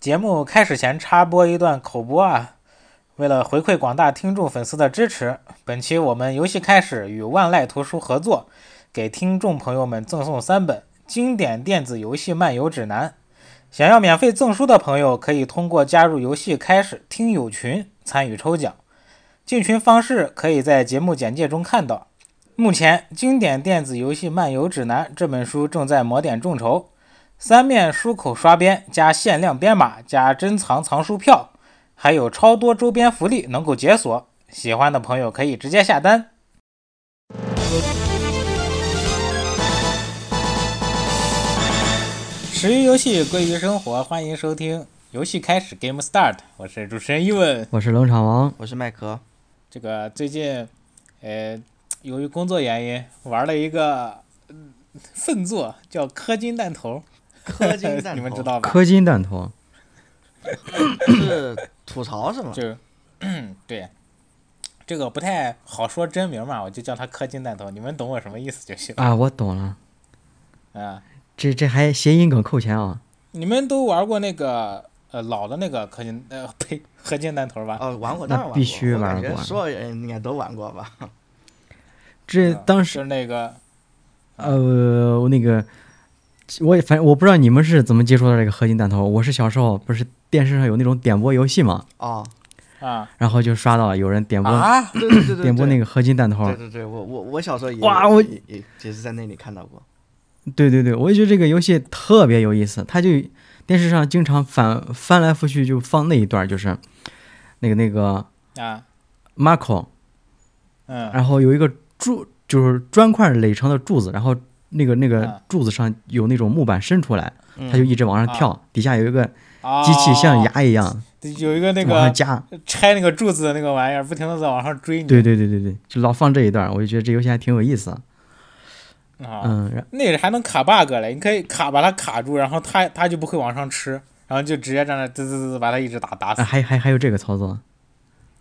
节目开始前插播一段口播啊！为了回馈广大听众粉丝的支持，本期我们游戏开始与万籁图书合作，给听众朋友们赠送三本经典电子游戏漫游指南。想要免费赠书的朋友，可以通过加入游戏开始听友群参与抽奖。进群方式可以在节目简介中看到。目前，《经典电子游戏漫游指南》这本书正在抹点众筹，三面书口刷边加限量编码加珍藏藏书票，还有超多周边福利能够解锁。喜欢的朋友可以直接下单。十一游戏归于生活，欢迎收听游戏开始 Game Start，我是主持人伊文。我是冷场王，我是麦克，这个最近，呃，由于工作原因玩了一个嗯粪作叫氪金弹头，氪金弹 头，你们知道吧？氪金弹头，是吐槽啊是吗？就 对，这个不太好说真名嘛，我就叫它氪金弹头，你们懂我什么意思就行啊，我懂了，啊。这这还谐音梗扣钱啊！你们都玩过那个呃老的那个氪金呃呸合金弹头吧？啊哦，玩过，当然玩过，必须我感玩觉过所有人应该都玩过吧？这啊当就时是那个呃，我那个我也反正我不知道你们是怎么接触到这个合金弹头。我是小时候不是电视上有那种点播游戏嘛， 哦，啊然后就刷到有人点播、啊，对对对对，点播那个，个合金弹头对，对对，我我我小时候也哇我也也也是在那里看到过，对对对，我就觉得这个游戏特别有意思，它就电视上经常反翻来覆去就放那一段，就是那个那个啊 Marco，嗯然后有一个柱，就是砖块垒成的柱子，然后那个那嗯个柱子上有那种木板伸出来，嗯哦它就一直往上跳，底下有一个啊，机器像牙一样、哦有一个那往个上夹。拆那个柱子的那个玩意儿，不停的在往上追你。对对对对对，就老放这一段，我就觉得这游戏还挺有意思。啊，嗯，然那个还能卡 bug 嘞，你可以卡把它卡住，然后它它就不会往上吃，然后就直接站那滋滋滋把它一直打打死。啊还还还有这个操作，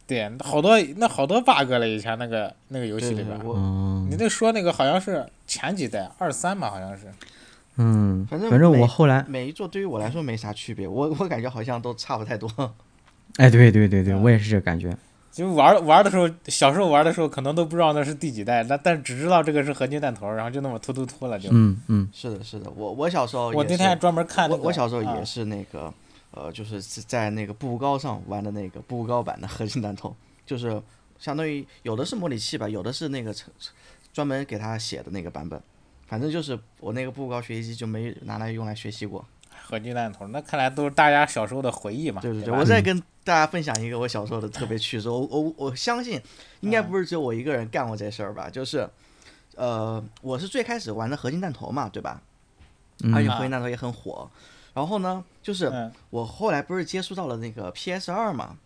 对，好多那好多 bug 了，以前那个那个游戏对里对边啊对，儿。我嗯你那说那个好像是前几代二三吧，好像是。嗯，反正反正每我后来，每一座对于我来说没啥区别，我我感觉好像都差不太多。 哎，对对对嗯对，啊我也是这个感觉。就玩玩的时候，小时候玩的时候可能都不知道那是第几代，那但只知道这个是合金弹头，然后就那么突突突了就。嗯嗯，是的，是的，我我小时候我也那是天还专门看那我个。我小时候也啊是那个，呃，就是是在那个步高上玩的那个步高版的合金弹头，就是相当于有的是模拟器吧，有的是那个成专门给他写的那个版本。反正就是我那个步高学习机就没拿来用来学习过。合金弹头，那看来都是大家小时候的回忆嘛。对对对对，吧 我再跟大家分享一个我小时候的特别趣事。我我我相信应嗯该不是只有我一个人干过这事儿吧？就是，呃，我是最开始玩的合金弹头嘛，对吧？而且嗯合金弹头也很火。然后呢，就是啊嗯我后来不是接触到了那个 PS 二嘛，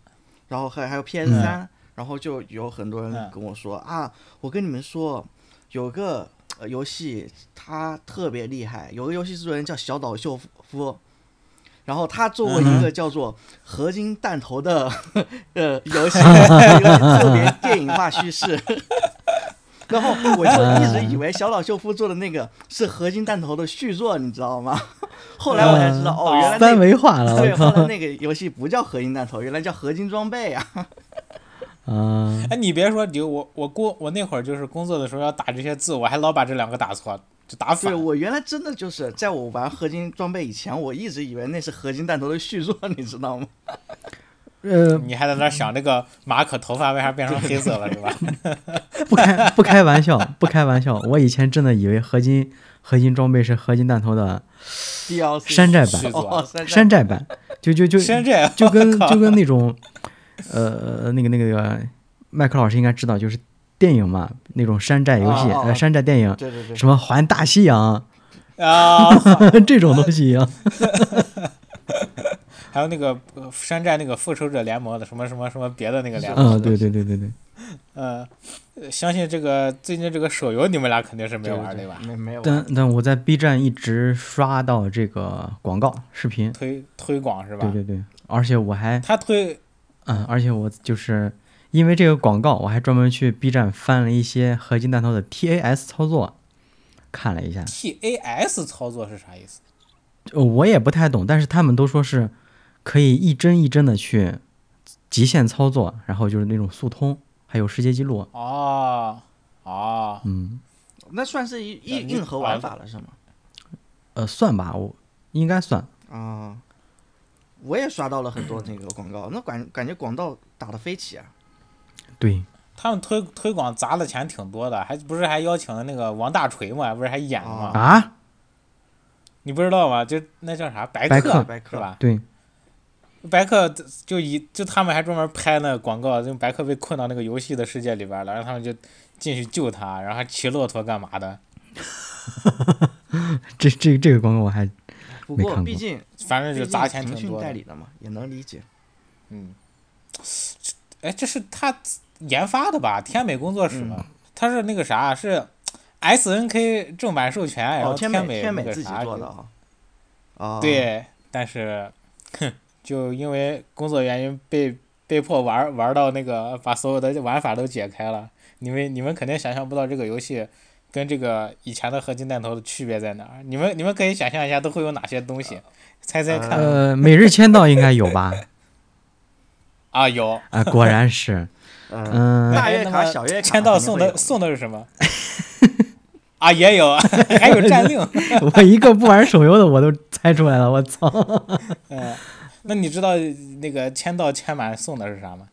然后还还有 PS 三、然后就有很多嗯人跟我说、啊，我跟你们说，有个、呃、游戏它特别厉害，有个游戏制作人叫小岛秀夫。然后他做过一个叫做《合金弹头》的、呃游戏， 一个特别电影化叙事。 然后我就一直以为小岛秀夫做的那个是《合金弹头》的续作，你知道吗？后来我才知道，哦，原来那三个维化了，对，我后靠来那个游戏不叫合金弹头，原来叫合金装备啊。啊！哎，你别说，你我我工我那会儿就是工作的时候要打这些字，我还老把这两个打错，就打对反。我原来真的就是在我玩合金装备以前，我一直以为那是合金弹头的续作， 你知道吗？呃，你还在那儿想这个马可头发为啥变成黑色了是吧？不开不开玩笑，不开玩笑，我以前真的以为合金合金装备是合金弹头的 DLC 山寨续版，作哦，山山寨版，就 就就山寨就跟就跟那种，呃，那个那个麦克老师应该知道，就是电影嘛，那种山寨游戏，哦哦哦呃，山寨电影，对对对，什么环大西洋啊，这种东西一样。还有那个呃山寨那个复仇者联盟的什么什么什么别的那个联盟，嗯，对对对对对，嗯、呃相信这个最近这个手游你们俩肯定是没对有玩对吧？没没有玩。但但我在 B 站一直刷到这个广告视频，推推广是吧？对对对，而且我还他推嗯，而且我就是因为这个广告，我还专门去 B 站翻了一些合金弹头的 TAS 操作，看了一下。 TAS 操作是啥意思？呃我也不太懂，但是他们都说是可以一帧一帧的去极限操作，然后就是那种速通，还有世界纪录。哦哦，嗯，那算是一硬你硬核玩法了是吗？呃，算吧，我应该算。啊，我也刷到了很多那个广告，那感感觉广告打得飞起啊！对，他们推推广砸的钱挺多的，还不是还邀请了那个王大锤嘛，不是还演了吗？啊，你不知道吗？就那叫啥白白客客白是客吧？对，白客就一就他们还专门拍那广告，就白客被困到那个游戏的世界里边了，然后他们就进去救他，然后还骑骆驼干嘛的， 这这这个广告我还不没过看毕过竟反正就毕砸竟钱腾挺讯多代的。理的嘛，也能理解。嗯，哎，这是他研发的吧？天美工作室，嗯他是那个啥是 S N K 正版授权，然哦，后天哎美天那美个自己啥做的啊。哦，，对，但是， 哼，就因为工作原因被被迫玩儿玩儿到那个，把所有的玩法都解开了。你们你们肯定想象不到这个游戏跟这个以前的合金弹头的区别在哪儿。你们你们可以想象一下都会有哪些东啊西，猜猜看、呃，每日签到应该有 吧？啊？有啊，果然 是，嗯，嗯、大哎月那卡、么小月卡签到肯定送会的有送的是什么？啊，也有， 还有战令。我一个不玩手游的我都猜出来了，我 操！嗯，那你知道那个签到签满送的是啥吗？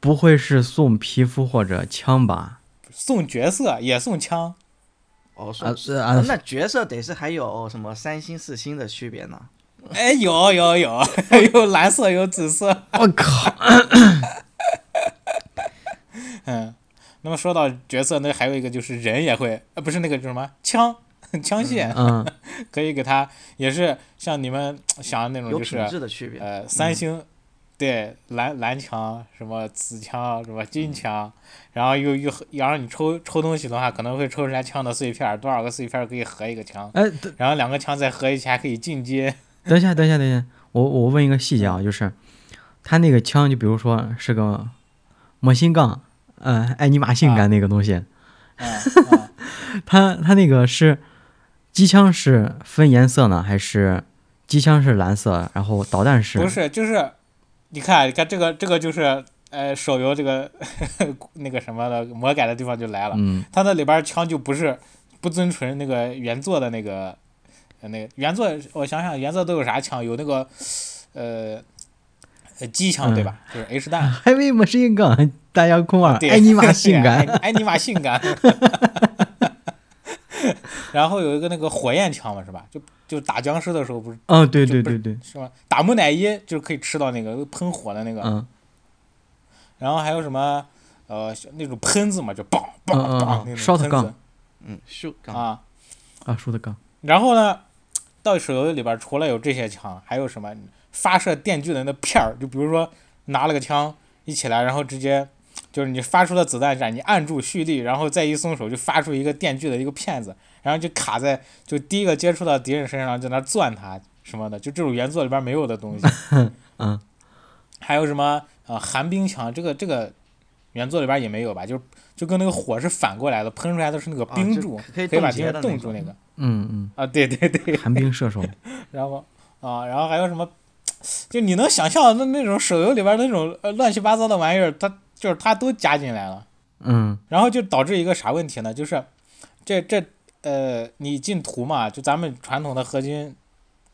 不会是送皮肤或者枪吧？送角色也送枪。哦，啊送是啊，那角色得是还有什么三星、四星的区别呢？ 哎，有有有， 有蓝色，有紫色。我靠！嗯，那么说到角色，那还有一个就是人也会，呃，不是那个叫什么枪，枪械、嗯，可以给他，也是像你们想的那种，有嗯就是品质的嗯区别。呃三星，对蓝蓝枪，什么紫枪，什么嗯金枪，然后又又要让你抽抽东西的话，可能会抽出来枪的碎片儿，多少个碎片儿可以合一个枪，哎，等然后两个枪再合一起还可以进阶。 等一下，等一下，等一下，我我问一个细节嗯啊，就是他那个枪，就比如说是个魔心杠，呃，爱尼玛性感那个东西，嗯嗯 他他那个是机枪是分颜色呢，还是机枪是蓝色，然后导弹是不是，就是你看，你看这个这个就是呃手游这个 那个什么的魔改的地方就来了，嗯它那里边儿枪就不是不遵循那个原作的那个呃那个原作，我想想原作都有啥枪？有那个呃呃机枪对吧？就是 H 弹。 ，Heavy 魔心杠，大洋空二， 对，爱嗯尼玛性感对，，爱爱尼玛性感。 然后有一个那个火焰枪嘛，是吧？就就打僵尸的时候不是嗯，对对就不对是对，是吧？打木乃伊就是可以吃到那个喷火的那个，嗯，然后还有什么呃那种喷子嘛，就梆梆嗯嗯梆嗯那种，shot 喷子杠嗯，秀刚啊。啊，说的杠，然后呢，到手游里边除了有这些枪，还有什么发射电锯的那片儿？就比如说拿了个枪一起来，然后直接就是你发出的子弹闪，你按住蓄力，然后再一松手就发出一个电锯的一个片子，然后就卡在就第一个接触到敌人身上，就在那儿钻他什么的，就这种原作里边没有的东西。嗯，还有什么呃寒冰枪，这个这个原作里边也没有吧？就就跟那个火是反过来的，喷出来的是那个啊冰就柱，可以可以把冻敌结人的冻那住种。那个嗯嗯，啊，对对对，寒冰射手， 然后啊，然后还有什么？就你能想象的那那种手游里边那种呃乱七八糟的玩意儿，它就是它都加进来了， 嗯然后就导致一个啥问题呢？就是这这呃，你进图嘛，就咱们传统的合金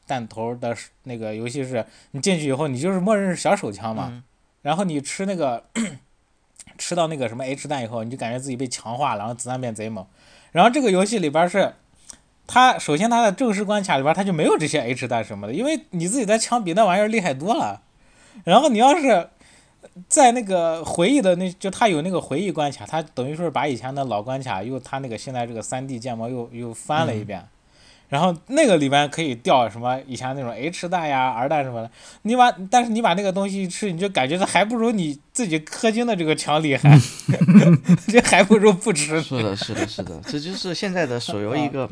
弹头的是那个游戏是，你进去以后你就是默认是小手枪嘛， 嗯然后你吃那个 吃到那个什么 H 弹以后，你就感觉自己被强化了，然后子弹变贼猛。然后这个游戏里边儿是，它首先它的正式关卡里边儿它就没有这些 H 弹什么的，因为你自己的枪比那玩意儿厉害多了。然后你要是在那个回忆的那就它有那个回忆关卡，它等于说是把以前的老关卡又它那个现在这个三 D 建模又又翻了一遍。然后那个里边可以掉什么以前那种 H 弹呀、R 弹什么的，你把但是你把那个东西一吃，你就感觉它还不如你自己氪金的这个枪厉害， 这还不如不吃呢。是的，是的，是 的，这就是现在 的手游啊一个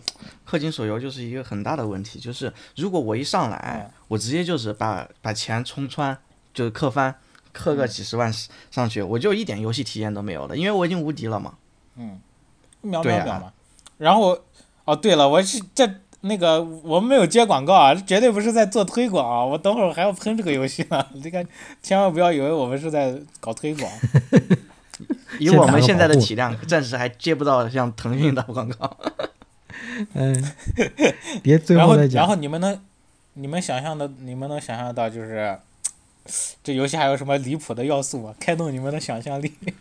氪金手游就是一个很大的问题，就是如果我一上来，嗯我直接就是把把钱冲穿，就是氪翻，氪嗯个几十万上去，我就一点游戏体验都没有了，因为我已经无敌了嘛。秒对秒啊秒嘛。然后，哦，对了，我是这那个我们没有接广告啊，绝对不是在做推广啊！我等会儿还要喷这个游戏呢， 这个千万不要以为我们是在搞推广。以我们现在的体量，暂时还接不到像腾讯的广 告。嗯，别最然后，再然讲。后你们能，你们想象的，你们能想象到就是，这游戏还有什么离谱的要素吗？开动你们的想象力。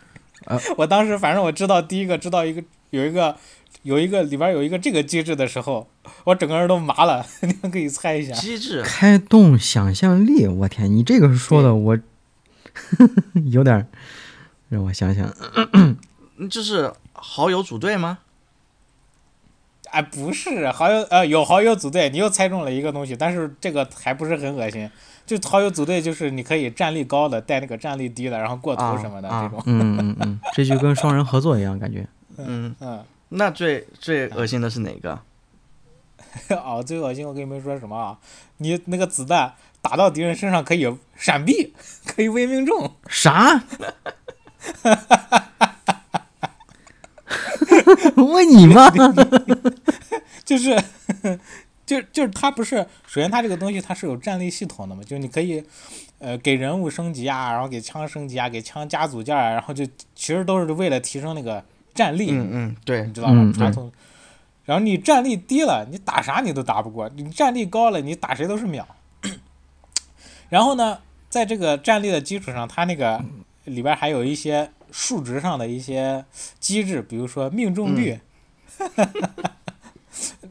啊我当时反正我知道第一个知道一个有一个有一个里边有一个这个机制的时候，我整个人都麻了。 你们可以猜一下，机制开动想象力，我天，你这个说的我 有点儿，让我想 想，嗯就是好友组队吗？哎，不是好友呃有好友组队，你又猜中了一个东西，但是这个还不是很恶心。就好友组队就是你可以战力高的带那个战力低的，然后过头啊什么的、啊这种。嗯嗯嗯，这就跟双人合作一样，感觉嗯，嗯，那最最恶心的是哪个？ 哦，最恶心我跟你们说什么啊？你那个子弹打到敌人身上可以闪避，可以微命中。 啥？ 问你 吗？就是就就是它不是，首先它这个东西它是有战力系统的嘛，就是你可以呃给人物升级啊，然后给枪升级啊，给枪加组件啊，然后就其实都是为了提升那个战力，嗯嗯，对你，知道吧嗯？传统。然后你战力低了，你打啥你都打不过；你战力高了，你打谁都是秒。然后呢，在这个战力的基础上，它那个里边还有一些数值上的一些机制，比如说命中率。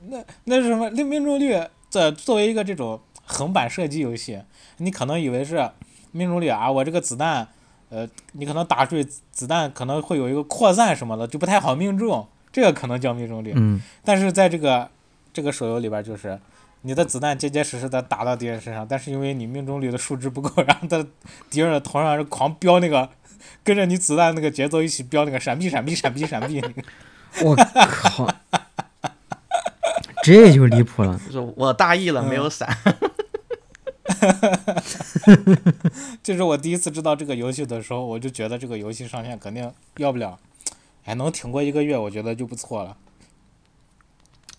那那是什么？那命中率这作为一个这种横版射击游戏，你可能以为是命中率啊，我这个子弹，呃，你可能打出去子弹可能会有一个扩散什么的，就不太好命中，这个可能叫命中率。嗯，但是在这个这个手游里边，就是你的子弹结结实实的打到敌人身上，但是因为你命中率的数值不够，然后在敌人的头上是狂飙那个， 跟着你子弹那个节奏一起飙那个闪避闪避闪避闪避， 我靠，这就离谱了。就是我大意了，没有闪。这是我第一次知道这个游戏的时候，我就觉得这个游戏上线肯定要不了，哎，能挺过一个月，我觉得就不错了。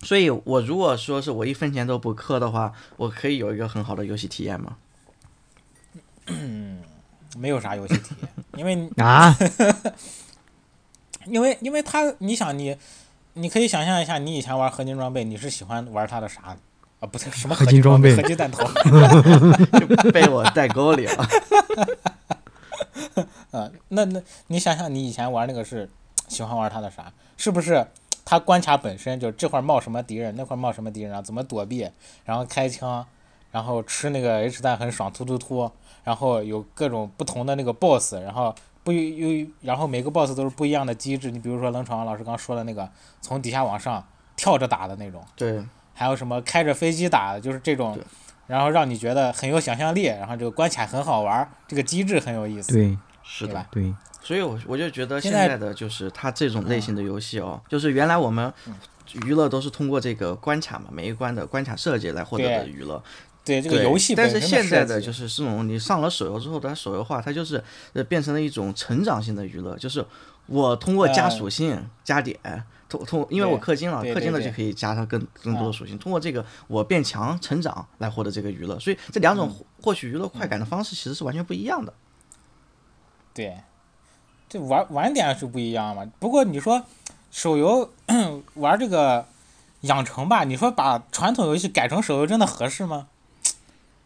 所以，我如果说是我一分钱都不氪的话，我可以有一个很好的游戏体验 吗？没有啥游戏体验，因为啊，因为因为它，你想你，你可以想象一下，你以前玩合金装备，你是喜欢玩它的啥？啊，不对，什么合金金装备合金弹头啊、就被我带沟里了。呃那那你想想，你以前玩那个是喜欢玩它的啥？是不是它关卡本身就这块儿冒什么敌人，那块儿冒什么敌人，然后啊怎么躲避，然后开枪，然后吃那个 H 弹很爽，突突突，然后有各种不同的那个 BOSS，然后不又又然后每个 BOSS 都是不一样的机制。你比如说冷场王老师刚说的那个从底下往上跳着打的那种。 对，还有什么开着飞机打的，就是这种对，然后让你觉得很有想象力，然后这个关卡很好玩儿，这个机制很有意思。对是对的吧。对，所以我，我就觉得现现在在的就是它这种类型的游戏哦，就是原来我们娱乐都是通过这个关卡嘛，每一关的关卡设计来获得的对娱乐。对这个对游戏本但身是的现在设的计就是这种，你上了手游之后，它手游化，它就是呃变成了一种成长性的娱乐，就是我通过加属性、加点，通通因为我氪金了，对氪对金了对就可以加上更更多的属性，通过这个我变强成长来获得这个娱乐，所以这两种获获取娱乐快感的方式其实是完全不一样的。对，这玩玩点是不一样嘛。不过你说手游玩这个养成吧，你说把传统游戏改成手游真的合适吗？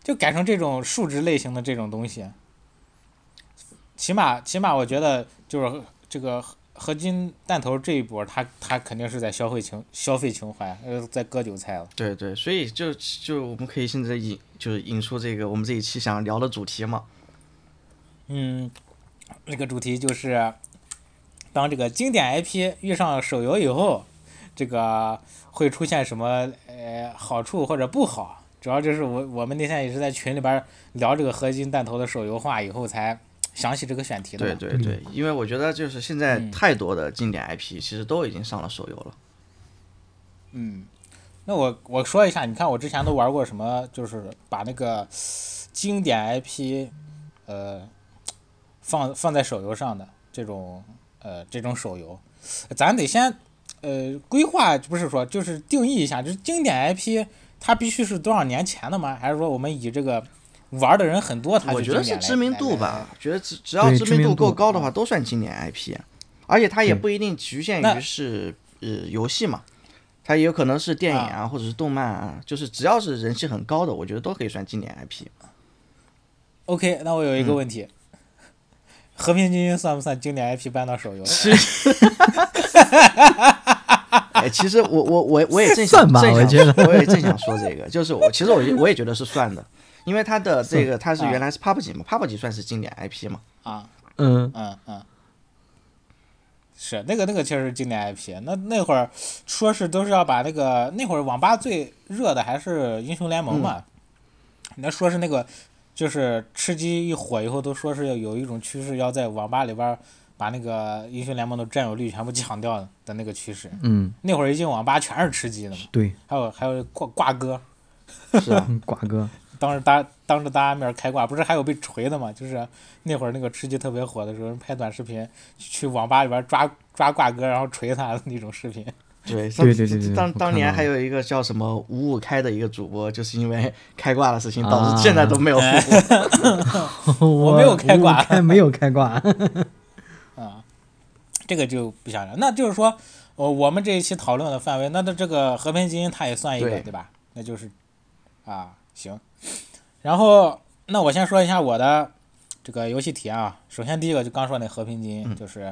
就改成这种数值类型的这种东西，起码起码我觉得就是这个合合金弹头这一波，它它肯定是在消费情消费情怀，呃，在割韭菜了。对对，所以就就我们可以现在引就是引出这个我们这一期想聊的主题嘛，嗯，那个主题就是，当这个经典 IP 遇上手游以后，这个会出现什么呃好处或者不好？主要就是我我们那天也是在群里边儿聊这个合金弹头的手游化以后才想起这个选题的对嘛。对对，因为我觉得就是现在太多的经典 IP 其实都已经上了手游了。嗯，那我我说一下，你看我之前都玩过什么，就是把那个经典 IP，呃，放放在手游上的这种呃这种手游，咱得先呃规划，不是说就是定义一下，就是经典 IP 它必须是多少年前的吗？还是说我们以这个玩的人很多，它我就经觉得典是来知名度？来来吧，觉得只只要对知知名名度够度嗯高的话，都算经典 IP，而且它也对不一定局限那于是呃游戏嘛，它也有可能是电影啊，或者是动漫啊，就是只要是人气很高的，我觉得都可以算经典 IP。 OK，那我有一嗯个问题， 和平精英》算不算经典 IP 搬到手游？哎，其实我我我 我也正想算吧正我想觉得我也正想说这个，就是我其实我我也觉得是算的，因为它的这个它是啊原来是 PUBG 嘛，PUBG 算是经典 IP 嘛，啊， 嗯，嗯嗯，是那个那个确实是经典 IP。那那会儿说是都是要把那个那会儿网吧最热的还是英雄联盟嘛，那说是那个就是吃鸡一火以后，都说是要有一种趋势要在网吧里边儿把那个英雄联盟的占有率全部 抢掉的那个趋势。嗯，那会儿一进网吧全是吃鸡的嘛，对，还有还有挂挂歌，是啊，嗯，瓜哥，当着大当着大家面儿开挂，不是还有被锤的吗？就是那会儿那个吃鸡特别火的时候，人拍短视频去网吧里边抓抓挂哥，然后锤他的那种视频。对对对对对当我当看年到还有一个叫什么五五开的一个主播，就是因 为开挂的事情，导致现在都没有复活。 啊我没有开挂我开没有开 挂，这个就不想聊。那就是说，呃，我们这一期讨论的范围，那它这个和平精英它也算一个，对对吧？那就是啊，行。然后，那我先说一下我的这个游戏体验啊。首先第一个就刚说那和平精英，嗯就是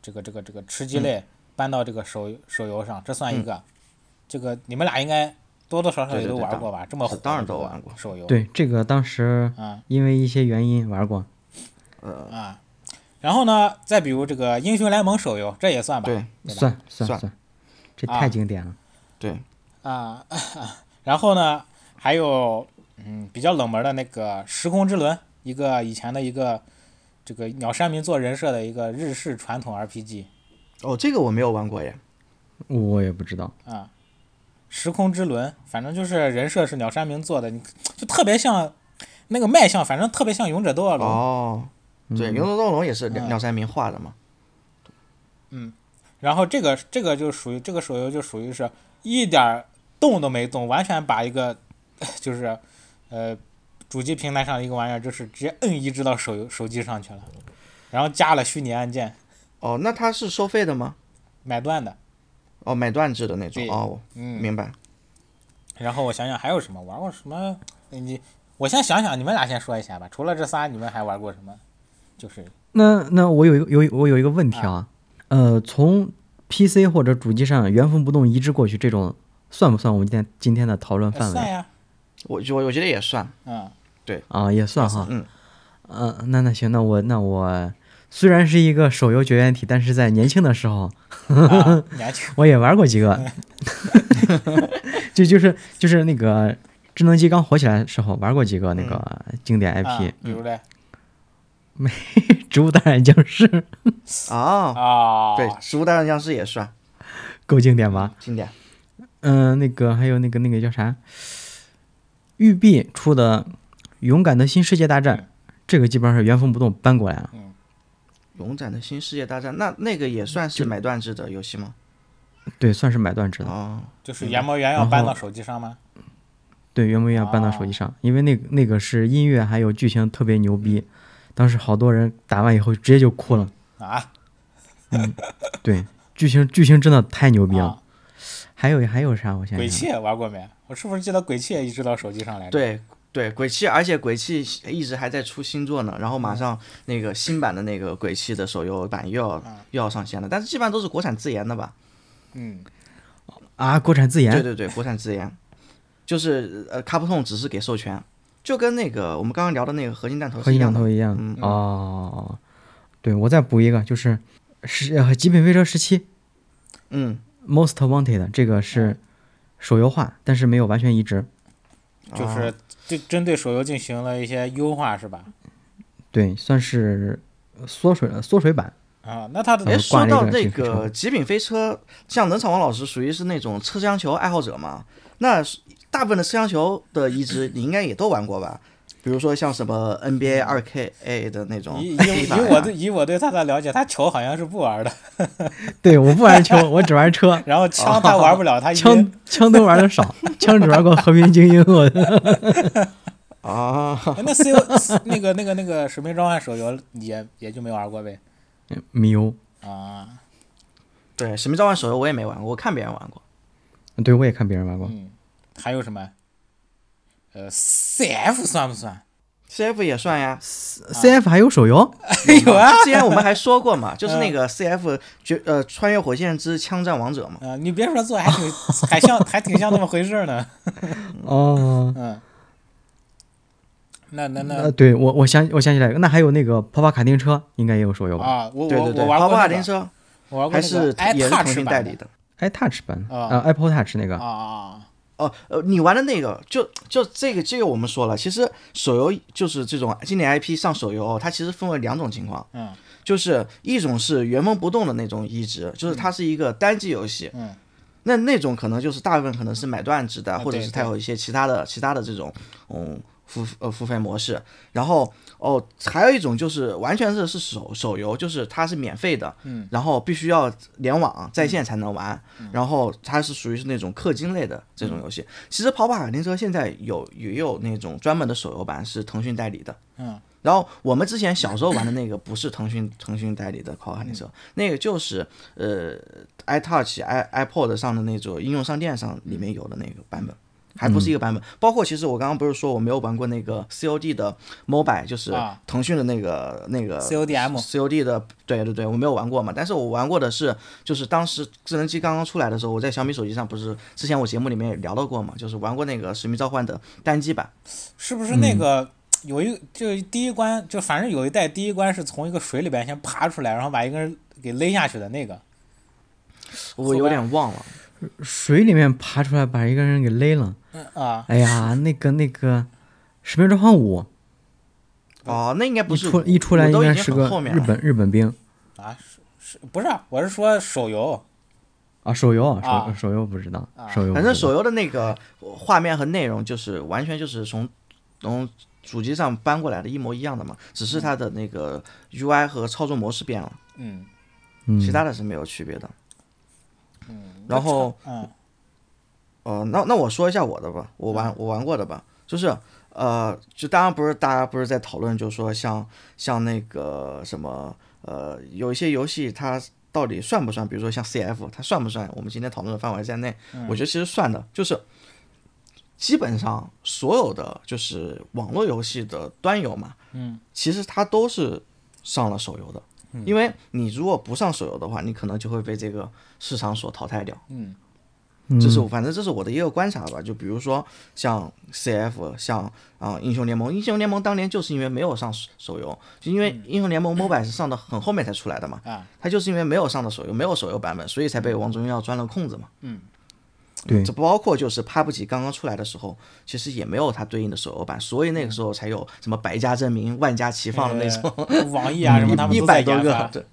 这个这个这个吃鸡类搬到这个手手游上，这算一个。这个你们俩应该多多少少嗯对也对都对玩当过吧？这么火，当然都玩过手游。对，这个当时啊因为一些原因玩过，呃，啊。然后呢，再比如这个英雄联盟手游，这也算吧？对对吧算算算算，这啊太经典了，对，啊， 然后呢，还有嗯比较冷门的那个《时空之轮》，一个以前的一个这个鸟山明做人设的一个日式传统 RPG 哦，这个我没有玩过耶。我也不知道，啊，《时空之轮》，反正就是人设是鸟山明做的，你就特别像那个卖相，反正特别像《勇者斗恶龙》哦，嗯对，牛头斗龙也是鸟鸟山明画的嘛。然后这个这个就属于这个手游就属于是一点儿动都没动，完全把一个 就是呃主机平台上的一个玩意儿，就是直接摁移植到手游手机上去了，然后加了虚拟按键哦，那它是收费的吗？买断的。哦，买断制的那种。对哦，嗯，明白。然后我想想还有什么玩过什么？你我先想想，你们俩先说一下吧。除了这仨，你们还玩过什么？就是那那我有一个有一我有一个问题啊，呃，从 PC 或者主机上原封不动移植过去，这种算不算我们今天今天的讨论呃范算围呀，我我我觉得也算。嗯啊？也算哈，嗯，嗯、那那行，那我那我虽然是一个手游绝缘体，但是在年轻的时候啊，你还去我也玩过几个， 就就是就是那个智能机刚火起来的时候玩过几个那个经典啊 IP，、，比如嘞植物大战僵尸 哦，啊，对，《植物大战僵尸》也算够经典吧？经典。嗯、那个还有那个那个叫啥，育碧出的《勇敢的新世界大战》，这个基本上是原封不动搬过来了。勇敢的新世界大战，那那个也算是买断制的游戏吗？对，算是买断制的，哦，就是研磨原要然后搬到手机上吗？对，原模原样搬到手机哦上，因为那个那个是音乐还有剧情特别牛逼，当时好多人打完以后直接就哭了。啊，对，剧情剧情真的太牛逼了。哦啊还有还有啥？我想鬼想，泣玩过没？我是不是记得鬼泣也移植到手机上来着？对对，鬼泣，而且鬼泣一直还在出新作呢，然后马嗯上那个新版的那个鬼泣的手游版又要、嗯又要上线了，但是基本上都是国产自研的吧？嗯，啊，国产自对研，对对，国产自研，就是呃，卡普空只是给授权，就跟那个我们刚刚聊的那个合金弹头和是一音两样的。头一样。嗯哦，对，我再补一个，就是是呃《极品飞车十七》嗯， Most Wanted，这个是手游化，但是没有完全移植。就是哦对针对手游进行了一些优化，是吧？对，算是缩水缩水版。啊，那它的呃哎，说挂了一到个那极品飞个车极品飞车，像冷场王老师属于是那种车厢球爱好者嘛，那大部分的车厢球的移植你应该也都玩过吧？比如说像什么 NBA 二 K 的那种啊以以踢法以呀我对以我对他的了解，他球好像是不玩的， 对我不玩 球，我只玩车，然后哦枪他玩不了， 他晕枪枪都玩的 少，枪只玩过和平精英，我啊，哎那 C O 那个那个那个使命召唤手游也也就没玩过呗米欧。啊，对《使命召唤》手游我也没玩过，我看别人玩过。对，我也看别人玩过。嗯，还有什么？呃，C F 算不算？ CF 也算 呀， CF 还有手游？有啊， 之前我们还说过嘛，就是那个 CF 绝呃穿越火线之枪战王者嘛，啊，你别说做还挺还像还挺像那么回事儿呢，哦，嗯，那那 那那对我我想我想起来，那还有那个跑跑卡丁车，应该也有手游吧？啊，我对我对对，我跑玩跑过卡那丁个，车哎我玩过还那是个 i 也是 touch 腾讯代版理的。 iTouch 版啊啊，Apple Touch 那个啊啊哦，呃，你玩的那个就就这个这个我们说了，其实手游就是这种经典 IP 上手游，哦它其实分为两种情况，嗯，就是一种是原封不动的那种移植，就是它是一个单机游戏，嗯，那那种可能就是大部分可能是买断制的，啊或者对是它有一些其他的其他的这种嗯付呃付费模式，然后哦还有一种就是完全是是手手游，就是它是免费的，嗯，然后必须要联网在线才能玩，然后它是属于是那种氪金类的这种游戏。其实跑跑卡丁车现在有也有那种专门的手游版是腾讯代理的，嗯，然后我们之前小时候玩的那个不是腾讯腾讯代理的跑跑卡丁车，嗯那个就是呃 iTouch、i iPod 上的那种应用商店上里面有的那个版嗯本。还不是一个版本，包括其实我刚刚不是说我没有玩过那个 COD 的 MOBA，就是啊腾讯的那个、那呃个 CODM COD 的，对对对，我没有玩过嘛，但是我玩过的是，就是当时智能机刚刚出来的时候，我在小米手机上不是之前我节目里面也聊到过嘛，就是玩过那个《使命召唤》的单机版，是不是那嗯个有一就第一关就反正有一代第一关是从一个水里边先爬出来，然后把一个人给勒下去的那个，我有点忘了。水里面爬出来把一个人给勒了。嗯啊，哎呀，那个那个《使命召唤五哦，那应该》不一是出一出来我应都已该经是很个后面日了本日本兵不是，啊我是说手游啊，手游啊啊手手游不知道，手游不啊反正知手游的那个画面和内容就是完全就是从从主机上搬过来的，一模一样的嘛，只是它的那个 UI 和操作模式变了，嗯，嗯其他的是没有区别的。然后嗯呃，那那我说一下我的吧，我玩我玩过的吧，就是呃，就当然不是大家不是在讨论，就是说像像那个什么呃，有一些游戏它到底算不算，比如说像 CF，它算不算我们今天讨论的范围在内？我觉得其实算的，就是基本上所有的就是网络游戏的端游嘛，嗯，其实它都是上了手游的。因为你如果不上手游的话，你可能就会被这个市场所淘汰掉。嗯这是我反正这是我的一个观察吧。就比如说像 CF，像啊、英雄联盟，英雄联盟当年就是因为没有上手手游，就因为英雄联盟 MOBA 是上的很后面才出来的嘛，嗯啊它就是因为没有上的手游，没有手游版本，所以才被王者荣耀钻了空子嘛。嗯对这包括就是 PUBG 刚刚出来的时候，其实也没有它对应的手游版，所以那嗯个时候才有什么百家争鸣、万家齐放的那种，种，嗯嗯网易啊什么他们一都在百多研个发，，对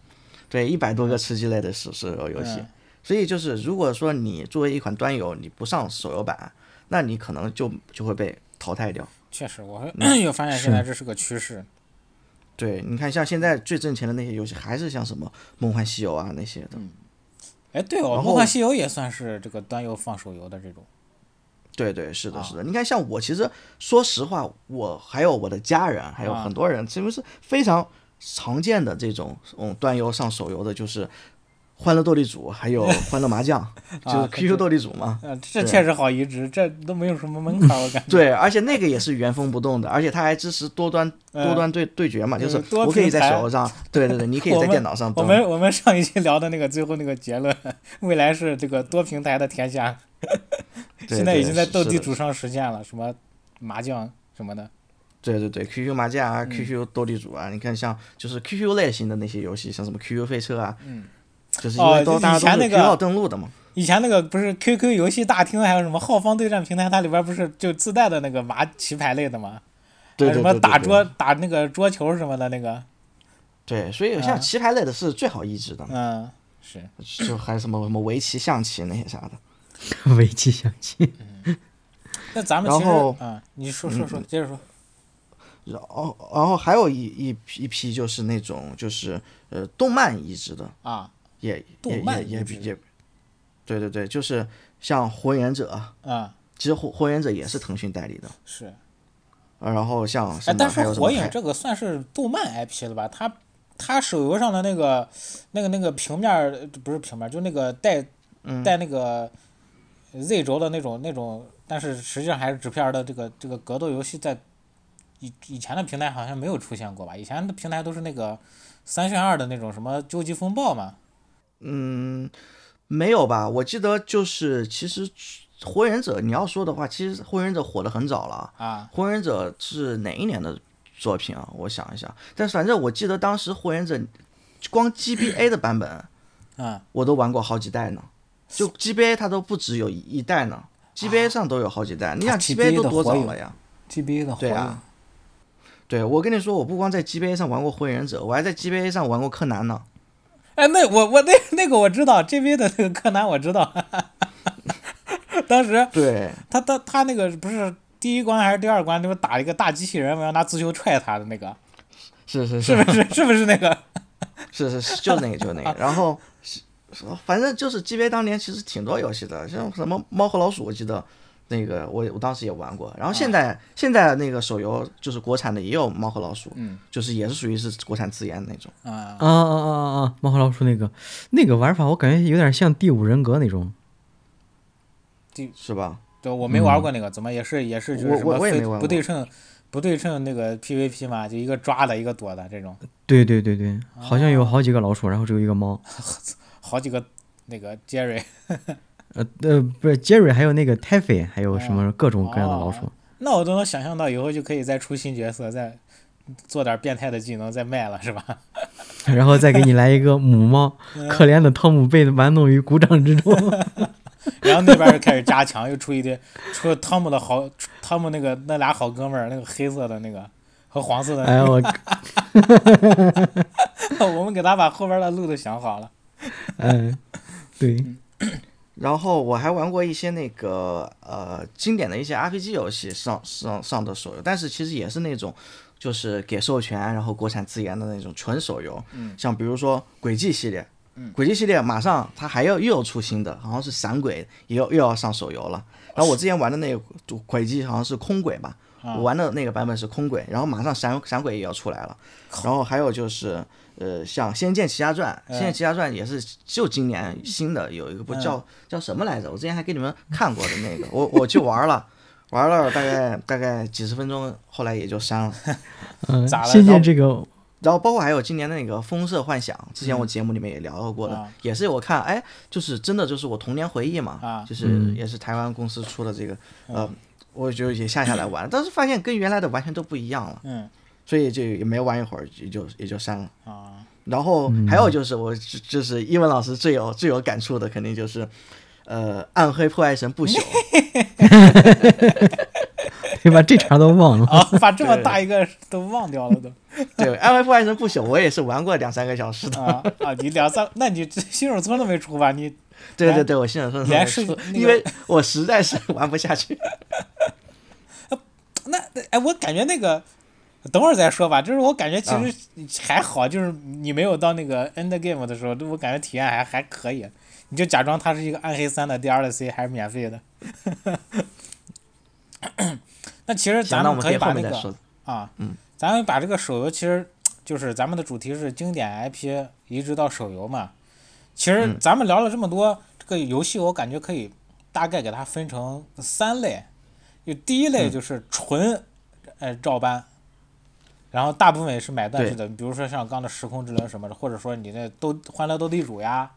对，一百多个吃鸡类的手手游游戏。嗯所以就是，如果说你作为一款端游，你不上手游版，那你可能就就会被淘汰掉。确实，我嗯有发现现在这是个趋势，对，你看像现在最挣钱的那些游戏，还是像什么《梦幻西游》啊那些的。哎，对哦，《然后梦幻西游》也算是这个端游放手游的这种，对对，是啊的，是的。你看，像我其实说实话，我还有我的家人，还有啊很多人，其实是非常常见的这种嗯端游上手游的，就是《欢乐斗地主》还有《欢乐 麻将》，就是啊 QQ 斗地主嘛。呃，这对确实好移植，这都没有什么门槛儿，我感觉。对，而且那个也是原封不动的，而且它还支持多端多嗯端对对决嘛，就就是是多我可以平在台手游上，对对对，你可以我在们电脑上我登。们我们上一期聊的那个最后那个结论，未来是这个多平台的天下，对现在已对经在是斗是地的主上实现了，什么麻将什么的。对对对，QQ 麻嗯将啊，QQ 斗地主啊，你看像就是 QQ 类型的那些游戏，像什么 QQ 飞车啊，嗯，就是因哦为都大以前家都那是个 QQ 号登录的嘛。以前那个不是 QQ 游戏大厅，还有什么浩方对战平台，它里边不是就自带的那个麻棋牌类的吗？对还有呃什对么对对打对桌打那个桌球什么的那个，对，所以像棋牌类的是最好抑制的，嗯，是就还有什么什么围棋、象棋那些啥的。嗯 围棋象棋，那咱们然其实后嗯嗯，你说说说，接着说，然后然后还有一一批一批就是那种就是呃动漫移植的，啊，也也动漫也也移植比也，对对对，就是像《火影忍者》，嗯，其实火《火影忍者》也是腾讯代理的，是。呃然后像什哎，么但是还有什么火影海这个算是动漫 IP 了吧？它它手游上的那个那个那个平面儿呃不是平面儿，就那个带嗯带那个 Z 轴的那种那种，但是实际上还是纸片儿的这个这个格斗游戏在。以以前的平台好像没有出现过吧？以前的平台都是那个三选二的那种什么究极风暴嘛，嗯，没有吧？我记得就是，其实《火影忍者》你要说的话，其实《火影忍者》火的很早了啊。啊， 《火影忍者》是哪一年的作品啊？我想一下，但是反正我记得当时《火影忍者》光 GBA 的版本嗯，我都玩过好几代呢，就 GBA 它都不只有一一代呢，GBA 上都有好几代。啊你想 GBA GBA 都的多火早影了呀？ GB 的火对影，啊对，我跟你说，我不光在 GBA 上玩过《火影忍者》，我还在 GBA 上玩过柯南呢。哎，那我我那那个我知道，GB 的那个柯南我知道， 当时对，他他他那个不是第一关还是第二关，就是打一个大机器人，我要拿足球踹他的那个，是是是不是？ 是不是那个？是是是，就那个就那个，然后是反正就是 GBA 当年其实挺多游戏的，像什么猫和老鼠，我记得那个我我当时也玩过。然后现啊在、现在那个手游就是国产的也有猫和老鼠，嗯，就是也是属于是国产自研的那种。啊、啊啊啊啊啊！猫和老鼠那个那个玩法，我感觉有点像第五人格那种。是吧？对，我没玩过那个，怎么也是也是就是我什我么我也非没玩不对过称不对称那个 PVP 嘛，就一个抓的一个躲的这种，对对对啊对，好像有好几个老鼠，然后只有一个猫。好几个那个 Jerry。 呃呃，不是 Jerry，还有那个 t a f f 还有什哦么各种各样的老鼠。那我都能想象到以后就可以再出新角色，再做点变态的技能再卖了，是吧？ 然后再给你来一个母 猫，可怜的汤姆被玩弄于股掌之中。然后那边又开始加强，又出一堆，出了汤姆的好，汤姆那个那俩好哥们儿，那个黑色的那个和黄色的 哎呀我， 我们给他把后边的路都想 好了。哎，对，然后我还玩过一些那个呃经典的一些 RPG 游戏上上上的手游，但是其实也是那种就是给授权然后国产自研的那种纯手游，嗯、像比如说《轨迹》系列，嗯，《轨迹》系列马上它还要又要出新的，好像是《闪鬼》也要又要上手游了。然后我之前玩的那个《轨迹》好像是空轨吧，我玩的那个版本是空轨，然后马上闪闪鬼也要出来了，然后还有就是呃，像《仙剑奇侠传》，《仙剑奇侠传》也是就今年新的有一个不叫、叫什么来着？我之前还给你们看过的那个，我我去玩了，玩了大概大概几十分钟，后来也就删了。嗯、咋了仙剑这个然后包括还有今年的那个《风色幻想》，之前我节目里面也聊到过的，啊也是我看，哎，就是真的就是我童年回忆嘛，啊嗯就是也是台湾公司出的这个，呃，我就也下下来玩，但是发现跟原来的完全都不一样了，嗯所以就也没玩一会儿，也就也就删了。啊，然后还有就是我就就是一文老师最有最有感触的肯定就是，呃，《暗黑破坏神不朽》 对吧？这茬都忘了。啊，把这么大一个都忘掉了都对，《暗黑破坏神不朽》我也是玩过两三个小时的。啊啊！你两三，那你这新手村都没出吧？你对连对对，我信手说连是是那因个为我实在是玩不下去。那哎，我感觉那个，等会儿再说吧。就是我感觉其啊实还好，就是你没有到那个 end game 的时候，我感觉体验还还可以。你就假装它是一个暗黑三的 DLC，还是免费的。 那其实行，咱那我们们可可以以后把那面再个说。啊，嗯，咱们把这个手游其实就是咱们的主题是经典 IP 移植到手游嘛。其嗯实咱们聊了这么多，这个游戏我感觉可以大概给它分成三类，就第一嗯类就是纯、呃照搬，然后大部分也是买断式的，比如说像刚的时空之轮什么的，或者说你那都欢乐斗地主呀，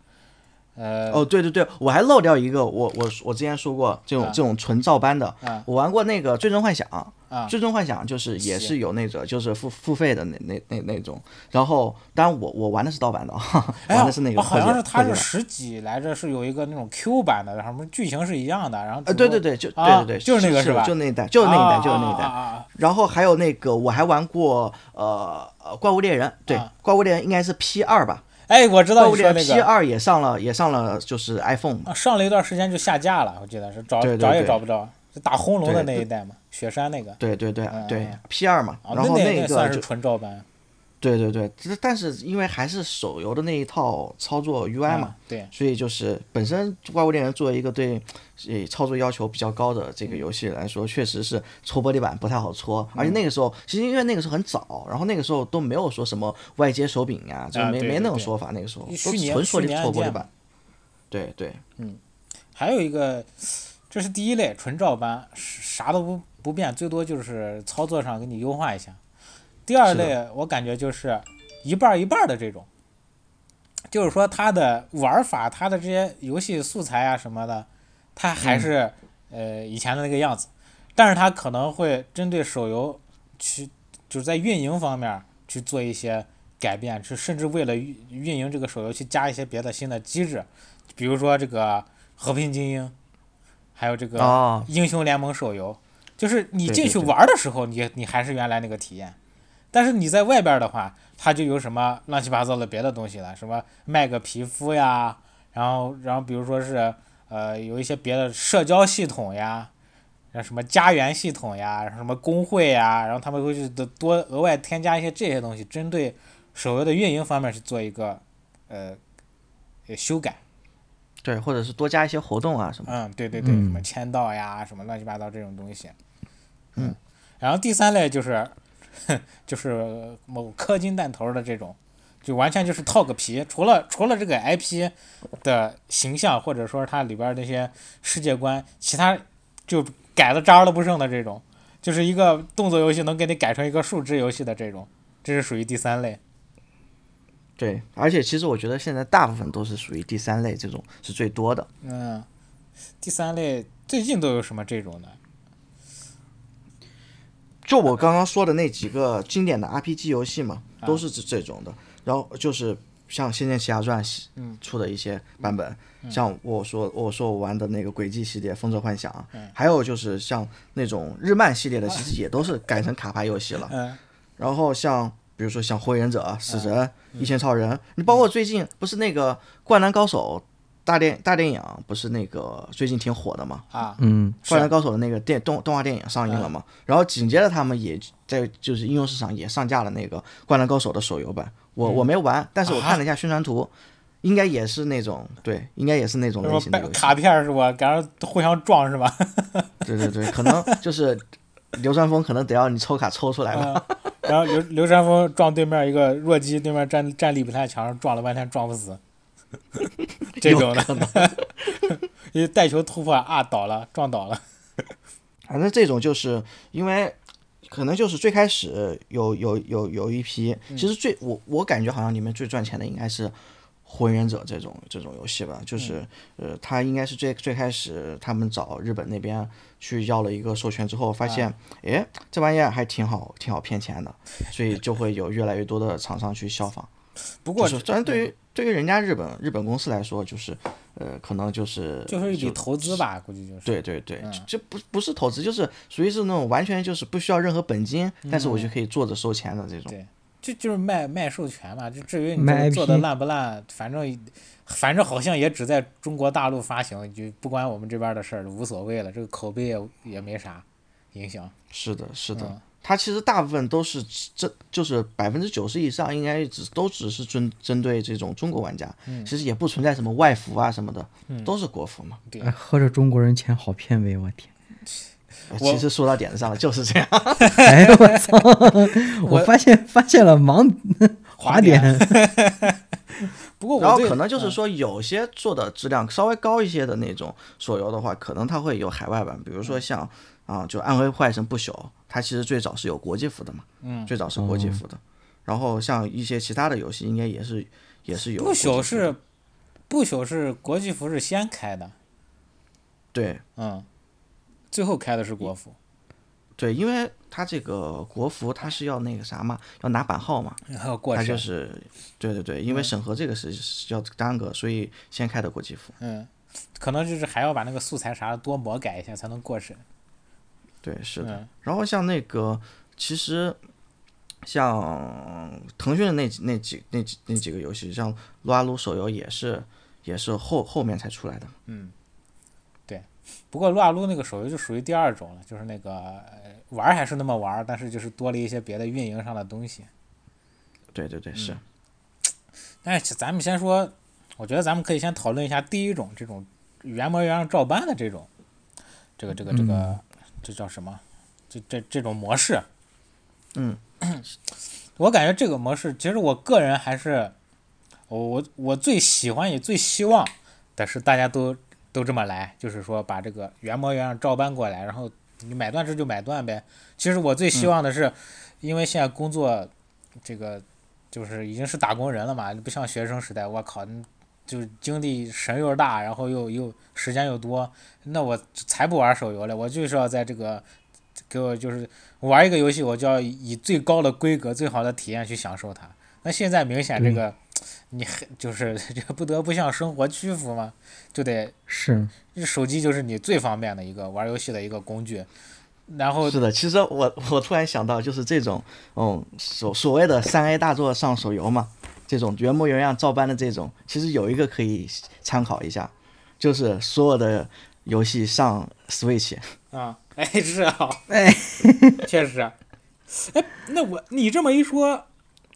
呃，哦，对对对，我还漏掉一个，我我我之前说过这种、啊这种纯照搬的，啊我玩过那个《最终幻想》啊最终幻想》就是也是有那种就是付付费的那那那那种，然后当然我我玩的是盗版的，哈哈哎呀， 玩的是那个啊我好破解像是它破解是版。十几来着，是有一个那种 Q 版的，然后什么剧情是一样的，然后只呃，不对过对对，就对啊对对，就是那个是吧？就那一代，就是那一代，啊就是那一啊代。啊啊然后还有那个，我还玩过呃呃《怪物猎人》，对，啊怪物猎人》应该是 P 二吧，哎，我知《怪道物你猎说人》那 P 个，二也上了，也上了就是 iPhone 嘛。啊上了一段时间就下架了，我记得是找对对找也对找不着，就打红龙的对那一代嘛，雪山那个。对对对嗯对嗯，P 二嘛，啊，然后那那那个算是就纯照搬对对对，只是但是因为还是手游的那一套操作 UI 嘛，啊，对，所以就是本身《怪物猎人》作为一个对呃操作要求比较高的这个游戏来说，确实是搓玻璃板不太好搓，嗯而且那个时候其实因为那个时候很早，然后那个时候都没有说什么外接手柄呀、就啊没对没对那种对说法，那个时候都虚拟纯说虚的拟搓按玻璃键板。对对还有一个，这是第一类纯照搬，啥都不不变，最多就是操作上给你优化一下。第二是的类我感觉就是一半儿一半儿的这种，就是说它的玩法、它的这些游戏素材啊什么的，它嗯还是、呃以前的那个样子，但是它可能会针对手游去，就是在运营方面儿去做一些改变，去甚至为了运运营这个手游去加一些别的新的机制，比如说这个和平精英，还有这个啊，英雄联盟手游，就是你对进对去对玩儿的时候，你你还是原来那个体验，但是你在外边儿的话，它就有什么乱七八糟的别的东西了，什么卖个皮肤呀，然后然后比如说是呃有一些别的社交系统呀，然后什么家园系统呀，然后什么工会呀，然后他们会去多多额外添加一些这些东西，针对手游的运营方面去做一个呃呃修改。对，或者是多加一些活动啊什么。嗯，对对对，什么嗯签到呀，什么乱七八糟这种东西。嗯，然后第三类就是， 就是某氪金弹头的这种，就完全就是套个皮，除了除了这个 IP 的形象或者说它里边儿那些世界观，其他就改的渣儿都不剩的这种，就是一个动作游戏能给你改成一个数值游戏的这种，这是属于第三类。对，而且其实我觉得现在大部分都是属于第三类这种是最多的。嗯，第三类最近都有什么这种的？就我刚刚说的那几个经典的 RPG 游戏嘛，都是这这种的。然后就是像《仙剑奇侠传》系出的一些版本，像我说我说我玩的那个《轨迹》系列、《风之幻想》还有就是像那种日漫系列的，其实也都是改成卡牌游戏了。嗯，然后像比如说像《火影忍者》《死神》一拳超人》，你包括最近不是那个《灌篮高手》大电大电影，不是那个最近挺火的嘛？啊，嗯嗯， 《灌篮高手》的那个电动动画电影上映了嘛，然后紧接着他们也在就是应用市场也上架了那个《灌篮高手》的手游版。我、嗯我没玩，但是啊我看了一下宣传图，应该也是那种对，应该也是那种什类么型的掰游戏。卡片儿是吧？赶上互相撞是吧？ 对对对，可能就是流川枫可能得要你抽卡抽出来吧。嗯，然后刘刘山峰撞对面一个弱鸡，对面战战力比他强，撞了半天撞不 死，这种的，因为带球突破啊倒了，撞倒了，反正这种就是因为可能就是最开始有有有有一批，其实最我我感觉好像里面最赚钱的应该是。火影忍者这种这种游戏吧，就是、呃，它应该是最最开始他们找日本那边去要了一个授权之后，发现诶，这玩意儿还挺好，挺好骗钱的，所以就会有越来越多的厂商去效仿。不就过是，当然对于对于人家日本日本公司来说，就是呃，可能就是就是一笔投资吧，嗯估计就是。对对对，这、不不是投资，就是属于是那种完全就是不需要任何本金，但是我就可以坐着收钱的这种。嗯对这就是卖卖授权嘛，就至于你这卖个 IP 做的烂不烂，反正反正好像也只在中国大陆发行，就不关我们这边的事儿，无所谓了。这个口碑也也没啥影响。是的，是的。嗯它其实大部分都是这，就是百分之九十以上，应该只都只是针针对这种中国玩家，嗯其实也不存在什么外服啊什么的，都是国服嘛。对，哎，合着中国人钱好骗呗，我天！哎我其实说到点子上了，就是这样。哎呦我操！我发 现发现了盲 滑滑点， 不过然我嗯后对可能就是说，有些做的质量稍微高一些的那种手游的话，可能它会有海外版，比如嗯说像啊、就《暗黑破坏神不朽》，它其实最早是有国际服的嘛，嗯，最早是国际服的。然后像一些其他的游戏，应该也是也是有不国际服的朽是不朽是国际服是先开的，对嗯，最后开的是国服，对，因为它这个国服它是要那个啥嘛，要拿版号嘛，然后过它就程，是对对对，嗯因为审核这个是是要耽搁，所以先开的国际服。嗯，可能就是还要把那个素材啥的多魔改一下才能过审，对，是的。嗯然后像那个，其实像腾讯的那几那几那几那几个游戏，像撸啊撸手游也是也是后后面才出来的。嗯，对，不过撸啊撸那个手游就属于第二种了，就是那个呃玩儿还是那么玩儿，但是就是多了一些别的运营上的东西。对对对，是。但是咱们先说，我觉得咱们可以先讨论一下第一种这种原模原样照搬的这种，这个这个这个，这叫什么？这这这种模式，嗯， 我感觉这个模式，其实我个人还是我我我最喜欢也最希望的是大家都都这么来，就是说把这个原模原样照搬过来，然后你买断制就买断呗。其实我最希望的是，因为现在工作这个就是已经是打工人了嘛，不像学生时代，我靠，你就是精力神又大，然后又又时间又多，那我才不玩手游嘞，我就是要在这个给我就是玩一个游戏，我就要以最高的规格、最好的体验去享受它。那现在明显这个，你还就是 这个不得不向生活屈服嘛，就得是，手机就是你最方便的一个玩游戏的一个工具，然后是的，其实我我突然想到，就是这种，嗯，所所谓的三 A 大作上手游嘛，这种原模原样照搬的这种，其实有一个可以参考一下，就是所有的游戏上 Switch，啊，哎是啊，哎，确实，哎，那我你这么一说，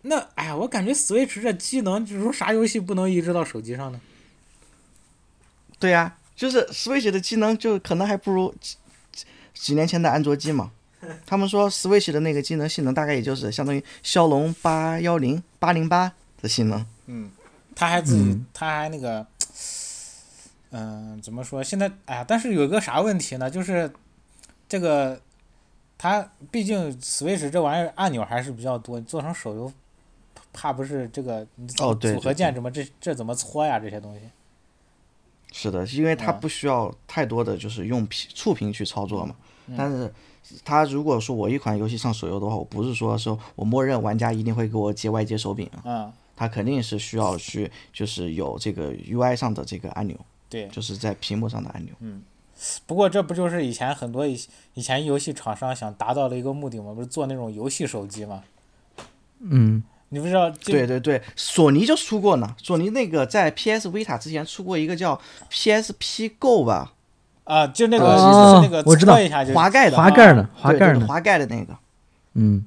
那哎呀，我感觉 Switch 这机能，就是说啥游戏不能移植到手机上呢？对呀、就是 Switch 的机能就可能还不如几几几年前的安卓机嘛。他们说 Switch 的那个机能性能大概也就是相当于骁龙八幺零八零八的性能，他还自己，他还那个，嗯、怎么说？现在哎呀，但是有一个啥问题呢？就是这个，它毕竟 Switch 这玩意儿按钮还是比较多，你做成手游，怕不是这个你怎么哦对组合对键对怎么这这怎么搓呀？这些东西。是的，因为它嗯不需要太多的就是用屏触屏去操作嘛。嗯但是它如果说我一款游戏上手游的话，我不是说说我默认玩家一定会给我接外接手柄啊，嗯，它肯定是需要去就是有这个 UI 上的这个按钮，对。就是在屏幕上的按钮。不过这不就是以前很多以以前游戏厂商想达到的一个目的吗？不是做那种游戏手机吗？嗯，你不知道这对对对，索尼就出过呢，索尼那个在 PS Vita 之前出过一个叫 PSP Go 吧，啊，就那个、哦就是那个啊我知道搓一下就滑盖的，滑盖儿的，滑对盖儿对的，滑盖的那个，嗯，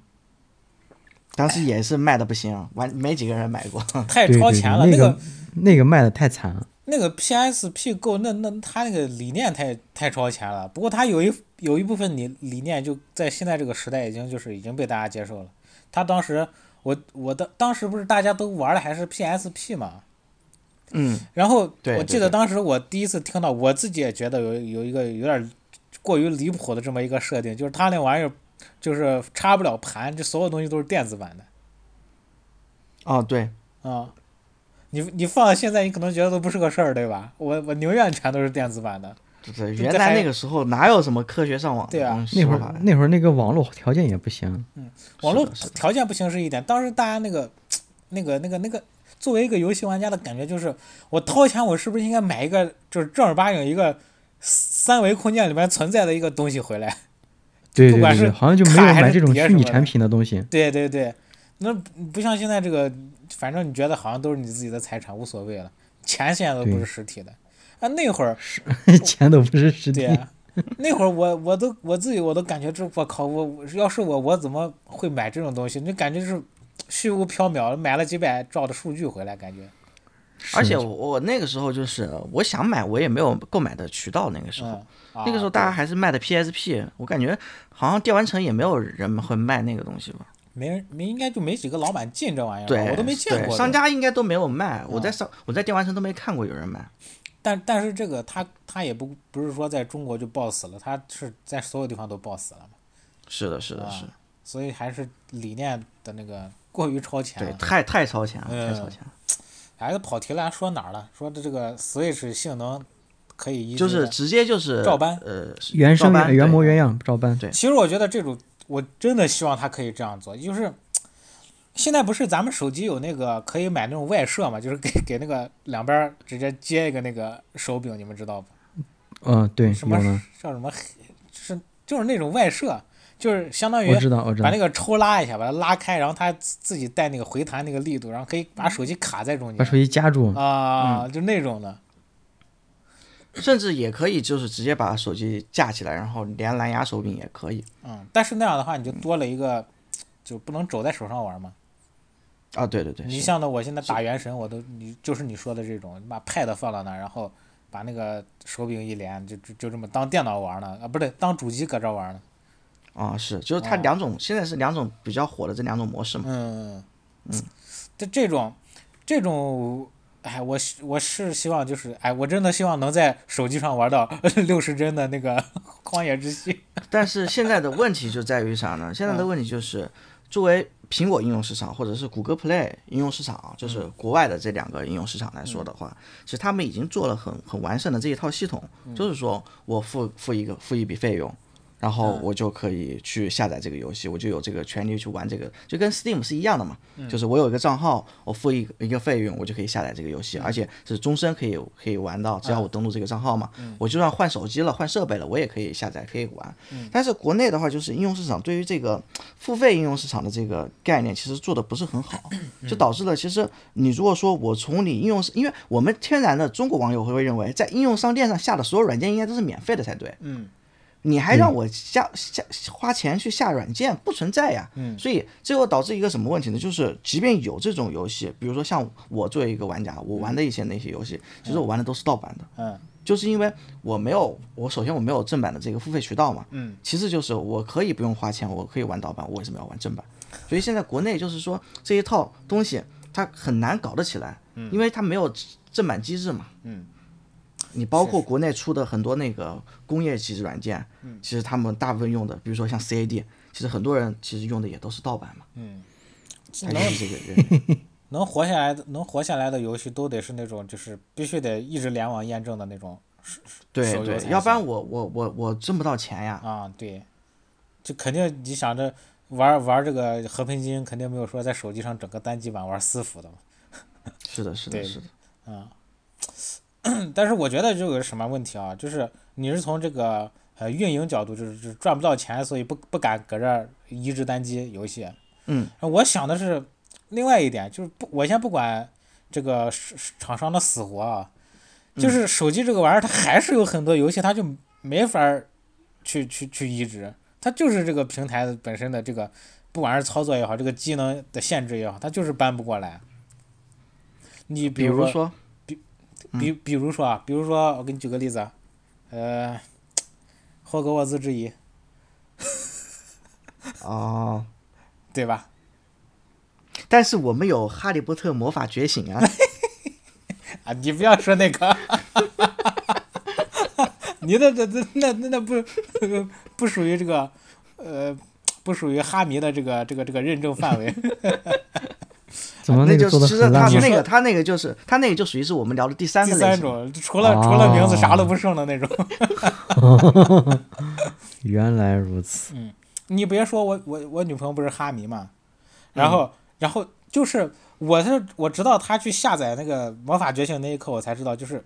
当时也是卖的不行，完没几个人买过。太对对超对，前了。那那个那个卖的太惨了，那个 PSP Go 那那它那个理念太太超前了，不过它有一有一部分理理念就在现在这个时代已经就是已经被大家接受了。他当时我我当当时不是大家都玩的还是 PSP 嘛，嗯，然后对我对记得对当时我第一次听到，我自己也觉得有有一个有点过于离谱的这么一个设定，就是它那玩意儿就是插不了盘，这所有东西都是电子版的哦对，啊、你你放到现在，你可能觉得都不是个事儿，对吧？我我宁愿全都是电子版的。就是这原这还来那个时候哪有什么科学上网对的啊东西那会吧儿那会儿那个网络条件也不行，网络是的是的条件不行是一点，当时大家那个、那个、那个、那个，作为一个游戏玩家的感觉就是，我掏钱，我是不是应该买一个就是正儿八经一个三维空间里面存在的一个东西回来？对不对管对是对，好像就没卡有还买是这种碟虚什拟么的产品的 东西， 对对对，那不不像现在这个，反正你觉得好像都是你自己的财产，无所谓了，钱现在都不是对实体的。啊，那会儿钱都不是实对体，啊，那会儿我我都我自己我都感觉这我靠我我要是我我怎么会买这种东西？你就感觉就是虚无缥缈，买了几百兆的数据回来，感觉而是且我我那个时候就是我想买，我也没有购买的渠道。那个时候，嗯，啊那个时候大家还是卖的 PSP，我感觉好像电玩城也没有人会卖那个东西吧？没人没应该就没几个老板进这玩意儿吧，对，哎我都没见对过商都。家应该都没有卖。我在商我在电玩城都没看过有人卖。但但是这个他他也不不是说在中国就爆死了，他是在所有地方都爆死了嘛，是的，是的，啊是的，所以还是理念的那个过于超前对，了。太太超前了，太超啊嗯前了。哎，又跑题了，说哪儿了？说的这个 Switch 性能可以移植就的是直接就是照搬呃，是原照生搬原啊对模原样照搬，对其实我觉得这种，我真的希望他可以这样做，就是现在不是咱们手机有那个可以买那种外设嘛，就是给给那个两边儿直接接一个那个手柄，你们知道不？嗯，对，什有么了，叫什么黑？是就是那种外设，就是相当于我知道我知把道那，个抽拉一下，把它拉开，然后它自自己带那个回弹那个力度，然后可以把手机卡在中把间手嗯机夹住，啊，就那种的。甚至也可以就是直接把手机架起来，然后连蓝牙手柄也可以嗯，但是那样的话，你就多了一个，就不能肘在手上玩嘛。啊。对对对，你是像那我现在打原神，我都你就是你说的这种，你把 Pad 放到那儿，然后把那个手柄一连，就就就这么当电脑玩呢啊，不对，当主机搁这玩呢。啊是，就是它哦两种现在是两种比较火的这两种模式嘛。嗯，嗯，这这种，这种，哎，我是我是希望就是，哎，我真的希望能在手机上玩到 六十帧的那个 《荒野之息》。但是现在的问题就在于啥呢？现在嗯的问题就是，作为苹果应用市场或者是谷歌 Play 应用市场啊，就是嗯国外的这两个应用市场来说的话，其实他们已经做了很很完善的这一套系统，嗯就是说我付付一个付一笔费用。然后我就可以去下载这个游戏，我就有这个权利去玩这个，就跟 Steam 是一样的嘛，就是我有一个账号，我付一个一个费用，我就可以下载这个游戏，而且是终身可以可以玩到，只要我登录这个账号嘛，我就算换手机了、换设备了，我也可以下载可以玩。但是国内的话，就是应用市场对于这个付费应用市场的这个概念，其实做的不是很好，就导致了其实你如果说我从你应用，因为我们天然的中国网友会认为，在应用商店上下的所有软件应该都是免费的才对，嗯，你还让我下下花钱去下软件，不存在呀。嗯，所以最后导致一个什么问题呢？就是即便有这种游戏，比如说像我作为一个玩家，我玩的一些那些游戏，其实我玩的都是盗版的。嗯，就是因为我没有，我首先我没有正版的这个付费渠道嘛。嗯，其次就是我可以不用花钱，我可以玩盗版，我为什么要玩正版？所以现在国内就是说这一套东西它很难搞得起来，嗯，因为它没有正版机制嘛。嗯。你包括国内出的很多那个工业级软件，其实他们大部分用的，比如说像 CAD，其实很多人其实用的也都是盗版嘛，嗯它就能是这个原 因。能活下来的能活下来的游戏都得是那种就是必须得一直联网验证的那种手对游才对，行要不然我我我我挣不到钱呀。啊，对，就肯定你想着玩玩这个和平精英，肯定没有说在手机上整个单机版玩私服的嘛。 是的，是的，对是的。但是我觉得这个是什么问题啊？就是你是从这个呃运营角度，就是就是赚不到钱，所以不不敢搁这儿移植单机游戏。嗯，我想的是另外一点，就是不，我先不管这个市市厂商的死活啊，就是手机这个玩意儿，它还是有很多游戏，它就没法儿去去去移植，它就是这个平台的本身的这个，不管是操作也好，这个机能的限制也好，它就是搬不过来。你比如如说说，比比如说啊，比如说我给你举个例子啊，呃，霍格沃兹之遗，哦，对吧？但是我们有《哈利波特魔法觉醒》哦啊，啊，你不要说那个， 你的这这那那那不不属于这个，呃，不属于哈迷的这个这个这个认证范围。怎么那就个做的是其实很他烂你呢？ 那说个他那个就是他那个就属于是我们聊的第三第个类三型。哦种，除了除了名字啥都不剩的那种。原来如此，你别说我我我女朋友不是哈迷嘛，然后、然后就是我是我直到她去下载那个魔法觉醒那一刻，我才知道，就是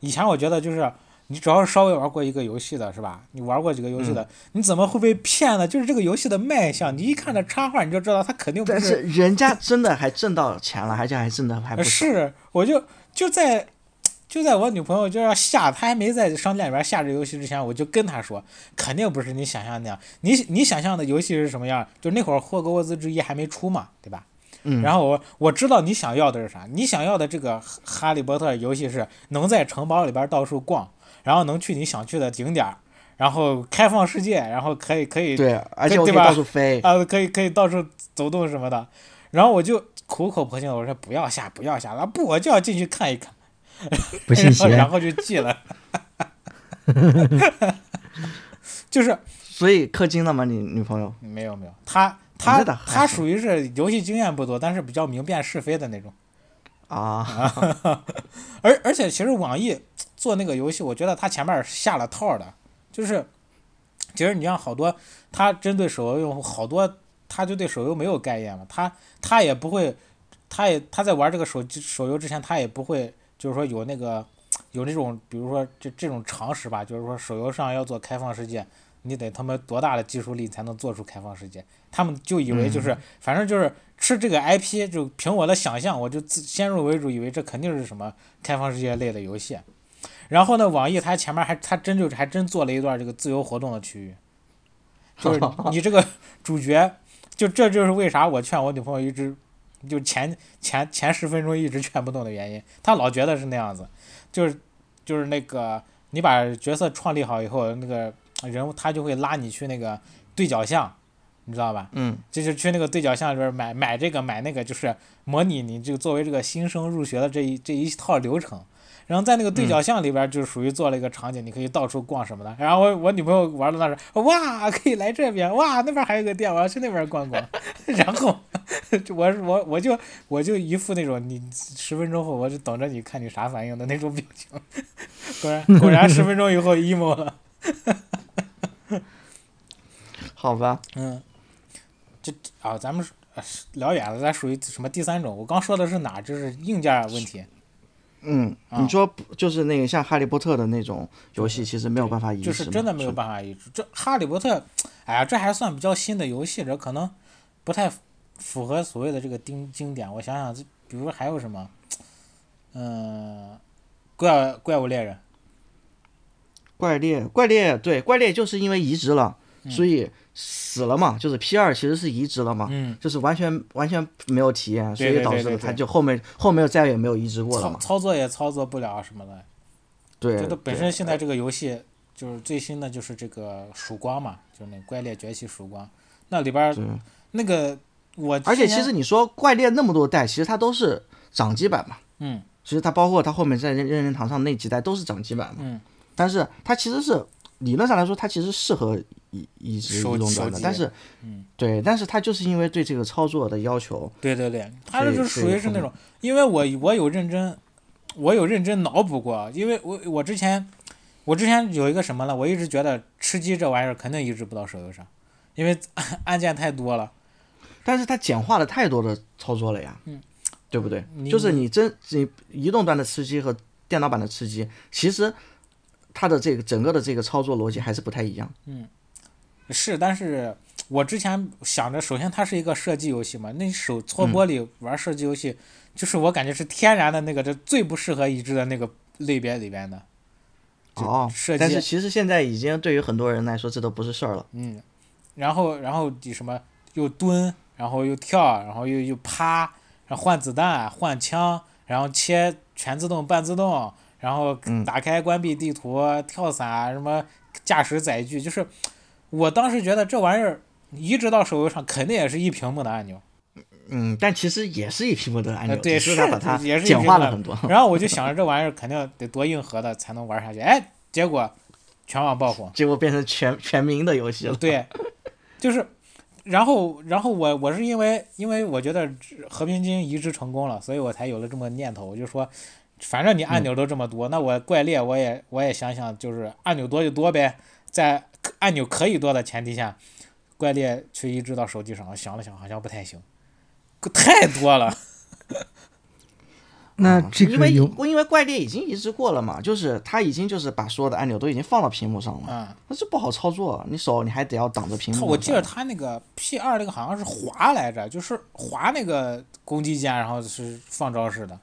以前我觉得就是你只要是稍微玩过一个游戏的是吧？你玩过几个游戏的，你怎么会被骗呢？就是这个游戏的卖相，你一看这插画你就知道它肯定不但是是人家真的还挣到钱了，而且还挣的还不呃少。是，我就就在。就在我女朋友就要下，她还没在商店里边下这游戏之前，我就跟她说，肯定不是你想象那样。你你想象的游戏是什么样？就那会儿《霍格沃兹之遗》还没出嘛，对吧？嗯，然后我我知道你想要的是啥，你想要的这个哈哈利波特游戏是能在城堡里边到处逛，然后能去你想去的景点儿，然后开放世界，然后可以可以对，而且对我可以吧到处飞。啊，可以可以到处走动什么的。然后我就苦口婆心的我说不要下不要下，了，不我就要进去看一看， 不信邪。然后就记了， 就是所以氪金了吗？你女朋友？没有没有他。啊他那倒还他行属于是游戏经验不多，但是比较明辨是非的那种。啊，而而且其实网易做那个游戏，我觉得它前面儿是下了套儿的，就是其实你像好多它针对手游用户，好多他就对手游没有概念嘛，他他也不会，他也他在玩这个手机手游之前，他也不会就是说有那个有那种比如说这这种常识吧，就是说手游上要做开放世界。你得他妈多大的技术力才能做出开放世界？他们就以为就是，反正就是吃这个 IP，就凭我的想象，我就自先入为主，以为这肯定是什么开放世界类的游戏。然后呢，网易它前面还它真就还真做了一段这个自由活动的区域，就是你这个主角，就这就是为啥我劝我女朋友一直就前前前十分钟一直劝不动的原因，她老觉得是那样子，就是就是那个你把角色创立好以后，那个人物他就会拉你去那个对角巷，你知道吧？嗯，就是去那个对角巷里边买买这个买那个，就是模拟你这个作为这个新生入学的这一这一套流程。然后在那个对角巷里边，就是属于做了一个场景，你可以到处逛什么的。然后我我女朋友玩到那儿，哇，可以来这边，哇，那边还有个店，我要去那边逛 逛。然后就我我我就我就一副那种你十分钟后我就等着你看你啥反应的那种表情。果然果然十分钟以后 emo 了，好吧，嗯，这啊，咱们呃聊远了，咱属于什么第三种？我刚说的是哪？就是硬件问题，嗯，啊你说不就是那个像哈利波特的那种游戏，其实没有办法移植就嘛，是真的没有吧？办法移植。这《哈利波特》，哎呀，这还算比较新的游戏，这可能不太符合所谓的这个经经典。我想想，这比如还有什么？嗯、怪怪物猎人，怪猎，怪猎，对，怪猎就是因为移植了，嗯所以死了嘛，就是 P 二其实是移植了嘛，嗯，就是完全完全没有体验，所对对以对导致对了对它就后面后面再也没有移植过了操嘛。操作也操作不了什么的。对这，个本对身现在这个游戏就是最新的，就是这个曙光嘛，就是那《怪猎崛起：曙光》，那里边儿对那个我而且去其年实你说怪猎那么多代，其实它都是掌机版嘛。嗯，其实它包括它后面在任任天堂上那几代都是掌机版嘛。嗯，但是它其实是理论上来说，它其实适合移移植手移动手端的，机但是，嗯，对，但是它就是因为对这个操作的要求，对对对，他所这以就所属以于是后那面种，因为我我有认真，我有认真脑补过，因为我我之前我之前有一个什么呢？我一直觉得吃鸡这玩意儿肯定移植不到手游上，因为 按键太多了。但是它简化了太多的操作了呀，嗯，对不对你？就是你真你移动端的吃鸡和电脑版的吃鸡，其实它的这个整个的这个操作逻辑还是不太一样。是，但是我之前想着，首先它是一个射击游戏嘛，那手搓嗯玻璃玩射击游戏，就是我感觉是天然的那个，这最不适合移植的那个类别里边的。就哦射，但击是其实现在已经对于很多人来说，这都不是事儿了。嗯，然后然后你什么又蹲，然后又跳，然后又又趴，然后换子弹、换枪，然后切全自动、半自动，然后嗯打开关闭地图、跳伞，什么驾驶载具，就是我当时觉得这玩意儿移植到手游上，肯定也是一屏幕的按钮。嗯，但其实也是一屏幕的按钮，呃对只是是它把它也是一简化屏幕了很多。 然后我就想着这玩意儿肯定得多硬核的才能玩下去，哎，结果全网爆火。结果变成全全民的游戏了。对，就是，然后，然后我我是因为因为我觉得和平精英移植成功了，所以我才有了这么念头。我就说，反正你按钮都这么多，那我怪猎我也我也想想，就是按钮多就多呗，在可按钮可以多的前提下，怪猎去移植到手机上，我想了想好像不太行，可太多了。那啊这因个为有因为怪猎已经移植过了嘛，就是它已经就是把所有的按钮都已经放到屏幕上了，嗯，那是不好操作，啊你手你还得要挡着屏他幕。我记得他那个 P 二那个好像是滑来着，就是滑那个攻击键，然后是放招式的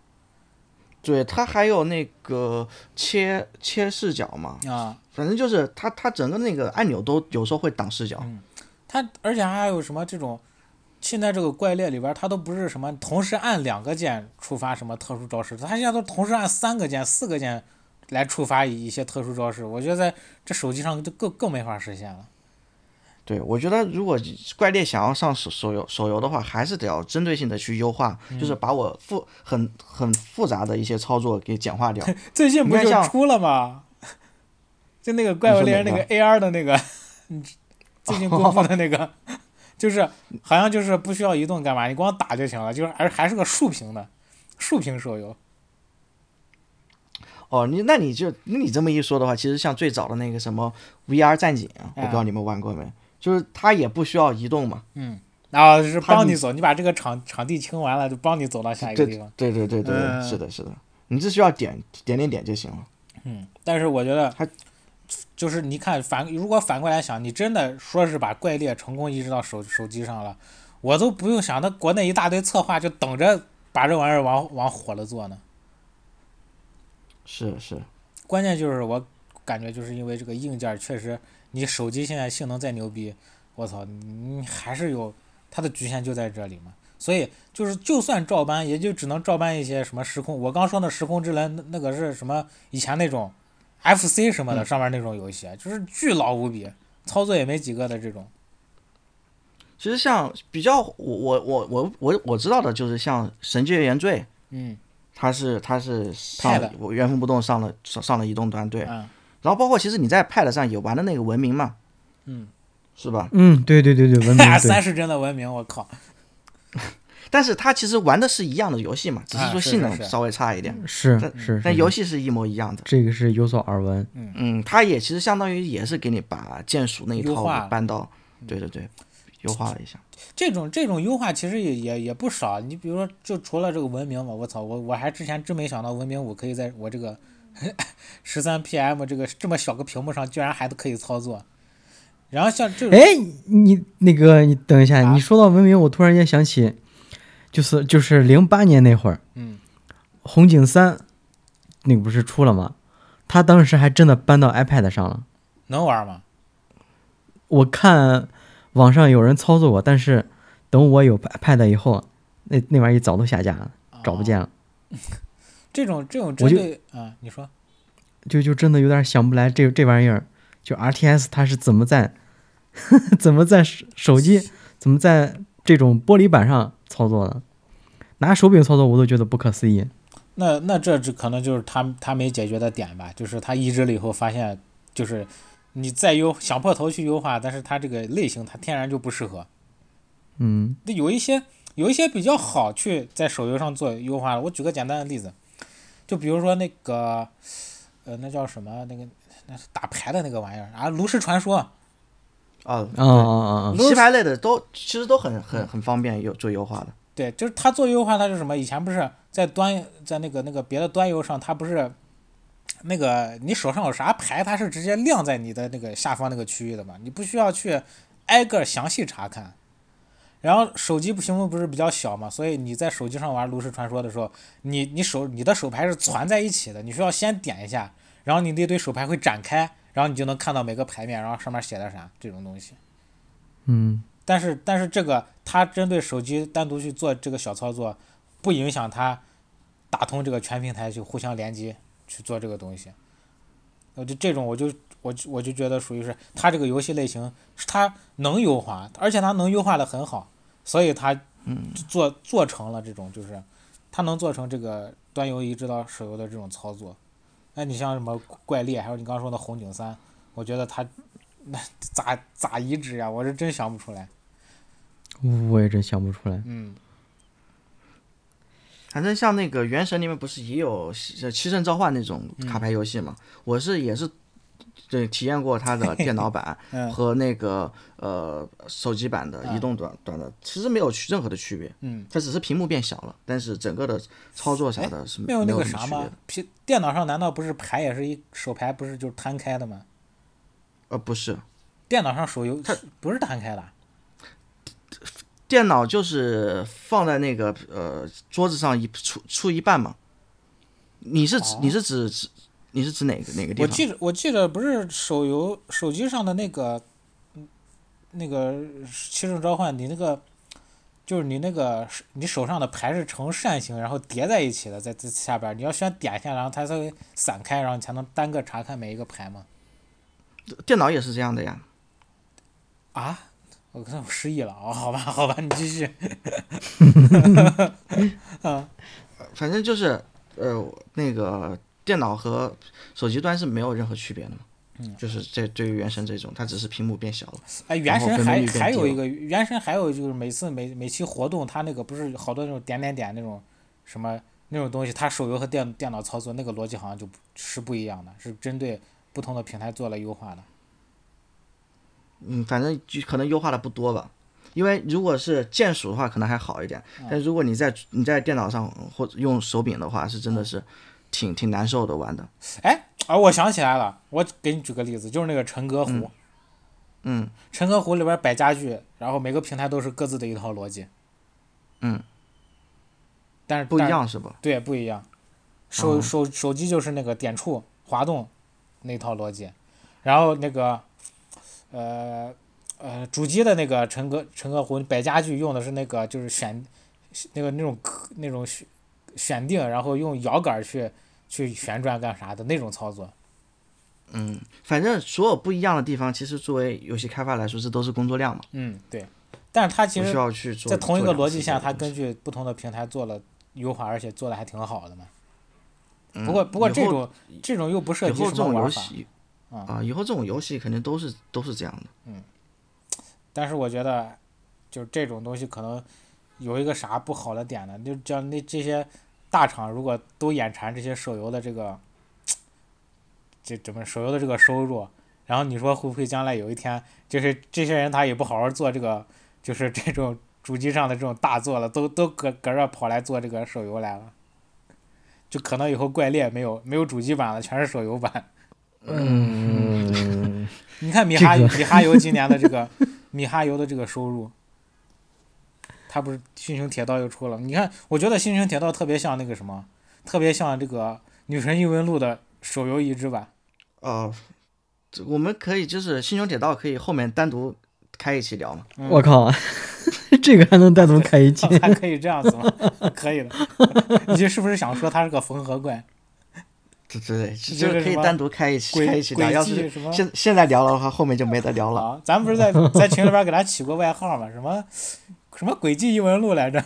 对，它还有那个切切视角嘛，啊。反正就是它它整个那个按钮都有时候会挡视角。它而且还有什么这种，现在这个怪猎里边儿它都不是什么同时按两个键触发什么特殊招式，它现在都同时按三个键、四个键来触发一一些特殊招式。我觉得在这手机上就更更没法实现了。对，我觉得如果怪猎想要上手手游手游的话，还是得要针对性的去优化，就是把我复很很复杂的一些操作给简 化掉。最近不你看就像出了吗？就那个怪物猎人你那说嗯个哪 AR 的那个，你最近公布的那哦个， 就是好像就是不需要移动干嘛，你光打就行了，就是而还是个竖屏的竖屏手游。哦，你那你就那你这么一说的话，其实像最早的那个什么 VR 战警，啊我不知道你们玩过没，就是它也不需要移动嘛。然后就是它帮你你走，你把这个场场地清完了，就帮你走到下一个对地方。对对对对，嗯是的，是的，你只需要点点点点就行了。嗯，但是我觉得它，就是你看反，如果反过来想，你真的说是把怪猎成功移植到手手机上了，我都不用想，那国内一大堆策划就等着把这玩意儿往往火了做呢。是是，关键就是我感觉就是因为这个硬件确实，你手机现在性能再牛逼，我操，你还是有它的局限就在这里嘛。所以就是就算照搬，也就只能照搬一些什么时空，我刚说的时空之轮那那个是什么？以前那种 FC 什么的上面那种游戏，啊就是巨老无比，操作也没几个的这种。其实像比较我我我我我我知道的就是像《神界原罪》，嗯它是它是上了 Pad 我原封不动上了上上了移动端，对。嗯然后包括其实你在 Pad 上也玩的那个文明嘛，嗯，是吧？嗯，对对对对， 文明三对，十帧的文明，我靠，但是它其实玩的是一样的游戏嘛，只啊说是性是能是嗯稍微差一点，是但是但是，游戏是一模一样的。这个是有所耳闻。嗯，它也其实相当于也是给你把剑术那一优套化了嗯搬到，对对对，优化了一下。这种这种优化其实也也也不少。你比如说，就除了这个文明嘛，我操，我我还之前真没想到文明五可以在我这个 十三 PM 这个这么小个屏幕上，居然还可以操作。然后像这种，哎，你那个你等一下，嗯啊你说到文明，我突然间想起，就是就是零八年那会儿，嗯，红警三那个不是出了吗？他当时还真的搬到 iPad 上了。能玩吗？我看网上有人操作过，但是等我有 iPad 以后，那那玩意儿早都下架了，找不啊见了，这种这种我针就对啊，你说就就真的有点想不来这这玩意儿，就 RTS 它是怎么在 怎么在手手机怎么在这种玻璃板上操作的，拿手柄操作我都觉得不可思议。那那这只可能就是他他没解决的点吧，就是他移植了以后发现，就是你再优想破头去优化，但是它这个类型它天然就不适合。嗯那有一些有一些比较好去在手游上做优化了。我举个简单的例子，就比如说那个，呃，那叫什么？那个那是打牌的那个玩意儿啊，《炉石传说啊，啊啊啊！》棋炉石牌类的都其实都很很很方便有做优化的。对，就是它做优化，它是什么？以前不是在端在那个那个别的端游上，它不是那个你手上有啥牌，它是直接亮在你的那个下方那个区域的嘛，你不需要去挨个儿详细查看。然后手机屏幕不是比较小嘛，所以你在手机上玩《炉石传说》的时候，你你手你的手牌是攒在一起的，你需要先点一下，然后你那堆手牌会展开，然后你就能看到每个牌面，然后上面写的啥这种东西。嗯但是但是这个它针对手机单独去做这个小操作，不影响它打通这个全平台去互相联机去做这个东西。我就这种我就我就我就觉得属于是它这个游戏类型是它能优化，而且它能优化的很好，所以它做做成了这种就是它能做成这个端游移植到手游的这种操作。那你像什么怪猎，还有你刚刚说的红警三，我觉得它 那咋咋移植呀、我是真想不出来。我也真想不出来。嗯，反正像那个《原神》里面不是也有呃七圣召唤那种嗯卡牌游戏嘛？我是也是对体验过它的电脑版 嗯和那个呃手机版的啊移动短短的，其实没有区任何的区别。嗯，它只是屏幕变小了，但是整个的操作啥的是没有有那个什啥么区别吗的。？皮电脑上难道不是牌也是一手牌不是就是摊开的吗？呃，不是，电脑上手游它不是摊开的，电脑就是放在那个呃桌子上一出出一半嘛。你是指、你是指指你是指哪个哪个地哦我方？记着我记着不是手游手机上的那个，嗯那个七圣召唤，你那个就是你那个是你手上的牌是呈扇形，然后叠在一起的，在这下边儿你要先点一下，然后它才会散开，然后你才能单个查看每一个牌嘛。电脑也是这样的呀。啊，我可能我失忆了啊、好吧好吧，你继续。反正就是呃，那个电脑和手机端是没有任何区别的嘛。嗯，就是这对于原神这种，它只是屏幕变小了。哎，原后神分辨还率变还低有一了个原神还有就是每次每每期活动，它那个不是好多那种点点点那种什么那种东西，它手游和电电脑操作那个逻辑好像就不是不一样的，是针对不同的平台做了优化的。嗯，反正就可能优化的不多吧。因为如果是键鼠的话，可能还好一点，嗯但如果你在你在电脑上或者用手柄的话，是嗯真的是挺挺难受的玩的。哎，啊，我想起来了，我给你举个例子，就是那个陈歌湖，嗯，陈歌湖里边摆家具，然后每个平台都是各自的一套逻辑，嗯，但是不一，但是样是吧？嗯对，不一样。手手手机就是那个点触，滑动那套逻辑，然后那个呃呃主机的那个陈格陈格魂百家具用的是那个就是选那个那种那种选选定，然后用摇杆去去旋转干啥的那种操作。嗯，反正所有不一样的地方，其实作为游戏开发来说，这都是工作量嘛，嗯，对。但是它其不需实，要去做。在同一个做两逻辑次下，这它个东根西据不同的平台做了优化，而且做的还挺好的嘛。嗯不过不过以这后种这种又不涉以及后什这么种游玩法。戏嗯啊，以后这种游戏肯定都是都是这样的。但是我觉得，就这种东西可能有一个啥不好的点呢？就像那这些大厂如果都眼馋这些手游的这个，这怎么手游的这个收入，然后你说会不会将来有一天，就是这些人他也不好好做这个，就是这种主机上的这种大作了，都都搁搁这跑来做这个手游来了。就可能以后怪猎没有没有主机版了，全是手游版。嗯，你看米这哈、个米哈游今年的这个米哈游的这个收入，他不是《星穹铁道》又出了？你看，我觉得《星穹铁道》特别像那个什么，特别像这个《女神异闻录》的手游移植版。 哦，这我们可以就是《星穹铁道》可以后面单独开一期聊嘛。嗯、 我靠， 这个还能单独开一 期？还可以这样子吗？ 可以的。你这是不是想说他是个缝合怪？对对对，这这这个个可什以么单独开一期轨 开一期聊。轨要迹是什么现现在聊了的话，后面就没得聊了。啊，咱不是 在在群里边给他起过外号吗？什么什么轨迹异闻录来着？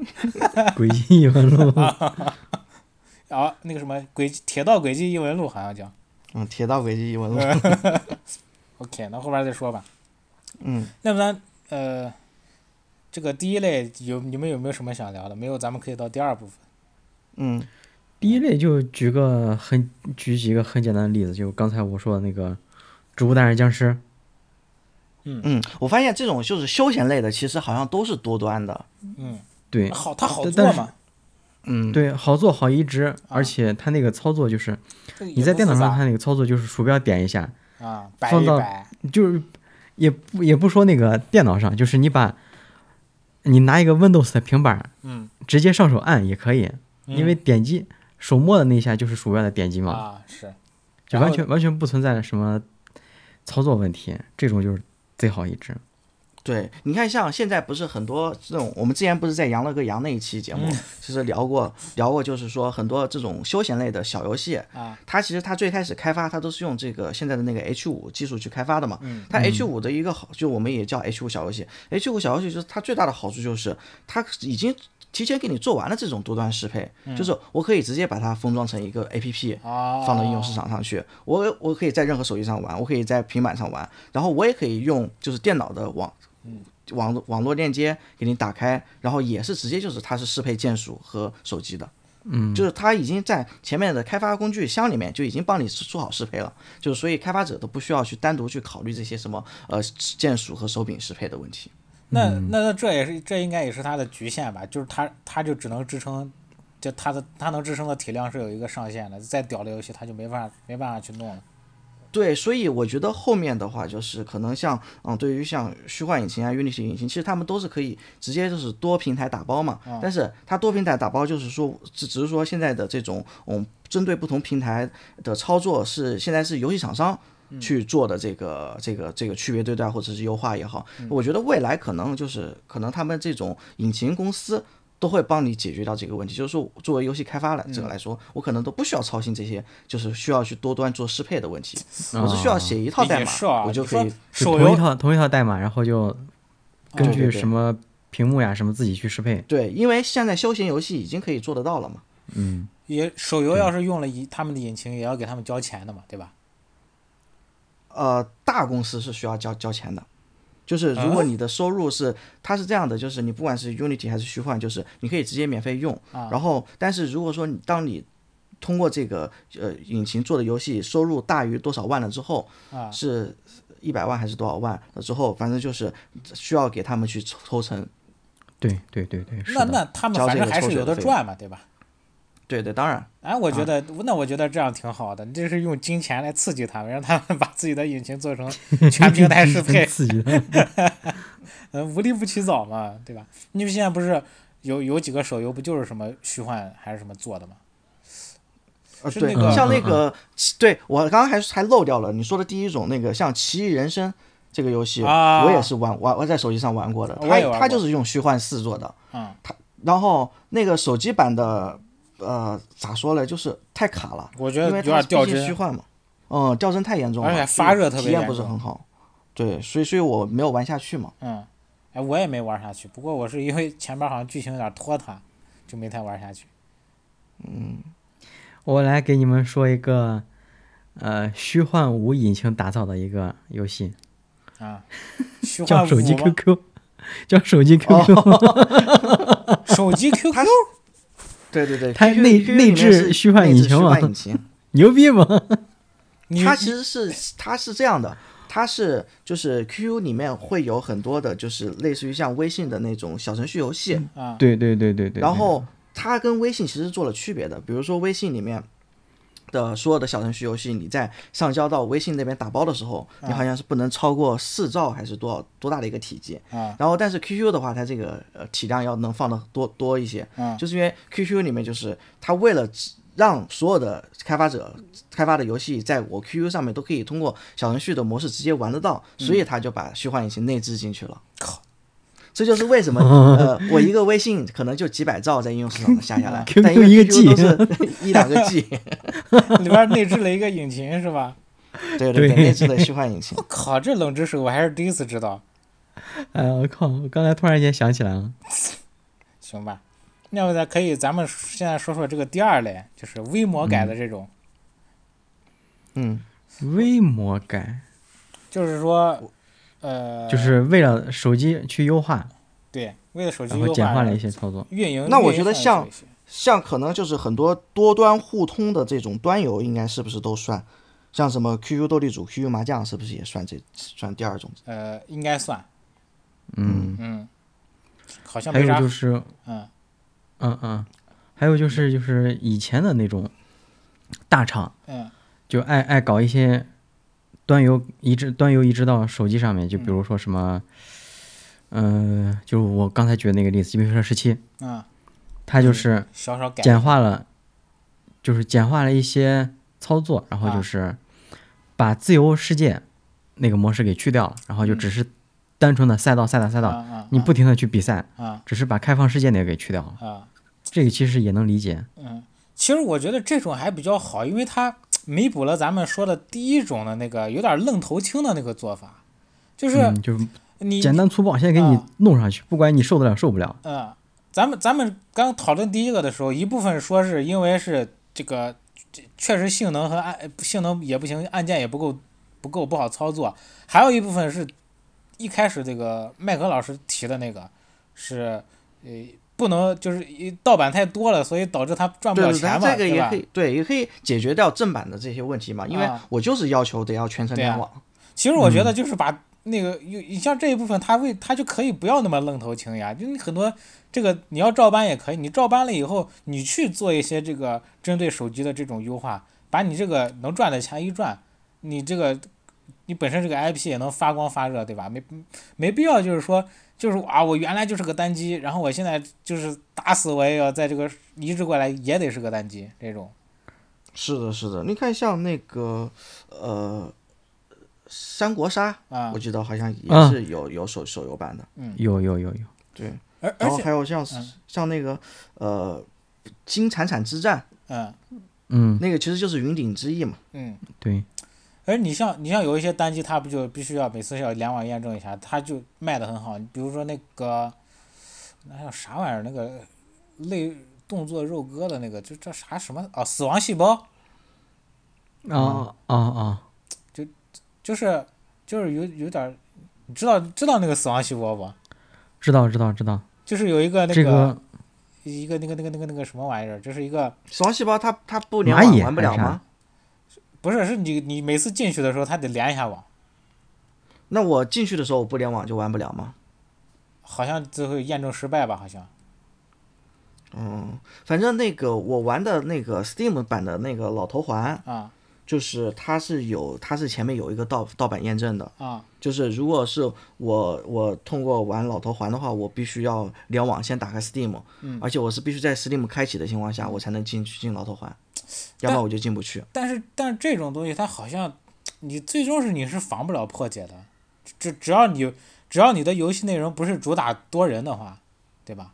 诡异异闻录，啊，那个什么轨迹铁道轨迹异闻录好像叫。嗯，铁道轨迹疑问录。嗯 OK，那后边再说吧。嗯，那么咱呃，这个第一类有你们有没有什么想聊的？没有，咱们可以到第二部分。嗯第一类就举个很举几个很简单的例子，就刚才我说的那个《植物大战僵尸》，嗯，我发现这种就是休闲类的，其实好像都是多端的。嗯，对好，它好啊但做但是嘛？嗯，对，好做好移植，而且它那个操作就是这个啊也你在不电脑复上杂它那个操作就是鼠标点一下，啊，摆放一到摆，就是也不也不说那个电脑上，就是你把你拿一个 Windows 的平板，嗯，直接上手按也可以，因为嗯点击手摸的那一下就是鼠标的点击嘛，啊是，就然完后全完全不存在什么操作问题，这种就是最好移植。对，你看，像现在不是很多这种，我们之前不是在《羊了个羊》那一期节嗯目，其实聊过聊过，就是说很多这种休闲类的小游戏啊，它其实它最开始开发它都是用这个现在的那个 H 五技术去开发的嘛。嗯它 H 五的一个好，就我们也叫 H 五小游戏，H 五小游戏就是它最大的好处就是它已经提前给你做完了这种多端适配，嗯就是我可以直接把它封装成一个 APP，啊，放到应用市场上去。我我可以在任何手机上玩，我可以在平板上玩，然后我也可以用就是电脑的网网网络链接给你打开，然后也是直接就是它是适配键鼠和手机的。嗯，就是它已经在前面的开发工具箱里面就已经帮你做好适配了，就是所以开发者都不需要去单独去考虑这些什么呃键鼠和手柄适配的问题。嗯那那那这也是这应该也是它的局限吧？就是它它就只能支撑，就它的它能支撑的体量是有一个上限的，再屌的游戏它就没法没办法去弄了。对，所以我觉得后面的话，就是可能像，嗯，对于像虚幻引擎啊、Unity 引擎，其实他们都是可以直接就是多平台打包嘛。但是它多平台打包就是说，只只是说现在的这种，嗯，针对不同平台的操作是现在是游戏厂商嗯去做的这个、这个这个区别对待或者是优化也好，嗯我觉得未来可能就是可能他们这种引擎公司。都会帮你解决到这个问题，就是说，作为游戏开发来嗯者来说，我可能都不需要操心这些，就是需要去多端做适配的问题。我是需要写一套代也码，是啊，我就你可说以。就手同一游啊套同一套代码，然后就根对据对对什么屏幕呀什么自己去适配。对，因为现在休闲游戏已经可以做得到了嘛。嗯，也手游要是用了一他们的引擎，也要给他们交钱的嘛，对吧？呃，大公司是需要交交钱的，就是啊如果你的收入是，它是这样的，就是你不管是 Unity 还是虚幻，就是你可以直接免费用。啊然后，但是如果说你当你通过这个呃引擎做的游戏收入大于多少万了之后，啊是一百万还是多少万了之后，反正就是需要给他们去抽抽成。对对对对，是那的。，那他们交反这正个还抽是水有的的费赚嘛，对吧？对对，当然，哎，我觉得、那我觉得这样挺好的，这是用金钱来刺激他们，让他们 把自己的引擎做成全平台适配 刺激的。嗯，无利不起早嘛，对吧？因为现在不是有有几个手游不就是什么虚幻还是什么做的嘛？呃，是对，那个像那嗯嗯个，对我刚刚还还漏掉了你说的第一种那个，像《奇异人生》这个游戏，啊我也是玩玩我在手机上玩过的，我也玩它过它就是用虚幻四做的，嗯，然后那个手机版的，呃，咋说呢，就是太卡了，我觉因得为有点它毕掉竟虚帧，幻嘛，嗯，掉帧太严重了，而且发热特别体验严不是重很好，对，所以所以我没有玩下去嘛，嗯，哎，我也没玩下去，不过我是因为前面好像剧情有点拖沓，就没太玩下去。我来给你们说一个，呃，虚幻无引擎打造的一个游戏，啊，虚叫幻手机五吗哦 QQ，叫 手机 QQ，、手机 QQ 它是对对对，它 QQ 内 QQ 里内面置是虚幻内引置擎啊虚嘛幻引擎。 牛逼吗？你它其实是它是这样的，它是就是 QQ 里面会有很多的，就是类似于像微信的那种小程序游戏，啊，对对对对对。然后它跟微信其实做了区别的，比如说微信里面。的所有的小程序游戏，你在上交到微信那边打包的时候，啊你好像是不能超过四兆还是多少多大的一个体积。啊然后，但是 QQ 的话，它这个呃体量要能放的多多一些，啊嗯就是因为 QQ 里面就是它为了只让所有的开发者开发的游戏在我 QQ 上面都可以通过小程序的模式直接玩得到，嗯所以它就把虚幻引擎内置进去了。靠！这就是为 什么呃，我一个微信可能就几百兆在应用市场上下下 来，QQ 但因为一个 QQ 都是 一两个 G，里边内置了一个引擎是吧？对对对对，内置的虚幻引擎我。靠，这冷知识我还是第一次知道。哎，我靠！我刚才突然间想起来了，行吧，那么咱可以咱们现在说说这个第二类，就是微魔改的这种，嗯，微魔改就是说，呃，就是为了手机去优化，对，为了手机然优后化简化了一些操作。运营。那我运营觉得上像做一些像可能就是很多多端互通的这种端游，应该是不是都算？像什么 QQ 斗地主、QQ 麻将，是不是也算这算第二种？呃，应该算，嗯，嗯，好像还没有啥就，是，嗯嗯嗯，还有就是就是以前的那种大厂，嗯就爱爱搞一些端游移植端游移植到手机上面，就比如说什么，嗯、呃，就是我刚才举的那个例子，就比如说十七，嗯，它就是。小小改啊简化了，就是简化了一些操作，然后啊就是把自由世界那个模式给去掉了，然后嗯就只是单纯的赛道、赛道、赛啊道，啊你不停的去比赛，啊只是把开放世界那个给去掉了。啊，这个其实也能理解，嗯，其实我觉得这种还比较好，因为它弥补了咱们说的第一种的那个有点愣头青的那个做法，就是嗯，就是你简单粗暴，先给你啊弄上去，不管你受得了受不了。嗯，咱们咱们刚讨论第一个的时候，一部分说是因为是这个这确实性能和按性能也不行，按键也不够不够不好操作，还有一部分是一开始这个麦克老师提的那个是呃不能就是一盗版太多了，所以导致他赚不对了对，钱咱嘛，这个对也吧可？以，对，也可以解决掉正版的这些问题嘛，因为啊我就是要求得要全程对啊联网。其实我觉得嗯就是把那个有你像这一部分，他为他就可以不要那么愣头青呀，就你很多这个你要照搬也可以，你照搬了以后，你去做一些这个针对手机的这种优化，把你这个能赚的钱一赚，你这个你本身这个 IP 也能发光发热，对吧？没没必要就是说就是啊，我原来就是个单机，然后我现在就是打死我也要在这个移植过来也得是个单机这种，是的，是的，你看像那个呃，三国杀，啊我记得好像也啊是有、有手手游版的，嗯有有有有，对。而而然后还且嗯有像、像那个呃，金铲铲之战，嗯嗯，那个其实就是云顶之弈嘛。嗯。对，而你像你像有一些单机，它不就必须要每次要联网验证一下，它就卖的很好。比如说那个，那叫啥玩意儿？那个类动作肉鸽的那个，就叫啥什么？哦，死亡细胞，嗯啊啊啊，就是就是有有点儿，你知道知道那个死亡细胞不？知道知道知道，就是有一个那这个一个那个那个那个那个什么玩意儿，就是一个死亡细胞它它不联蚂网蚁玩不了还是啥吗？不是是你你每次进去的时候，它得连一下网，那我进去的时候我不联网就玩不了吗？好像最后验证失败吧？好像嗯，反正那个我玩的那个 Steam 版的那个老头环，啊就是它是有它是前面有一个盗盗版验证的，啊就是如果是我我通过玩老头环的话，我必须要嗯联网先打开 Steam，、而且我是必须在 Steam 开启的情况下，我才能进去进老头环。要不然我就进不去。但是但是这种东西它好像你最终是你是防不了破解的，只只要你只要你的游戏内容不是主打多人的话，对吧？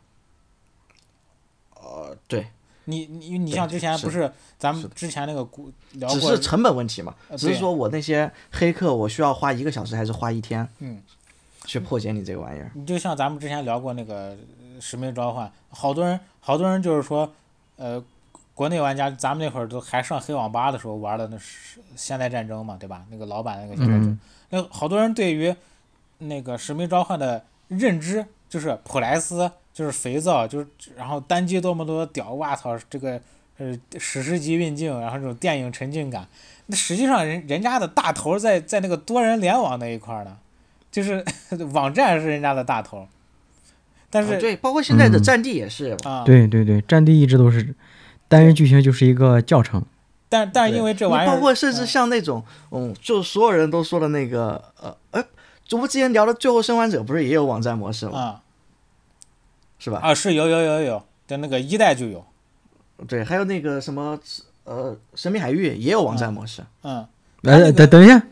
呃，对，你你你对像之前是不是咱们是之前那个古聊只过是，成本问题嘛，呃只是对说我那些黑客，我需要花一个小时还是花一天，嗯，去破解你这个玩意儿。你就像咱们之前聊过那个呃使命召唤，好多人好多人就是说，呃，国内玩家咱们那会儿都还上黑网吧的时候玩的那是现代战争嘛，对吧？那个老版那个现代战争嗯，那好多人对于那个《使命召唤》的认知就是普莱斯就是肥皂，就是然后单机多么多么屌，哇操，这个呃史诗级运镜，然后这种电影沉浸感。那实际上人人家的大头在在那个多人联网那一块儿呢，就是网站是人家的大头，但啊是对，包括现在的嗯战地也是，啊、对对对，战地一直都是单人剧情就是一个教程，但但是对因为这你玩意儿，包括甚至嗯像那种，嗯，就所有人都说的那个，呃，哎，我们之前聊的《最后生还者》不是也有网站模式吗？啊是吧？啊是有有有有有，就那个一代就有，对，还有那个什么，呃，《神秘海域》也有网站模式。嗯， 它那呃，个等等一下，《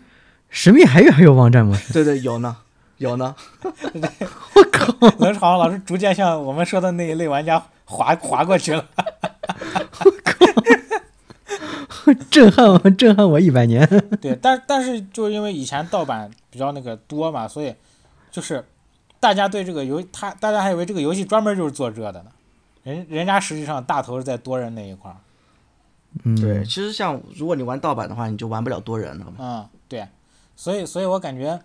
神秘海域》还有网站吗？ 对对，有呢，有呢。冷场老师逐渐向我们说的那一类玩家滑滑过去了。震撼我，震撼我一百年。对，但但是就是因为以前盗版比较那个多嘛，所以就是大家对这个游，他大家还以为这个游戏专门就是做这的呢，人人家实际上大头是在多人那一块儿。嗯，对，其实像如果你玩盗版的话，你就玩不了多人了嘛。嗯，对，所以所以我感觉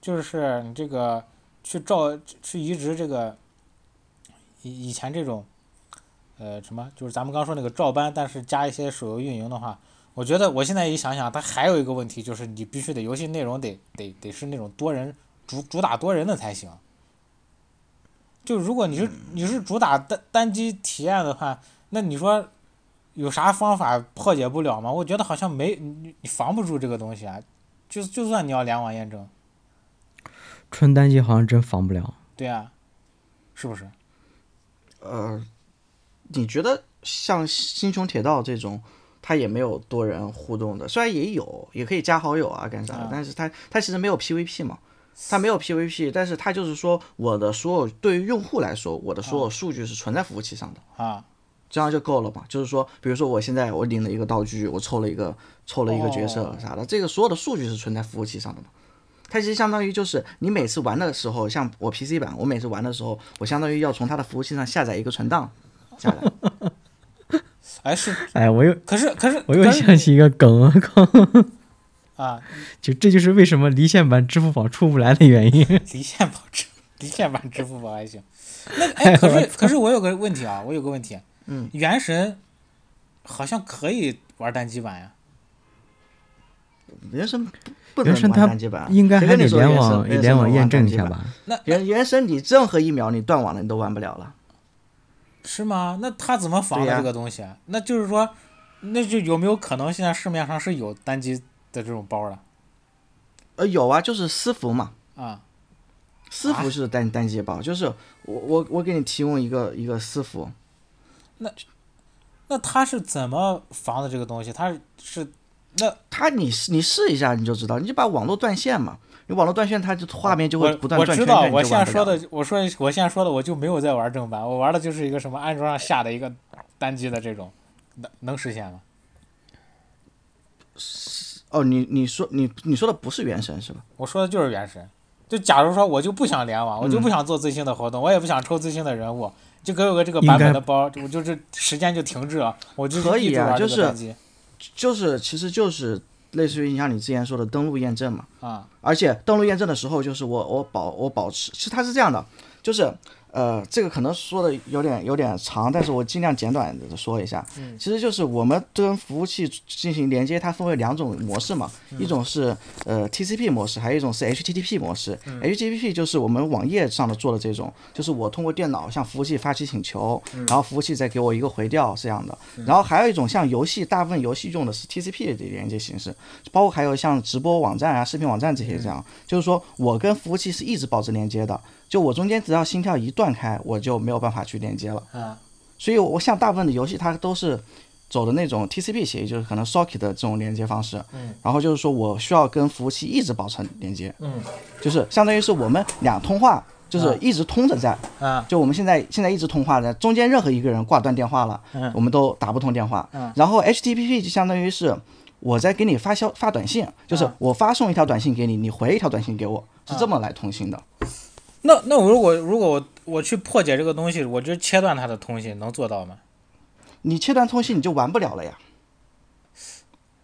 就是你这个去照去移植这个以以前这种呃什么，就是咱们刚说那个照搬，但是加一些手游运营的话，我觉得我现在一想想，它还有一个问题就是你必须得游戏内容得得得是那种多人主主打多人的才行。就如果你是你是主打单单机体验的话，那你说有啥方法破解不了吗？我觉得好像没你你防不住这个东西啊，就就算你要联网验证，纯单机好像真防不了。对啊，是不是？呃，你觉得像《星穹铁道》这种，它也没有多人互动的，虽然也有，也可以加好友啊，干啥的，啊但是它它其实没有 PVP 嘛，它没有 PVP，但是它就是说我的所有对于用户来说，我的所有数据是存在服务器上的。啊，这样就够了嘛？就是说，比如说我现在我领了一个道具，我抽了一个抽了一个角色哦啥的，这个所有的数据是存在服务器上的嘛？它其实相当于就是你每次玩的时候，像我 PC 版，我每次玩的时候，我相当于要从它的服务器上下载一个存档 下来。哎是，哎，我又可是可是我又可是想起一个梗， 我靠！啊，就这就是为什么离线版支付宝出不来的原因。离线宝支离线版支付宝还行，那哎可是可是我有个问题啊，我有个问题，嗯，原神好像可以玩单机版呀，原神不原能神玩它单机版，应该还啊谁跟得你说联原神网原神联网能玩验证单一机下版吧？原原神你任何一秒你断网了，你都玩不了了。是吗？那他怎么防对的呀这个东西啊？那就是说，那就有没有可能现在市面上是有单机的这种包了呃，有啊，就是私服嘛，啊？私啊服就是单单机包，就是我我我给你提供一个一个私服，那他是怎么防的这个东西？他是那它你试你试一下你就知道，你就把网络断线嘛，你网络断线它就画面就会我不断我转知圈道，圈，我你就现在玩不说了。的，我说我现在说的，我就没有在玩正版，我玩的就是一个什么安卓上下的一个单机的这种，能能实现吗？哦，你你说你你说的不是原神是吧？我说的就是原神。就假如说我就不想联嗯网，我就不想做最新的活动，我也不想抽最新的人物，就给我个这个应版该本的包，我就是时间就停滞了，我就可一以直啊玩这个就是单机就是其实就是类似于像你之前说的登录验证嘛，啊而且登录验证的时候就是我我保我保持，其实它是这样的，就是呃这个可能说的有点有点长，但是我尽量简短的说一下。其实就是我们跟服务器进行连接，它分为两种模式嘛，一种是呃 TCP 模式，还有一种是 HTTP 模式。HTTP 就是我们网页上的做的这种，就是我通过电脑向服务器发起请求，然后服务器再给我一个回调这样的。然后还有一种像游戏，大部分游戏用的是 TCP 的连接形式，包括还有像直播网站啊、视频网站这些这样，就是说我跟服务器是一直保持连接的，就我中间只要心跳一断开，我就没有办法去连接了。啊所以我像大部分的游戏，它都是走的那种 TCP 协议，就是可能 socket 的这种连接方式。嗯。然后就是说我需要跟服务器一直保持连接，嗯就是相当于是我们俩通话，就是啊一直通着在。啊就我们现在现在一直通话的，中间任何一个人挂断电话了，嗯我们都打不通电话。嗯然后 HTTP 就相当于是我在给你发消发短信，就是嗯我发送一条短信给你，你回一条短信给我，是这么来通信的。那那我如果如果我我去破解这个东西，我就切断它的通信，能做到吗？你切断通信你就玩不了了呀。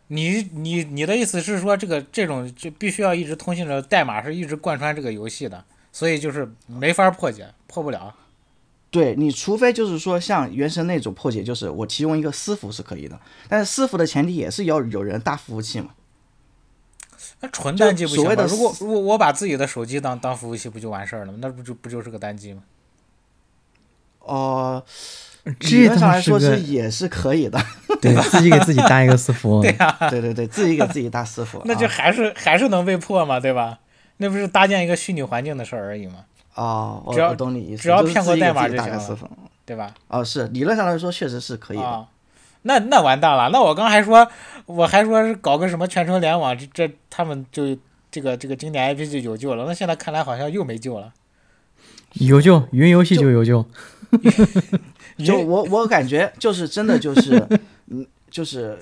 你你你的意思是说，这个这种就必须要一直通信的代码是一直贯穿这个游戏的，所以就是没法破解，破不了。对你，除非就是说像原神那种破解，就是我提供一个私服是可以的，但是私服的前提也是要有人搭服务器嘛。那纯单机不行所吗谓？的如果如果我把自己的手机当当服务器，不就完事儿了吗？那不就不就是个单机吗？哦、 理这论上倒来是说是个也是可以的。 对自己给自己搭一个私 ，服，对啊对对，自己给自己搭私服那就啊还是还是能被破嘛，对吧？那不是搭建一个虚拟环境的事儿而已嘛，哦，我只要我懂你意思，只要就是骗过自己给代码自己就打行个了私服。对吧？哦，是理论上来说确实是可以的。啊，那那完蛋了！那我刚还说，我还说是搞个什么全程联网，这这他们就这个这个经典 IP 就有救了。那现在看来好像又没救了。有救，云游戏就有 救。就云我我感觉就是真的就是， 嗯，就是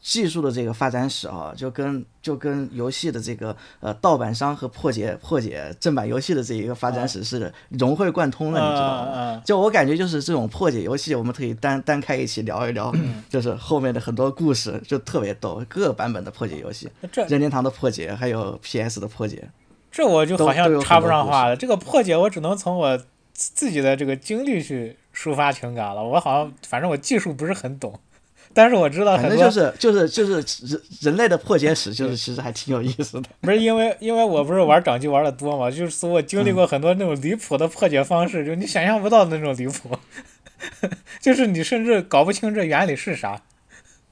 技术的这个发展史啊，就跟就跟游戏的这个呃盗版商和破解破解正版游戏的这一个发啊展史是融会贯通的，你知道吗？嗯嗯就我感觉就是这种破解游戏，我们可以单单开一期聊一聊，嗯就是后面的很多故事就特别逗，各个版本的破解游戏，嗯，这 任天堂的破解，还有 PS 的破解。这我就好都都像有插不很多上故话了。这个破解我只能从我自自己的这个经历去抒发情感了。我好像反正我技术不是很懂，但是我知道反很正多就是就是就是人人类的破解史， 就是其实还挺有意思的。不是因为因为我不是玩掌机玩的多嘛，就是说我经历嗯过很多那种离谱的破解方式，就你想象不到的那种离谱， 就是你甚至搞不清这原理是啥。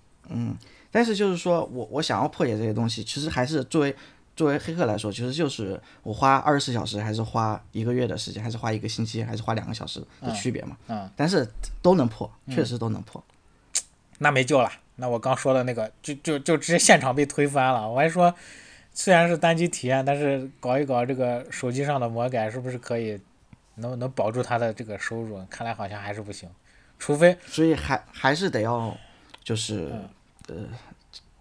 但是就是说我我想要破解这些东西，其实还是作为作为黑客来说，其实就是我花二十四小时，还是花一个月的时间，还是花一个星期，还是花两个小时的区别嘛。嗯嗯但是都能破，确实都能破。那没救了，那我刚说的那个就就就直接现场被推翻了。我还说，虽然是单机体验，但是搞一搞这个手机上的魔改，是不是可以能能保住他的这个收入？看来好像还是不行，除非所以还还是得要就是、呃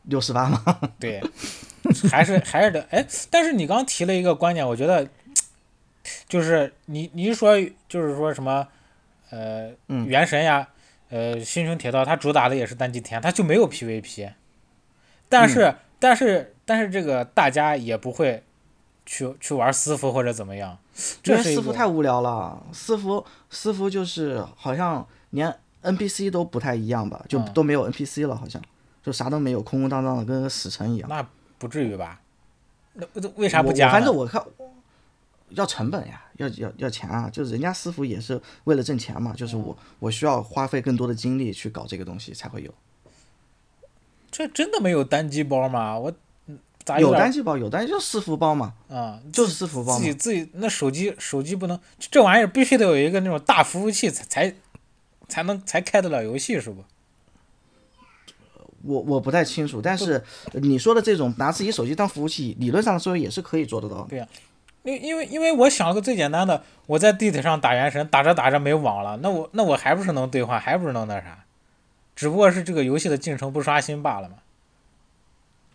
六十八嘛。对，还是还是得哎，但是你刚提了一个观点，我觉得就是你你一说就是说什么呃，嗯原神呀，呃，星穹铁道，它主打的也是单机体验，它就没有 PVP，但是、嗯但是但是这个大家也不会去去玩私服或者怎么样，因这为是一私服个太无聊了，私服私服就是好像连 NPC 都不太一样吧，就嗯都没有 NPC 了，好像就啥都没有，空空荡荡的，跟个死城一样。那不至于吧？那那为啥不我加我呢？反正我看要成本呀，要要要钱啊，就是人家私服也是为了挣钱嘛，就是我嗯我需要花费更多的精力去搞这个东西才会有。这真的没有单机包吗？我嗯咋有点单机包，有单机就私服包嘛，啊、就是私服包自嘛己。自己那手机手机不能这这玩意儿必须得有一个那种大服务器才才才能才开得了游戏是不？我我不太清楚，但是你说的这种拿自己手机当服务器，理论上说也是可以做得到的。因因为因为我想了个最简单的，我在地铁上打原神，打着打着没网了，那我那我还不是能兑换，还不是能那啥，只不过是这个游戏的进程不刷新罢了嘛。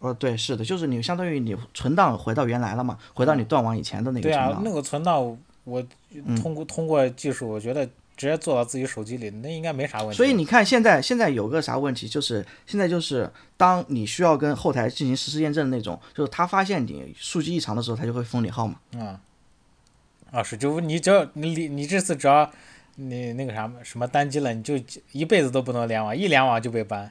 哦，对，是的，就是你相当于你存档回到原来了嘛，回到你断网以前的那个嗯嗯对存啊，档那了。个存档我通过、通过技术，我觉得直接做到自己手机里，那应该没啥问题。所以你看，现在现在有个啥问题，就是现在就是当你需要跟后台进行实时验证的那种，就是他发现你数据异常的时候，他就会封你号嘛。啊是，就你只要你你你这次只要你那个啥嘛什么单机了，你就一辈子都不能联网，一联网就被ban。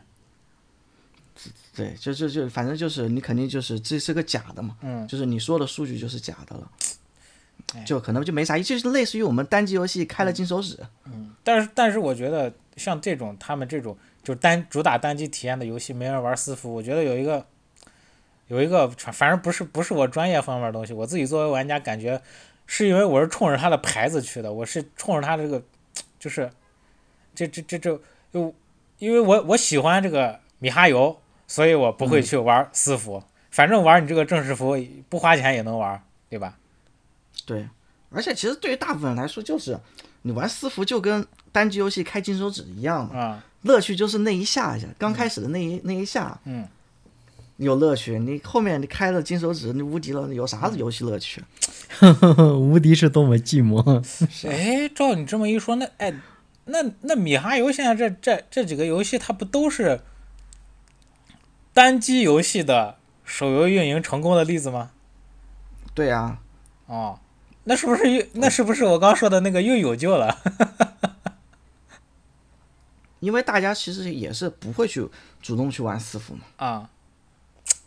对，就就就反正就是你肯定就是这是个假的嘛，嗯，哎就是你说的数据就是假的了，就可能就没啥意思，就是类似于我们单机游戏开了金手指，但是但是我觉得像这种他们这种就是单主打单机体验的游戏，没人玩私服，我觉得有一个有一个反反正不是不是我专业方面的东西，我自己作为玩家感觉是因为我是冲着它的牌子去的，我是冲着它这个就是这这这这就因为我我喜欢这个米哈游，所以我不会去玩私服，反正玩你这个正式服不花钱也能玩，对吧？对，而且其实对于大部分人来说，就是你玩私服就跟单机游戏开金手指一样嘛，啊、乐趣就是那一下下，刚开始的那一、那一下，嗯，有乐趣。你后面你开了金手指，你无敌了，有啥嗯子游戏乐趣？无敌是多么寂 寞。哎，照你这么一说，那哎，那那米哈游现在这这这几个游戏，它不都是单机游戏的手游运营成功的例子吗？对啊，哦，那是不是又那是不是我刚说的那个又有救了？因为大家其实也是不会去主动去玩私服嘛。啊，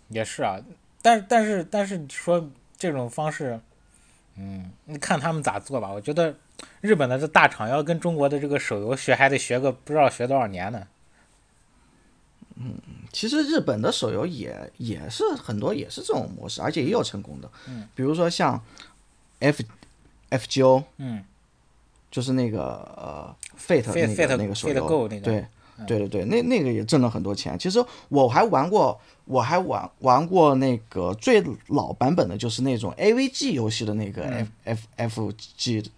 也是啊，但但是但是你说这种方式，嗯，你看他们咋做吧。我觉得日本的这大厂要跟中国的这个手游学，还得学个不知道学多少年呢。其实日本的手游也也是很多也是这种模式，而且也有成功的。嗯，比如说像 F F G O，嗯，就是那个呃 Fate Fate- 那个 Fate- 那个手 Fate Go 游，那个嗯对对对对，那那个也挣了很多钱。其实我还玩过，我还玩玩过那个最老版本的，就是那种 A V G 游戏的那个嗯 F、F F G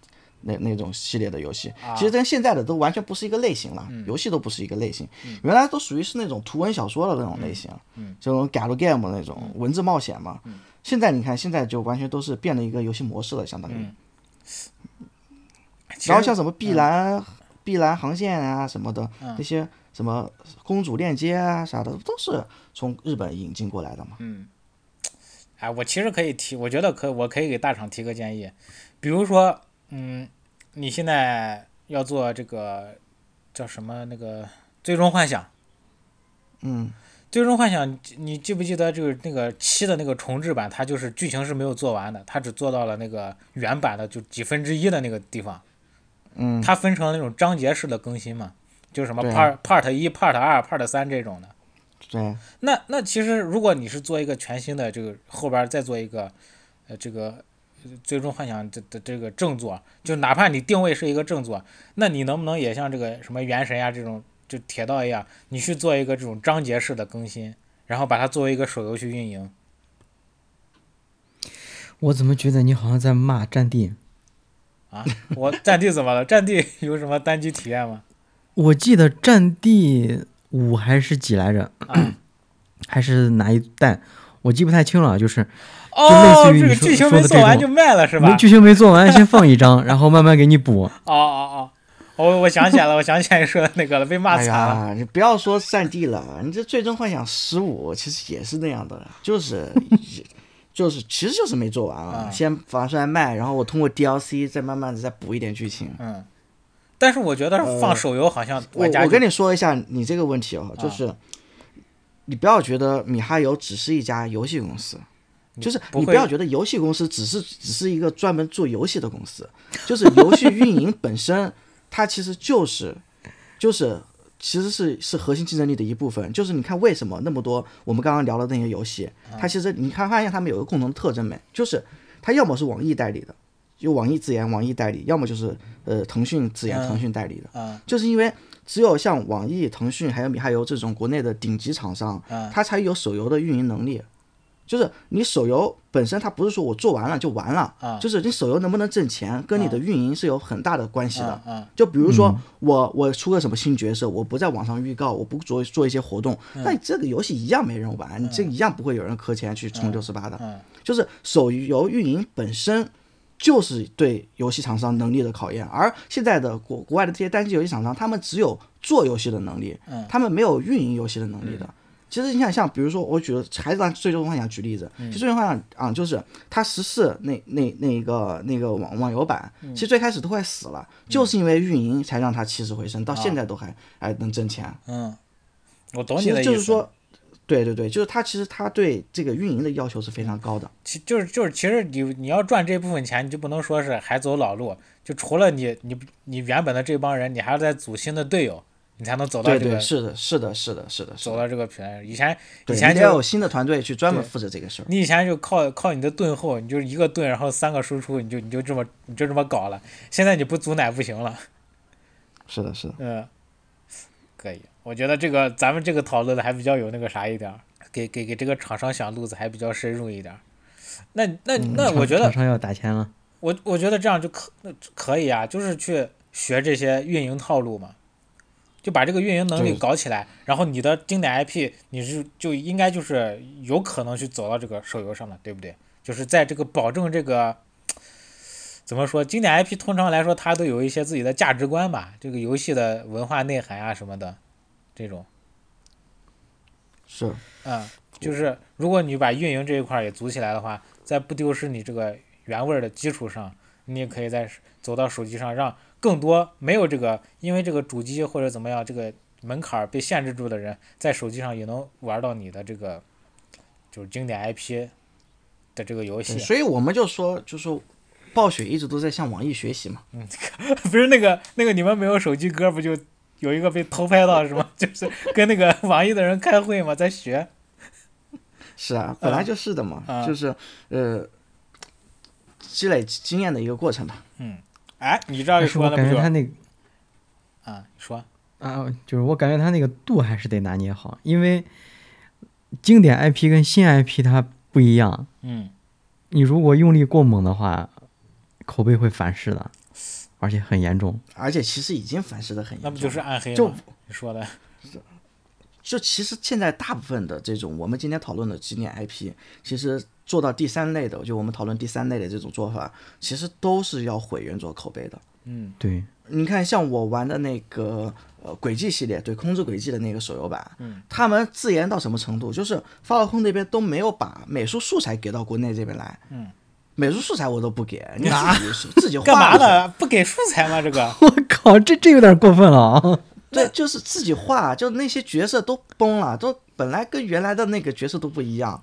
那那种系列的游戏，啊其实跟现在的都完全不是一个类型了，嗯游戏都不是一个类型，原来都属于是那种图文小说的那种类型，嗯这种 g a l game 那种文字冒险嘛。现在你看，现在就完全都是变了一个游戏模式了，相当于。嗯其然后实嗯像什么碧蓝、碧蓝航线啊什么的，那些什么公主链接啊啥的，都是从日本引进过来的嘛。嗯哎，我其实可以提，我觉得可我可以给大厂提个建议，比如说，嗯，你现在要做这个叫什么那个《最终幻想》，《嗯，最终幻想》你你记不记得就是那个七的那个重置版，它就是剧情是没有做完的，它只做到了那个原版的就几分之一的那个地方，嗯，它分成那种章节式的更新嘛，就是什么对啊 part part 一、part 二、part 三这种的。对，那那其实如果你是做一个全新的这个后边儿再做一个，呃，这个呃最终幻想这的这个正作，就哪怕你定位是一个正作，那你能不能也像这个什么原神呀这种就铁道一样，你去做一个这种章节式的更新，然后把它作为一个手游去运营？我怎么觉得你好像在骂战地？我战地怎么了？战地 有什么单机体验吗？我记得战地五还是几来着？啊还是哪一代？我记不太清了，就是哦，类似于这个你说剧情说没的做这完种就卖了是吧没？剧情没做完，先放一张，然后慢慢给你补。哦哦哦，我我想起来了，我想起来你说的那个了，被骂哎惨了。呀，你不要说战地了，你这《最终幻想十五》其实也是那样的，就是 就是其实就是没做完嗯了，先把出来卖，然后我通过 DLC 再慢慢的再补一点剧情。嗯，但是我觉得放手游好像嗯我玩家我就跟你说一下你这个问题哦，就是、你不要觉得米哈游只是一家游戏公司，就是不你不会要觉得游戏公司只是只是一个专门做游戏的公司，就是游戏运营本身，它其实就是就是其实是是核心竞争力的一部分。就是你看为什么那么多我们刚刚聊的那些游戏，它其实你看发现它们有一个共同的特征没，就是它要么是网易代理的，就网易自研网易代理，要么就是呃腾讯自研腾讯代理的，嗯就是因为只有像网易、腾讯还有米哈游这种国内的顶级厂商，嗯它才有手游的运营能力。就是你手游本身，它不是说我做完了就完了，就是你手游能不能挣钱，跟你的运营是有很大的关系的。就比如说我我出个什么新角色，我不在网上预告，我不做做一些活动，那你这个游戏一样没人玩，你这一样不会有人氪钱去充六十八的。就是手游运营本身就是对游戏厂商能力的考验。而现在的国国外的这些单机游戏厂商，他们只有做游戏的能力，他们没有运营游戏的能力的。其实你想像，比如说我举了还是拿《最终幻想》举例子，嗯其实《最终幻想》啊、就是它十四那那那个那个网网游版，嗯其实最开始都快死了，就是因为运营才让它起死回啊生，到现在都还、还能挣钱。嗯，我懂你其的实意思，就是说，对对对，就是它其实它对这个运营的要求是非常高的。其就是就是，其实你你要赚这部分钱，你就不能说是还走老路，就除了你你你原本的这帮人，你还要再组新的队友，你才能走到对这个对，是的，是的，是的，是的，是走的。到这个平台。以前以对，前你得要就有新的团队去专门负责这个事儿。你以前就靠靠你的盾后，你就是一个盾，然后三个输出，你就你就这么你就这么搞了。现在你不组奶不行了，是的，是的。嗯，可以，我觉得这个咱们这个讨论的还比较有那个啥一点儿，给给给这个厂商想路子还比较深入一点儿。那那嗯那厂我觉得厂商要打钱了，我我觉得这样就可那可以啊，就是去学这些运营套路嘛，就把这个运营能力对搞起来，然后你的经典 IP 你是就应该就是有可能去走到这个手游上的，对不对？就是在这个保证这个怎么说，经典 IP 通常来说它都有一些自己的价值观吧，这个游戏的文化内涵啊什么的，这种，是嗯，就是如果你把运营这一块儿也组起来的话，在不丢失你这个原味儿的基础上，你也可以在手走到手机上，让更多没有这个因为这个主机或者怎么样这个门槛儿被限制住的人，在手机上也能玩到你的这个就是经典 IP 的这个游戏。所以我们就说，就说暴雪一直都在向网易学习嘛。不是那个那个你们没有手机歌不就有一个被偷拍到是吗？ 就是跟那个网易的人开会嘛，在学。是啊，本来就是的嘛，啊就是呃，积累经验的一个过程吧。哎，你这样一但是说我那感不觉就他那个啊？你说啊，就是我感觉他那个度还是得拿捏好，因为经典 IP 跟新 IP 它不一样，嗯。你如果用力过猛的话，口碑会反噬的，而且很严重。而且其实已经反噬的很严重了，那不就是暗黑吗？就你说的，就其实现在大部分的这种我们今天讨论的经典 IP，其实做到第三类的，就我们讨论第三类的这种做法，其实都是要毁原作口碑的。嗯对，你看，像我玩的那个呃轨迹系列，对空之轨迹的那个手游版，嗯，他们自研到什么程度？就是发布空那边都没有把美术素材给到国内这边来，嗯，美术素材我都 不给，你自己自己画干嘛吧呢？不给素材吗？这 个 我靠，这这有点过分了啊！对，就是自己画，就那些角色都崩了，都本来跟原来的那个角色都不一 样，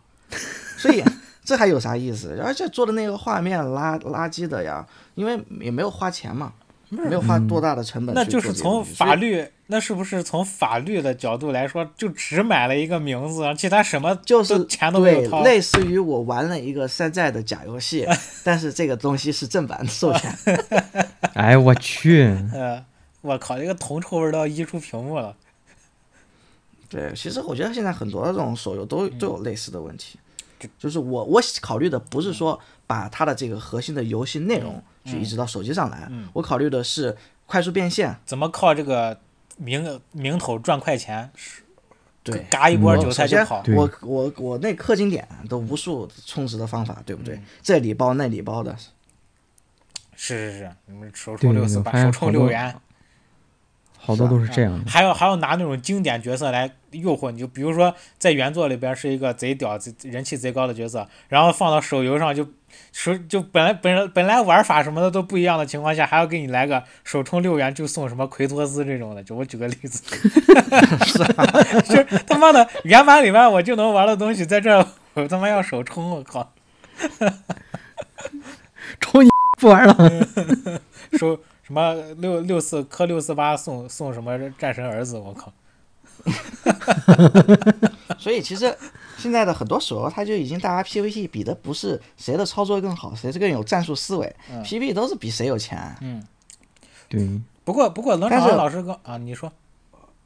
所以这还有啥意思？而且做的那个画面垃垃圾的呀，因为也没有花钱嘛，没有花多大的成本那去就做是这个从东西法律，那是不是从法律的角度来说，就只买了一个名字，然后其他什么就都是钱都没有对掏？类似于我玩了一个山寨的假游 戏，但是这个东西是正版授权， 哎，我去，呃，我靠，这个铜臭味都要溢出屏幕了。对，其实我觉得现在很多这种手游嗯都都有类似的问题，就是我我考虑的不是说把它的这个核心的游戏内容嗯去移植到手机上来，我考虑的是快速变现，怎么靠这个名名头赚快钱？是对。嘎一波嗯韭首菜就先跑，。对我我我那氪金点都无数充值的方法，对不嗯对？这里包那里包的，是是是，你们手对充六对四对八，发现手好充六多元，好多都是这样的。还要还要拿那种经典角色来诱惑你，就比如说在原作里边是一个贼屌、贼人气贼高的角色，然后放到手游上就手就本来本来本来玩法什么的都不一样的情况下，还要给你来个首充六元就送什么奎托斯这种的，就我举个例子， 就是他妈的原版里边我就能玩的东西，在这儿我他妈要首充，我靠，冲你不玩了，收什么六六四磕六四八送送什么战神儿子，我靠，所以其实现在的很多手游，它就已经大家 PVP 比的不是谁的操作更好，谁是更有战术思维、p v 都是比谁有钱。对，不过不过冷但场是老师跟啊你说。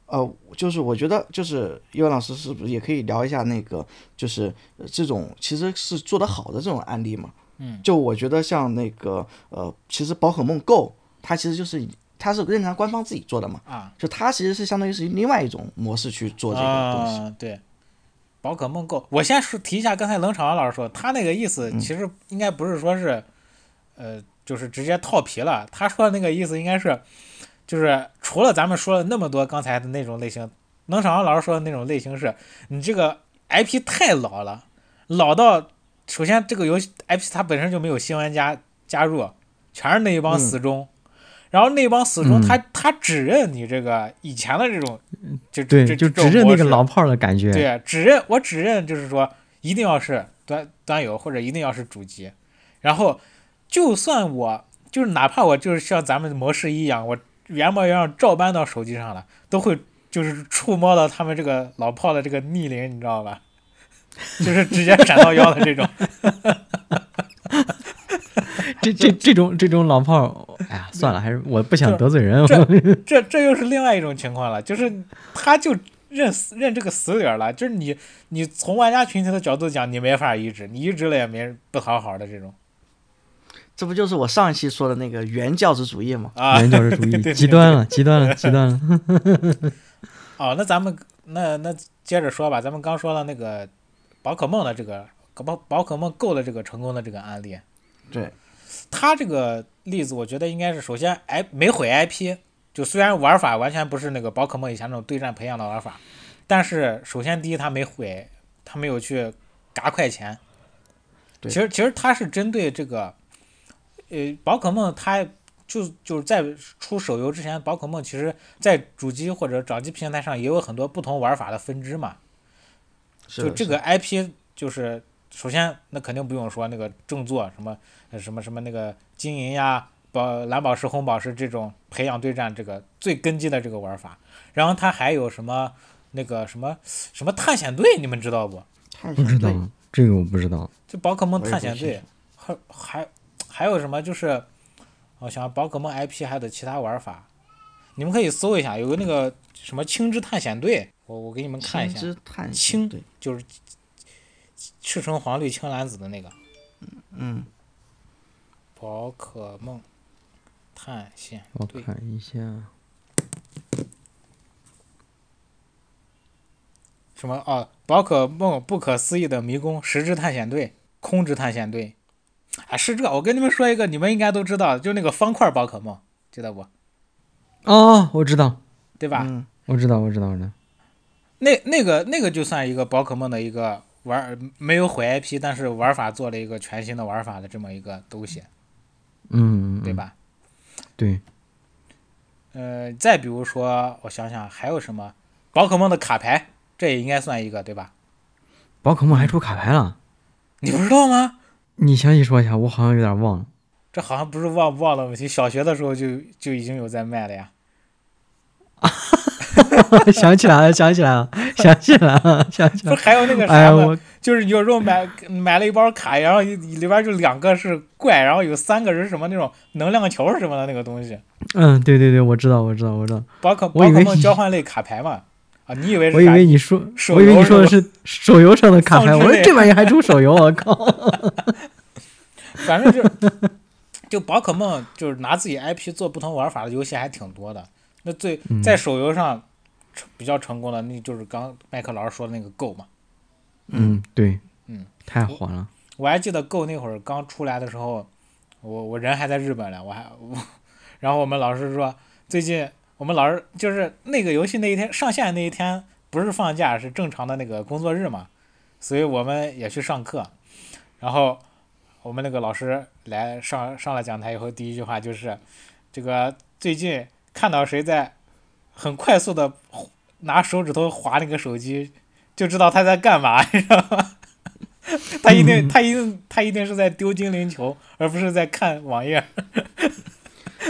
呃，就是我觉得，就是叶文老师是不是也可以聊一下那个，就是呃这种其实是做得好的这种案例嘛？嗯，就我觉得像那个呃，其实宝可梦 Go 它其实就是它是任天堂官方自己做的嘛，啊，就它其实是相当于是另外一种模式去做这个东西。啊、对，宝可梦 Go，我先说提一下刚才冷场王老师说，他那个意思嗯其实应该不是说是，呃，就是直接套皮了。他说的那个意思应该是，就是除了咱们说了那么多刚才的那种类型，冷场王老师说的那种类型是，你这个 IP 太老了，老到首先这个游戏 IP 它本身就没有新玩家加入，全是那一嗯帮死忠。然后那帮死忠，他他只认你这个以前的这种，就对， 这就这只种认模那个式老炮儿的感觉。对，只认我只认就是说，一定要是端端游或者一定要是主机，然后就算我就是哪怕我就是像咱们模式一样，我原模原样照搬到手机上了，都会就是触摸到他们这个老炮的这个逆鳞，你知道吧？ 就是直接闪到腰的这种，这这这种这种老炮儿，哎呀，算了，还是我不想得罪人。这这这又是另外一种情况了，就是他就认死认这个死理儿了，就是你你从玩家群体的角度讲，你没法移植，你移植了也没人不好好的这种这不就是我上一期说的那个原教旨主义吗？啊。原教旨主 对对义对极端了，极端了，极端了。哦，那咱们那那接着说吧，咱们刚说了那个宝可梦的这个宝宝可梦 Go 的这个成功的这个案例，对，它这个例子我觉得应该是首先哎没毁 IP，就虽然玩法完全不是那个宝可梦以前那种对战培养的玩法，但是首先第一它没毁，它没有去嘎快钱。对其实其实它是针对这个，呃，宝可梦它就就是在出手游之前，宝可梦其实在主机或者掌机平台上也有很多不同玩法的分支嘛。是就的这是个 IP 就是首先那肯定不用说那个正作什么呃什么什么那个金银呀、宝蓝宝石、红宝石这种培养对战这个最根基的这个玩法，然后它还有什么那个什么什么探险队，你们知道不？的不知道对这个我不知道。就宝可梦我也探不险清队，还还还有什么就是，我想宝可梦 IP 还有的其他玩法，你们可以搜一下，有个那个什么青之探险队，我我给你们看一下青，之探青险，对，就是赤橙黄绿青蓝紫的那个。嗯，宝可梦探险我队，看一下，什么哦？宝可梦不可思议的迷宫，十之探险队，空之探险队，啊，是这。我跟你们说一个，你们应该都知道，就那个方块宝可梦，知道不？哦，我知道，对吧？嗯我知道，我知道，我知道。那那个那个就算一个宝可梦的一个玩儿没有毁 IP，但是玩法做了一个全新的玩法的这么一个东西，嗯，嗯对？吧？嗯对，呃，再比如说，我想想还有什么？宝可梦的卡牌，这也应该算一个，对吧？宝可梦还出卡牌了，你不知道吗？你详细说一下，我好像有点忘了。这好像不是忘不忘的问题，小学的时候就就已经有在卖了呀。想起来了， 想起来了，想起来了，想起不是来了。还有那个 哎啥呀，吗？我就是有时候买买了一包卡，然后一里边就两个是怪，然后有三个是什么那种能量球什么的那个东西，嗯，对对对，我知道，我知道，我知道。宝可我宝以可为梦你交换类卡牌嘛。啊，你以为我是以啥？为你说，手我以为游你是说的吧是手游上的卡牌，丧我尸说类这玩意儿还出手游，我靠！ 反正就就宝可梦就是拿自己 IP 做不同玩法的游戏还挺多的。那最嗯在手游上成比较成功的，那就是刚麦克老师说的那个 Go 嘛。嗯，对，嗯，太火了。我还记得 Go 那会儿刚出来的时候，我我人还在日本呢，我还 我，然后我们老师说最近我们老师就是那个游戏那一天上线那一天不是放假是正常的那个工作日嘛，所以我们也去上课，然后我们那个老师来上上了讲台以后，第一句话就是这个最近看到谁在很快速的拿手指头划那个手机，就知道他在干嘛，你知道吗？他一定，他一定，他一定是在丢精灵球，而不是在看网页。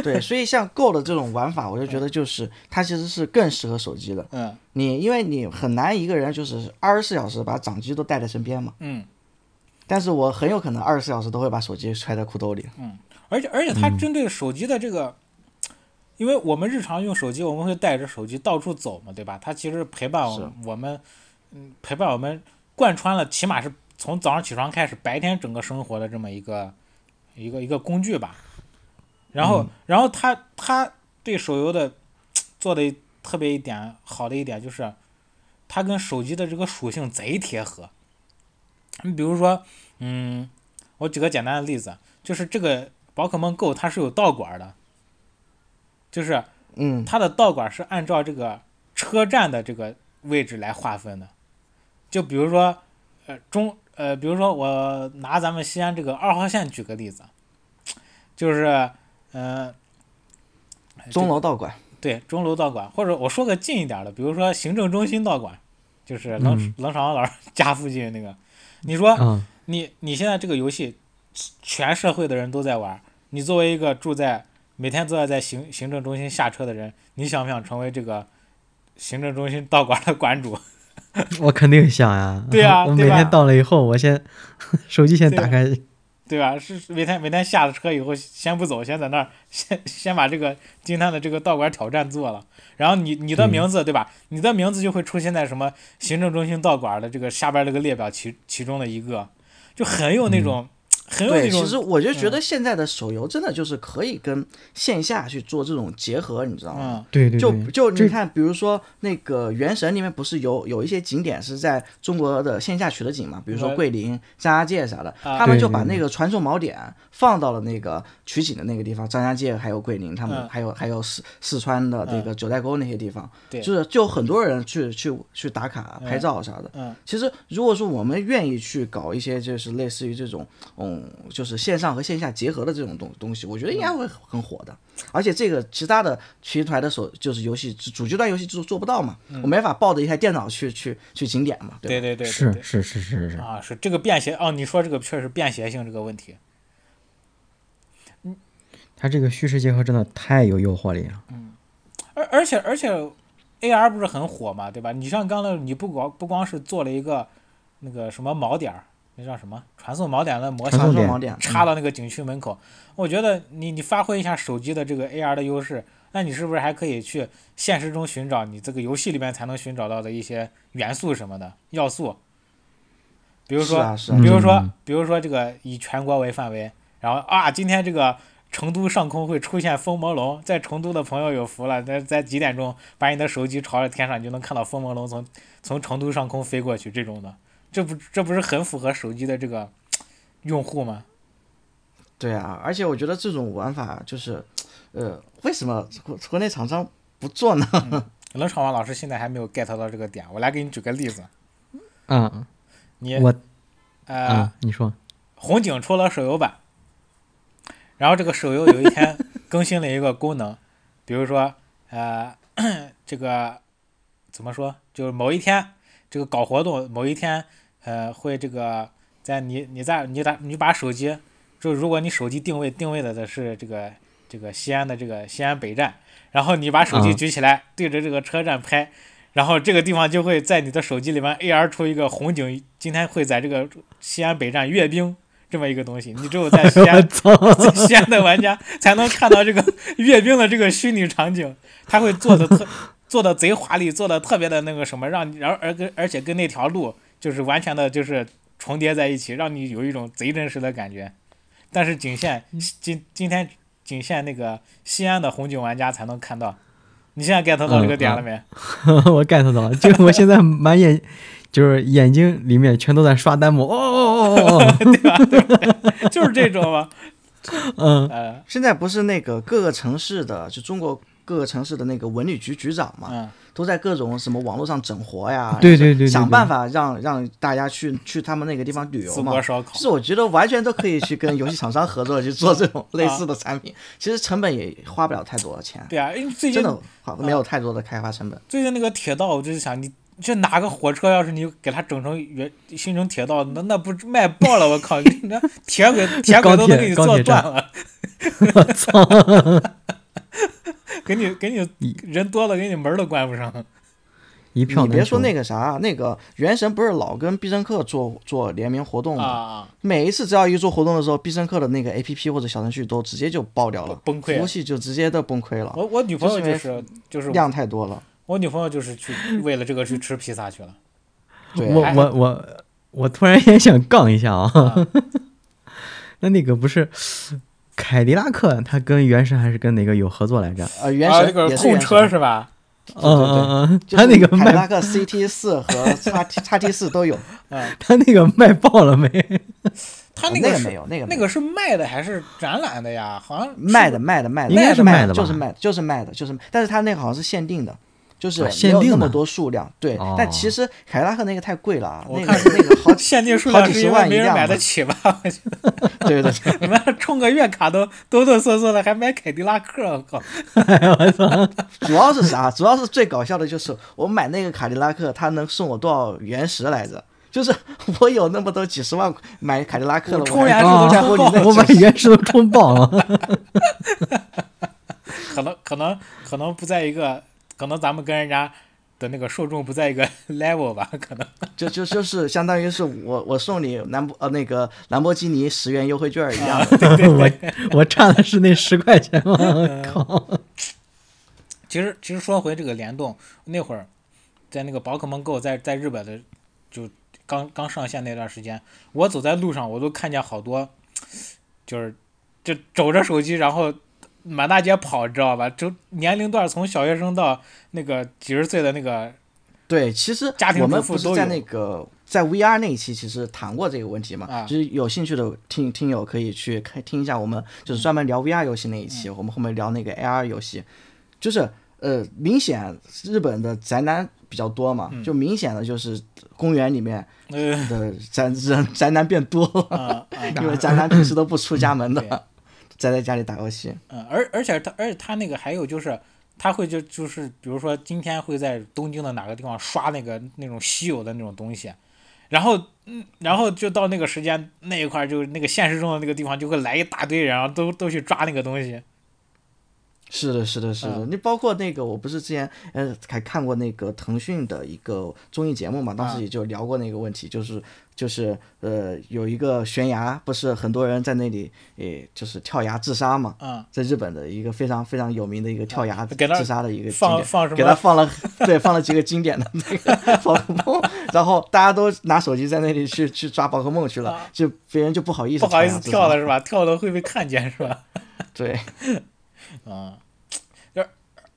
对，所以像 Go 的这种玩法，我就觉得就是它其实是更适合手机的。嗯你因为你很难一个人就是二十四小时把掌机都带在身边嘛，嗯，但是我很有可能二十四小时都会把手机揣在裤兜里。而且而且它针对手机的这个，因为我们日常用手机，我们会带着手机到处走嘛，对吧？它其实陪伴我是我们，嗯，陪伴我们贯穿了，起码是从早上起床开始，白天整个生活的这么一个一个一个工具吧。然后、然后它它对手游的做的特别一点好的一点就是，它跟手机的这个属性贼贴合。你比如说，嗯，我举个简单的例子，就是这个宝可梦 Go 它是有道馆的，就是嗯，它的道馆是按照这个车站的这个位置来划分的。就比如说，呃，中呃，比如说我拿咱们西安这个二号线举个例子，就是嗯、呃钟楼道馆，对，钟楼道馆，或者我说个近一点儿的，比如说行政中心道馆，就是冷、嗯冷场老师家附近那个。你说啊，你你现在这个游戏，全社会的人都在玩儿，你作为一个住在每天都要在行行政中心下车的人，你想不想成为这个行政中心道馆的馆主？我肯定想呀。 对呀我对每吧 天到了以后，我先手机先打开对吧？是是每天每天下了车以后，先不走，先在那儿先先把这个金叹的这个道馆挑战做了，然后你你的名字对吧？你的名字就会出现在什么行政中心道馆的这个下边这个列表其其中的一个，就很有那种、很有那嗯对，种嗯其实我就觉得现在的手游真的就是可以跟线下去做这种结合，你知道吗？嗯对对就对，就这你看，比如说那个《原神》里面不是有有一些景点是在中国的线下取的景嘛？比如说我桂林、张家界啥的，啊他们对就对把对那个传送锚点放到了那个取景的那个地方，张家界还有桂林，他们嗯还有、还有四四川的这个九寨沟那些地方，对就是就很多人去去去打卡、拍照啥的。嗯其实，如果说我们愿意去搞一些就是类似于这种，嗯，就是线上和线下结合的这种东东西，我觉得应嗯该会很火的。而且这个其他的其他的手就是游戏主机端游戏做做不到嘛，嗯我没法抱着一台电脑去去去景点嘛，对对吧？对对是对是是是嗯是，啊，是这个便携哦，你说这个确实便携性这个问题，它这个虚实结合真的太有诱惑力了。而而且而且，AR 不是很火嘛，对吧？你像刚才你不光不光是做了一个那个什么锚点儿，那叫什么传送锚点的模型传送传点送锚点，嗯插到那个景区门口，我觉得你你发挥一下手机的这个 AR 的优势，那你是不是还可以去现实中寻找你这个游戏里面才能寻找到的一些元素什么的要素？比如是说，啊是啊嗯，比如说，比如说这个以全国为范围，然后啊，今天这个成都上空会出现风魔龙，在成都的朋友有福了，在在几点钟把你的手机朝着天上，你就能看到风魔龙从从成都上空飞过去，这种的，这不这不是很符合手机的这个用户吗？对啊，而且我觉得这种玩法就是，呃，为什么国国内厂商不做呢？ 冷场王老师现在还没有 get 到这个点，我来给你举个例子，啊你我呃、啊，你 说红警出了手游版，然后这个手游有一天更新了一个功能，比如说呃， 这个怎么说，就是某一天呃这个搞活动，某一天呃会这个在你你在你打你把手机，就如果你手机定位定位的的是这个这个西安的这个西安北站，然后你把手机嗯举起来、对着这个车站拍。然后这个地方就会在你的手机里面 AR 出一个红警，今天会在这个西安北站阅兵这么一个东西，你只有在西我 安操，在西安的玩家才能看到这个阅兵的这个虚拟场景，他会做的特做的贼华丽，做的特别的那个什么，让你然后而跟而且跟那条路就是完全的就是重叠在一起，让你有一种贼真实的感觉。但是仅限今今天仅限那个西安的红警玩家才能看到。你现在 get 到这个点了没？我 get 到了，就我现在满眼就是眼睛里面全都在刷弹幕，哦哦哦哦对吧？对吧就是这种 嘛。哦，嗯，呃现在不是那个各个城市的，就中国各个城市的那个文旅局局长嘛，嗯，都在各种什么网络上整活哎呀，对对对对对想办法让让大家去去他们那个地方旅游淄嘛博。烧烤其。实我觉得完全都可以去跟游戏厂商合作去 做这啊种类似的产品，其实成本也花不了太多的钱，对啊，嗯因为最近真的花没有太多的开发成本。最近那个铁道，我就是想你。这哪个火车要是你给它整成原新成铁道，那那不是卖爆了！我靠，你那铁轨铁轨都能给你钢做铁断了， 我操，给你给你人多了，给你门儿都关不上。一票你难别说求那个啥，那个《原神》不是老跟必胜客做做联名活动吗？啊，每一次只要一做活动的时候，必胜客的那个 APP 或者小程序都直接就爆掉了，崩溃服务器就直接的崩溃了，啊我我女朋友就是因就为是就是量太多 了。我女朋友就是去为了这个去吃披萨去了。对，哎我我我我突然也想杠一下嗯啊，啊那那个不是凯迪拉克，它跟原神还是跟哪个有合作来着？呃，原啊，这神个也是控原车神，啊是吧？嗯嗯嗯，就它是那个凯迪卖拉克 CT 四和叉 T 叉 T 四都有，它那个卖爆了没？啊他那个个是没有，那个那没有嗯个是卖的还是展览的呀？好像是卖的卖的卖的，应该是卖卖的吧就是卖的就是卖的就是卖的，但是它那个好像是限定的。就是啊没限有定那么的多数量，对哦，但其实凯迪拉克那个太贵了啊，我那个看那个好几，限定数好量几是十因为万没一人辆买吧得起吧？我觉得对对对，你们充个月卡都哆哆嗦嗦的，还买凯迪拉克，我靠！主要是啥？主要是最搞笑的就是我买那个卡迪拉克，它能送我多少原石来着？就是 我有那么多几十万买卡迪拉克了，我我充还原石不都充爆在乎你那我把几十原石都冲爆 了。可能可能可能不在一个，可能咱们跟人家的那个受众不在一个 level 吧？可能就就就是相当于是我我送你兰博呃那个兰博基尼十元优惠券一样 的，我我差的是那十块钱吗？我靠！呃其实其实说回这个联动，那会儿在那个宝可梦 Go 在在日本的就刚刚上线那段时间，我走在路上我都看见好多，就是就肘着手机然后满大街跑，知道吧？就年龄段从小学生到那个几十岁的那个，对，其实家庭我们主妇不是都在有那个在 VR 那一期其实谈过这个问题嘛，啊就是有兴趣的听听友可以去看听一下我们嗯就是专门聊 VR 游戏那一期，我们后面聊那个 AR 游戏，就是呃明显日本的宅男比较多嗯嘛，就明显的就是公园里 面 呃的宅宅宅男变多 了，啊啊，因为宅男平时都不出家门对的， 宅在家里打游戏。嗯，而而且他，而且他那个还有就是，他会就就是，比如说今天会在东京的哪个地方刷那个那种稀有的那种东西，然后嗯，然后就到那个时间那一块儿，就是那个现实中的那个地方就会来一大堆人，然后都都去抓那个东西。是的，是的，是的。嗯你包括那个，我不是之前呃还看过那个腾讯的一个综艺节目嘛，当嗯时也就聊过那个问题，就是就是呃有一个悬崖，不是很多人在那里也就是跳崖自杀嘛，嗯，在日本的一个非常非常有名的一个跳崖给他自杀的一个景放点。放什给他么？放了，对，放了几个经典的那 个宝可梦，然后大家都拿手机在那里去去抓宝可梦去了啊，就别人就不好意思不好意思跳跳崖自杀了是吧？跳了会被看见是吧？对，嗯，就是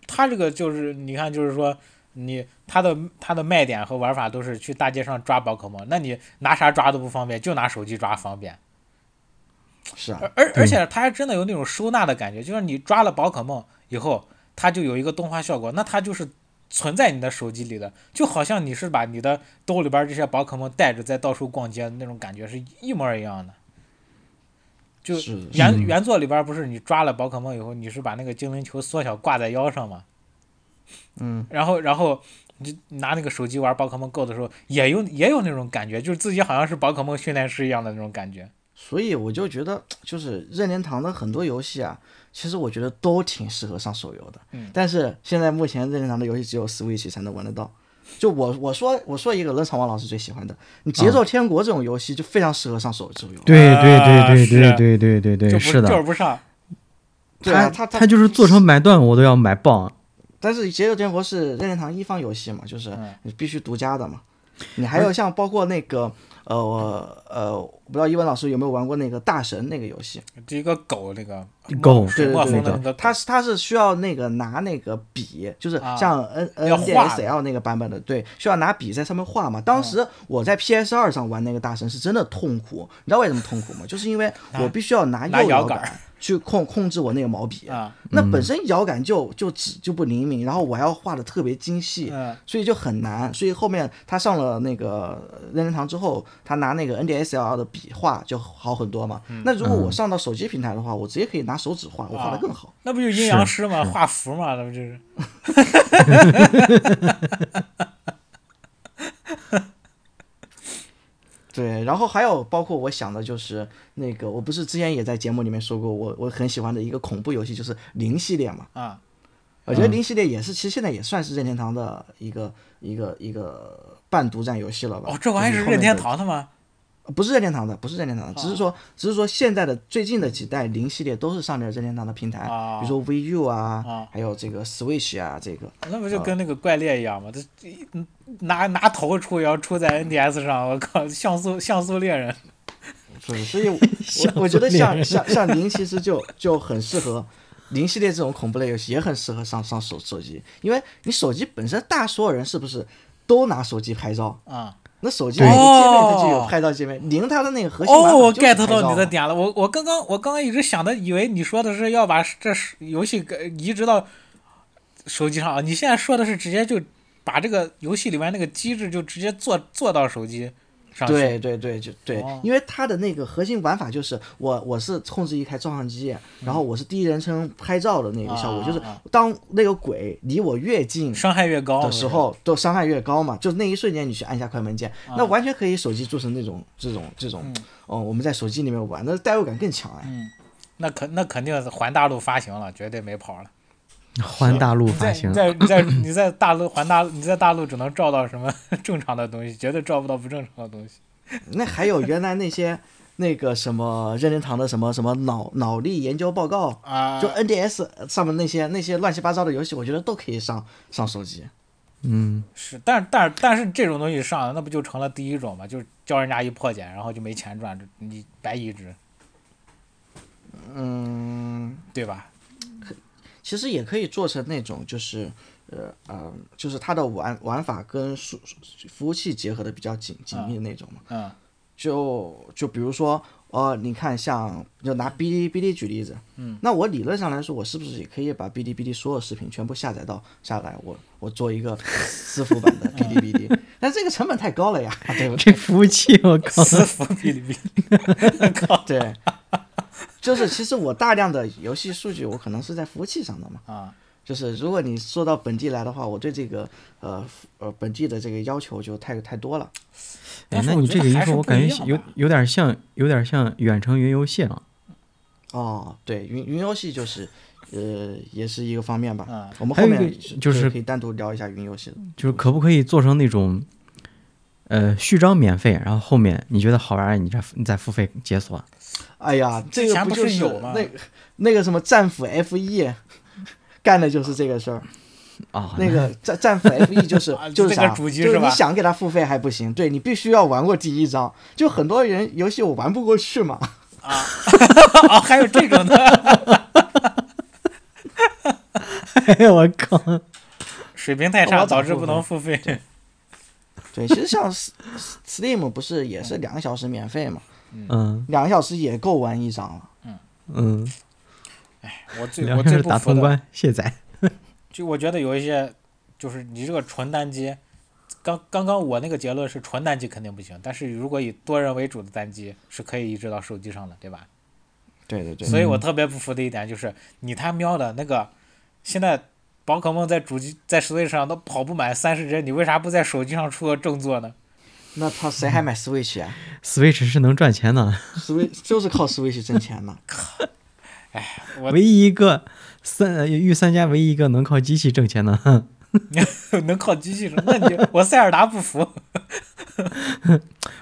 它这个就是你看，就是说你它的它的卖点和玩法都是去大街上抓宝可梦，那你拿啥抓都不方便，就拿手机抓方便。是啊，而而对而且它还真的有那种收纳的感觉，就是你抓了宝可梦以后，它就有一个动画效果，那它就是存在你的手机里的，就好像你是把你的兜里边这些宝可梦带着在到处逛街那种感觉是一模一样的。就是的原嗯原作里边不是你抓了宝可梦以后，你是把那个精灵球缩小挂在腰上嘛？嗯，然后然后你就拿那个手机玩宝可梦 Go 的时候，也有也有那种感觉，就是自己好像是宝可梦训练师一样的那种感觉。所以我就觉得，就是任天堂的很多游戏啊，其实我觉得都挺适合上手游的。嗯但是现在目前任天堂的游戏只有 Switch 才能玩得到。就我我说我说一个冷场王老师最喜欢的，你《节奏天国》这种游戏就非常适合上手手游。啊对啊对对是对对对对对就对，不是就是的，不上。对啊，他他他就是做成买断我都要买爆。啊但是《节奏天国》是任天堂一方游戏嘛，就是嗯你必须独家的嘛。你还有像包括那个呃我呃，我不知道一文老师有没有玩过那个大神那个游戏？就一个狗那个狗水对墨对风对的那个狗，它是它是需要那个拿那个笔，就是啊像 N 要 N D 画 S L 那个版本的，对，需要拿笔在上面画嘛。当嗯时我在 P S 二上玩那个大神是真的痛苦，你知道为什么痛苦吗？就是因为我必须要拿啊拿右摇摇杆儿杆去控控制我那个毛笔，啊，那本身摇杆就就指就不灵敏，然后我还要画的特别精细，嗯所以就很难。所以后面他上了那个呃任天堂之后，他拿那个 NDSL 的笔画就好很多嘛。嗯那如果我上到手机平台的话，我直接可以拿手指画，我画啊的更好。那不就阴阳师吗？画符嘛，那不就是？啊对，然后还有包括我想的就是那个，我不是之前也在节目里面说过，我我很喜欢的一个恐怖游戏就是零系列嘛。啊，我觉得零系列也是，其实现在也算是任天堂的一个一个一个半独占游戏了吧？哦，这玩意就儿是后面任的天堂的吗？不是任天堂的，不是任天堂的，只是说，只是说现在的最近的几代零系列都是上的任天堂的平台，啊比如说 VU 啊，啊还有这个 Switch 啊，这个那不就跟那个怪猎一样吗？这这拿拿头出，然后出在 NDS 上，我靠，像素像素猎人是，所 以我我我觉得像像像零其实就就很适合。零系列这种恐怖类游戏也很适合上上手手机，因为你手机本身大所有人是不是都拿手机拍照？啊！那手机对那个界面它就有哦拍照界面，零它的那个核心玩哦，法我就是 get 拍到照你的嘛点了，我我刚刚我刚刚一直想的，以为你说的是要把这是游戏给移植到手机上啊，你现在说的是直接就把这个游戏里面那个机制就直接做做到手机上去。对对对，就对哦，因为它的那个核心玩法就是我我是控制一台照相机，然后我是第一人称拍照的那个效啊果，就是嗯啊当那个鬼离我越近。伤害越高的时，候，都伤害越高嘛，就那一瞬间你去按一下快门键，啊那完全可以手机做成那种这种这嗯种，哦，我们在手机里面玩，那代入感更强哎。那肯那肯定是环大陆发行了，绝对没跑了。环大陆你发在你，型 在你在你在大陆环大你在大陆只能照到什么 正常的东西，绝对照不到不正常的东西。那还有原来 那些那个什么任天堂的什么什么脑脑力研究报告，啊，就 NDS 上面那些那些乱七八糟的游戏，我觉得都可以上上手机。嗯，是，但但但是这种东西上了，那不就成了第一种嘛？就是教人家一破解，然后就没钱赚，这你白移植，嗯，对吧？其实也可以做成那种就是呃呃，就是它的玩玩法跟数服务器结合的比较紧紧密的那种嘛。 嗯就就比如说，呃，你看像就拿哔哩哔哩举例子，嗯，那我理论上来说，我是不是也可以把哔哩哔哩所有视频全部下载到下来，我我做一个 私服版的哔哩哔哩？但这个成本太高了呀，对不这对？服务器我靠，私服哔 哩哔哩， 对，就是其实我大量的游戏数据，我可能是在服务器上的嘛。啊，就是如果你说到本地来的话，我对这个呃呃本地的这个要求就太太多了。哎但，是那我你觉这得个一还是说，我不一感样觉有吧有点像，有点像远程云游戏啊了。哦，对，云云游戏就是，呃，也是一个方面吧。嗯我们还后有一面个就是可以单独聊一下云游戏的。就是可不可以做成那种，呃，序章免费，然后后面你觉得好玩儿，你再你再付费解锁。哎呀，嗯这之个前不就是有吗那个那个什么战斧 F 一干的就是这个事儿。啊、 那个战战斧 F E 就是 啊就是这个啥，主机就是是吧你想给他付费还不行，对你必须要玩过第一章。就很多人游戏我玩不过去嘛，啊，还有这种的哎 我 靠， 水平太我差怎导么致不付能付费。 对，其实 像 S- Steam 不是也是两个小时免费嘛，嗯两个小时也够玩一章了。嗯，我最聊我天最是不打服通的，关卸载。就我觉得有一些，就是你这个纯单机，刚刚刚我那个结论是纯单机肯定不行，但是如果以多人为主的单机是可以移植到手机上的，对吧？对对对，所以我特别不服的一点就是，你他喵的那个，现在宝可梦在主机在 Switch 上都跑不满三十帧，你为啥不在手机上出个正作呢？ 那他谁还买 Switch 啊 Switch 是能赚钱的， ？Switch 就是靠 Switch 挣钱 的。我唯一一个三呃御三家唯一一个能靠机器挣钱的。能靠机器人？那你我塞尔达不服。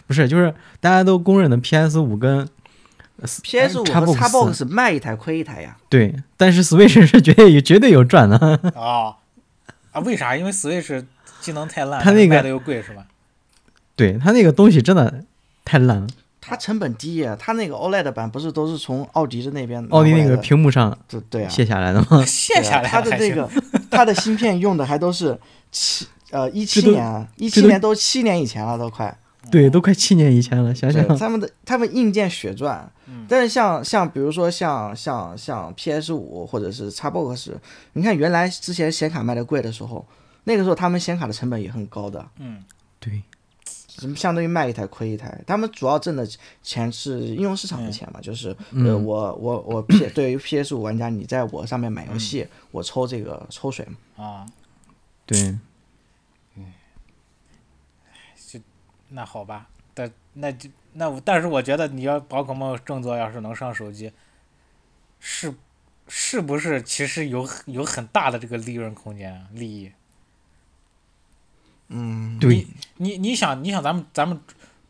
不是，就是大家都公认的 PS 五跟 PS 五和 Xbox Xbox 卖一台亏一台呀。对，但是 Switch 是绝对有绝对有赚的。 啊、啊，为啥？因为 Switch 技能太烂，它那个卖的又贵是吧？对他那个东西真的太烂了，它成本低呀，它那个 OLED 版不是都是从奥迪的那边拿奥迪那过来个的屏幕上对对啊，卸下来的吗？ 卸下来它啊的还那行个它的芯片用的还都是七呃一这七都年一这七都年都七年以前了都快，对，都快七年以前了，想想对他们的他们硬件血赚，嗯但是像像比如说像像像 PS 五或者是 Xbox，你看原来之前显卡卖的贵的时候，那个时候他们显卡的成本也很高的，嗯对，什么相当于卖一台亏一台，他们主要挣的钱是应用市场嗯的钱嘛，就是嗯呃我我我 P 对于 PS 五玩家，你在我上面买游嗯戏，我抽这个抽水嘛。啊。对，那好吧，但那就那我，但是我觉得你要宝可梦正作要是能上手机，是是不是其实有很有很大的这个利润空间啊利益？嗯，对你你你想你想咱们咱们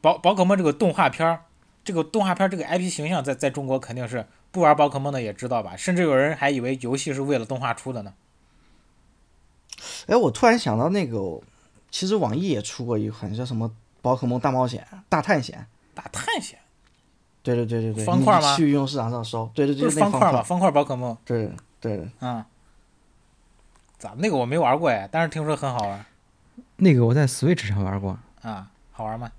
宝宝可梦这个动画片儿，这个动画片儿这个 IP 形象在在中国肯定是不玩宝可梦的也知道吧，甚至有人还以为游戏是为了动画出的呢。哎，我突然想到那个，其实网易也出过一款叫什么《宝可梦大冒险》《大探险打探险》。对对对对对，方块吗你去应用市场上搜，对对对，不是那方个块吗？块，方块宝可梦，对对对，嗯，咋那个我没玩过哎，但是听说很好玩那个我在 Switch 上玩过，啊，好玩吗？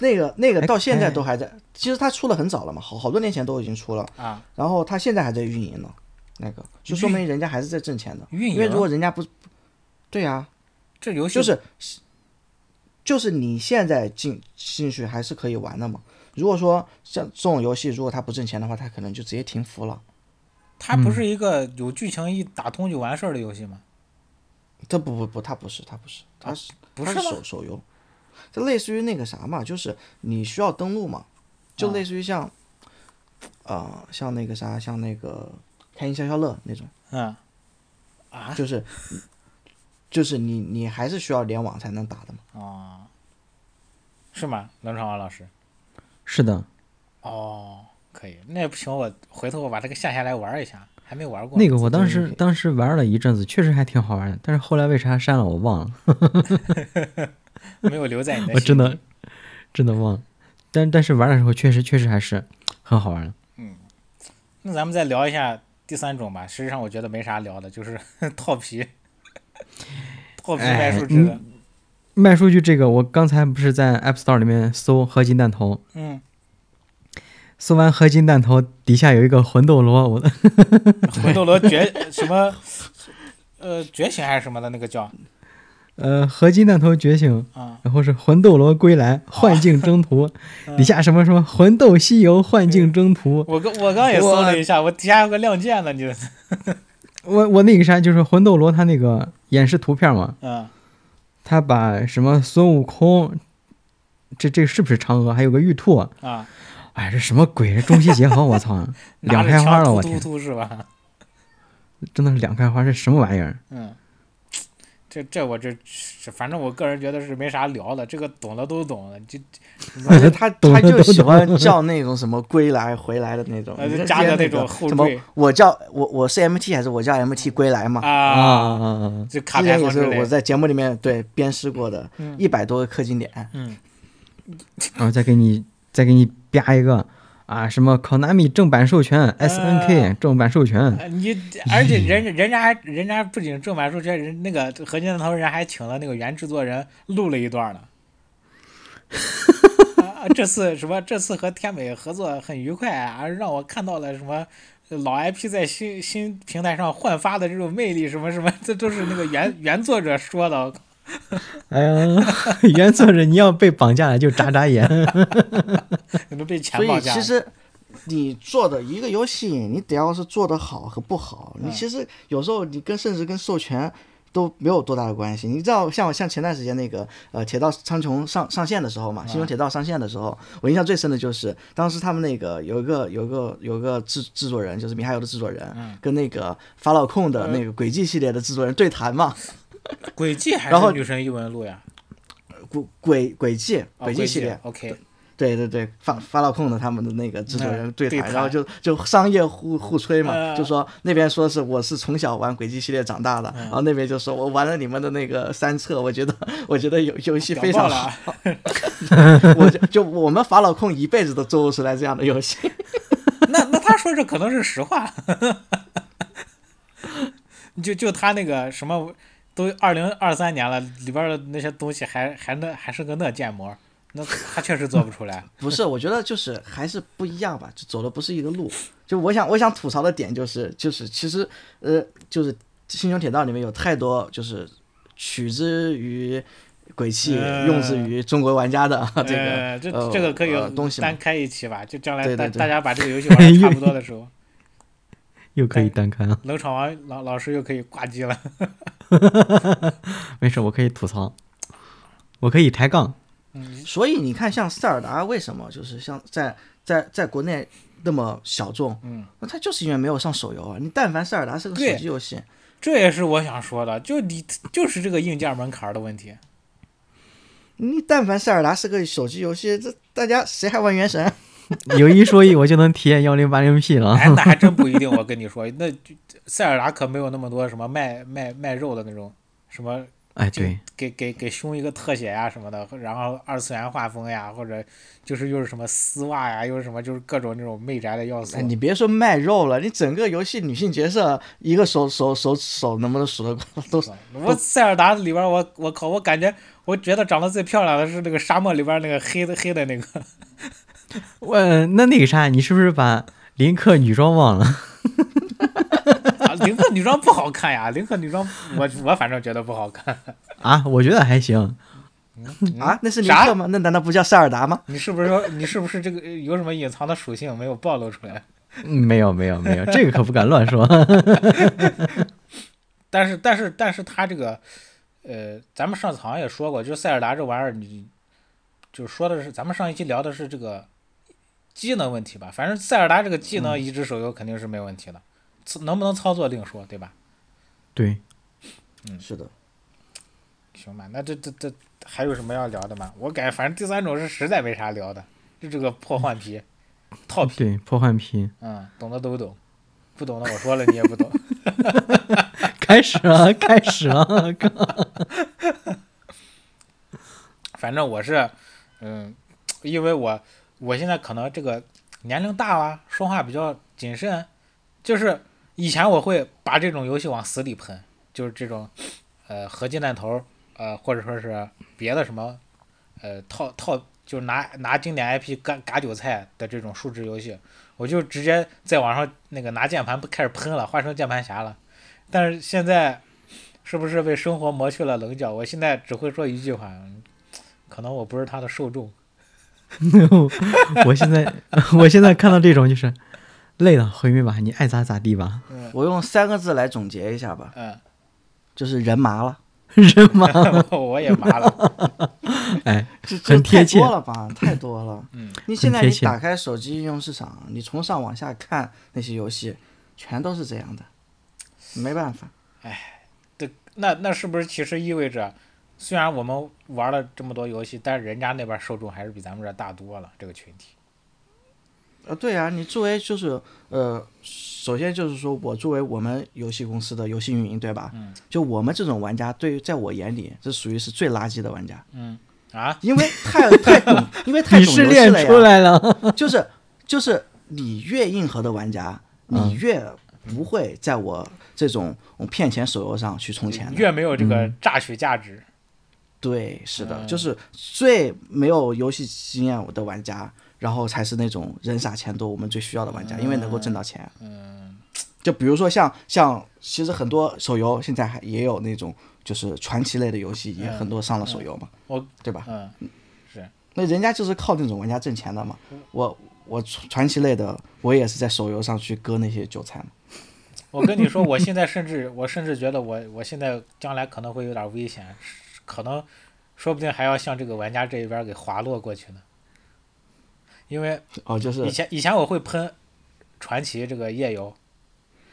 那个那个哎到现在哎都还在，其实它出了很早了嘛，好好多年前都已经出了，啊，然后它现在还在运营呢，那个就说明人家还是在挣钱的，运营啊因为如果人家不，对呀、这游戏就是就是你现在进进去还是可以玩的嘛。如果说像这种游戏，如果它不挣钱的话，它可能就直接停服了。它不嗯是一个有剧情一打通就完事儿的游戏吗？它不不不，它不是，它不是，它是不它是吗手手游，这类似于那个啥嘛，就是你需要登录嘛，就类似于像，呃，像那个啥，像那个开心消消乐那种，嗯，啊就是就是你你还是需要联网才能打的嘛。哦，是吗？冷场王老师？是的，哦，可以，那不行，我回头我把这个下下来玩一下，还没玩过呢。那个我当真时是当时玩了一阵子，确实还挺好玩的，但是后来为啥删了我忘了，没有留在你的心 我里。真的真的忘了。但但是玩的时候确实确实还是很好玩的。那咱们再聊一下第三种吧。实际上我觉得没啥聊的，就是 套皮，套皮哎卖数值的。卖数据这个，我刚才不是在 App Store 里面搜合金弹头，嗯，搜完合金弹头底下有一个魂斗罗，我的魂嗯斗罗觉什么？呃，觉醒还是什么的那个叫呃合金弹头觉醒，啊？然后是魂斗罗归来幻境征途， 底下什么什么魂斗西游幻境征途，我刚我刚也搜了一下，我底下有个亮剑了，你我我那个啥就是魂斗罗它那个演示图片嘛，嗯他把什么孙悟空，这这是不是嫦娥？还有个玉兔，啊，哎，这什么鬼？这中西结合，我操， 拿两着开枪花了，突我突天，突是吧？真的是两开花，这什么玩意儿？嗯，这这我这这反正我个人觉得是没啥聊的，这个懂的都懂了，就我觉得他懂他了就懂喜了欢叫那种什么归来回来的那种呃，你加接的那那种个后什么缀我叫我我是 MT 还是我叫 MT 归来嘛？啊啊，啊啊！就卡之牌前坊也之是类我的。在节目里面对鞭尸过的嗯，一百多个氪金点，嗯，然后再给你再给你啪一个啊，什么 Konami 正版授权，SNK 正版授权，呃你而且人家人家还人家不仅正版授权，人那个合金弹头人还请了那个原制作人录了一段 呢。啊，这次什么？这次和天美合作很愉快啊，让我看到了什么老 IP 在新新平台上焕发的这种魅力，什么什么，这都是那个原原作者说的。我靠 哎呀， 原作者你要被绑架了就眨眨眼，你们被钱所绑以架其实你做的一个游戏，你得要是做的好和不好，你其实有时候你跟甚至跟授权都没有多大的关系。你知道，像我像前段时间那个呃《铁道苍穹》上上线的时候嘛，《星穹铁道》上线的时候，我印象最深的就是当时他们那个有一个有一个有一个制制作人，就是米哈游的制作人，跟那个法老控的那个轨迹系列的制作人对谈嘛， 轨迹还然是后女神异闻录呀？轨轨轨迹啊哦轨迹迹系列。 OK，对对对，发发到控的他们的那个制作人嗯对对谈，谈然后就就商业互互吹嘛，嗯就说那边说是我是从小玩轨迹系列长大的，然后那边就说我玩了你们的那个三册，我觉得 我觉得游游戏屌非爆常了好， 啊！我就就我们法老控一辈子都做不出来这样的游戏，那那他说这可能是实话， 就就他那个什么，都二零二三年了，里边的那些东西还还那还是个那建模，那他确实做不出 来。不是，我觉得就是还是不一样吧，就走的不是一个路。就我想我想吐槽的点就是就是其实呃就是《星穹铁道》里面有太多就是取之于鬼泣，嗯用之于中国玩家的这个、呃，这、呃这个可以呃东西嘛单开一期吧，就将来对大对对大家把这个游戏玩的差不多的时候， 又可以单看了。冷场王老老师又可以挂机了。 没事，我可以吐槽，我可以抬杠。嗯所以你看，像塞尔达为什么就是像在在在国内那么小众？嗯，那它就是因为没有上手游啊。你但凡塞尔达是个对手机游戏，这也是我想说的，就你就是这个硬件门槛儿的问题。你但凡塞尔达是个手机游戏，这大家谁还玩原神？有一说一，我就能体验幺零八零 P 了。哎，那还真不一定。我跟你说，那就塞尔达可没有那么多什么卖卖卖肉的那种，什么哎，对，给给给胸一个特写呀、什么的，然后二次元画风呀，或者就是又是什么丝袜呀，又是什么就是各种那种媚宅的要素哎，。你别说卖肉了，你整个游戏女性角色一个手手手手能不能数得过？都是我塞尔达里边儿我，我靠，我感觉我觉得长得最漂亮的是那个沙漠里边儿那个黑的黑的那个，我呃那那个啥，你是不是把林克女装忘了？啊、林克女装不好看呀，林克女装我我反正觉得不好看。啊，我觉得还行。啊，那是林嗯啥克吗？那难道不叫塞尔达吗？你是不是说你是不是这个呃有什么隐藏的属性没有暴露出来？嗯没有没有没有，这个可不敢乱说。 但是但是但是他这个，呃，咱们上次好像也说过，就是塞尔达这玩意儿，你就是说的是咱们上一期聊的是这个技能问题吧？反正塞尔达这个技能移植手游肯定是没问题的，操能不能操作另说，对吧？对，是的，行吧，那这这这还有什么要聊的吗？我感觉反正第三种是实在没啥聊的，就这个破换皮、套皮，对，破换皮嗯，懂的都懂，不懂的我说了你也不懂。 开始了，开始了，反正我是，嗯，因为我我现在可能这个年龄大了，说话比较谨慎，就是以前我会把这种游戏往死里喷，就是这种，呃，合金弹头，呃，或者说是别的什么，呃，套套就是拿拿经典 IP 嘎嘎韭菜的这种数值游戏，我就直接在网上那个拿键盘开始喷了，换成键盘侠了。但是现在是不是被生活磨去了棱角？我现在只会说一句话，可能我不是他的受众。 我现在我现在看到这种就是累了，回味吧，你爱咋咋地吧， 我用三个字来总结一下吧，嗯， 就是人麻了，人嘛，我也麻 了。哎，这这很贴太切多了吧，太多了。嗯，你现在很你贴切打开手机应用市场，你从上往下看那些游戏，全都是这样的，没办法。那那是不是其实意味着，虽然我们玩了这么多游戏，但是人家那边受众还是比咱们这儿大多了，这个群体。呃，对啊，你作为就是呃，首先就是说我作为我们游戏公司的游戏运营，对吧？嗯。就我们这种玩家，对于在我眼里，这属于是最垃圾的玩家，啊，因为太太懂，因为太鄙懂视游戏链了出呀。来了，就是就是你越硬核的玩家，你越不会在我这种骗钱手游上去充钱的。越没有这个榨取价值。对，是的，嗯就是最没有游戏经验的玩家，然后才是那种人傻钱多我们最需要的玩家，因为能够挣到钱。嗯，就比如说像像，其实很多手游现在还也有那种就是传奇类的游戏，也很多上了手游嘛，嗯我对吧？嗯，那人家就是靠那种玩家挣钱的嘛。我我传传奇类的，我也是在手游上去割那些韭菜嘛。我跟你说，我现在甚至我甚至觉得我我现在将来可能会有点危险，是可能说不定还要向这个玩家这一边给滑落过去呢。因为哦，就是以前以前我会喷传奇这个页游，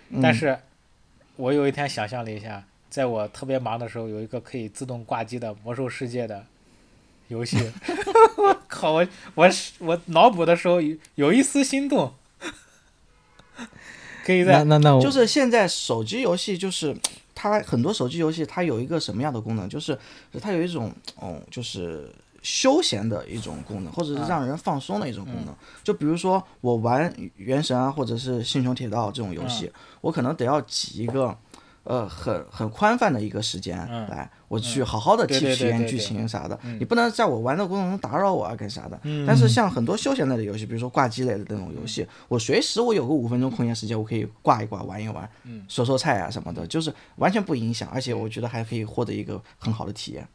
嗯但是我有一天想象了一下，在我特别忙的时候，有一个可以自动挂机的魔兽世界的游戏， 我靠！我我是我脑补的时候有有一丝心动，可以那在那那我就是现在手机游戏，就是它很多手机游戏，它有一个什么样的功能？就是它有一种，嗯，就是休闲的一种功能，或者是让人放松的一种功能。就比如说我玩《原神》啊，或者是《星穹铁道》这种游戏，嗯我可能得要挤一个。呃，很很宽泛的一个时间嗯来，我去好好的对去对体对验对剧对情啥的，你不能在我玩的过程中打扰我啊，干啥的。嗯但是像很多休闲类的游戏，比如说挂机类的那种游戏，我随时我有个五分钟空闲时间，我可以挂一挂、玩一玩，嗯说说菜啊什么的，就是完全不影响，而且我觉得还可以获得一个很好的体验。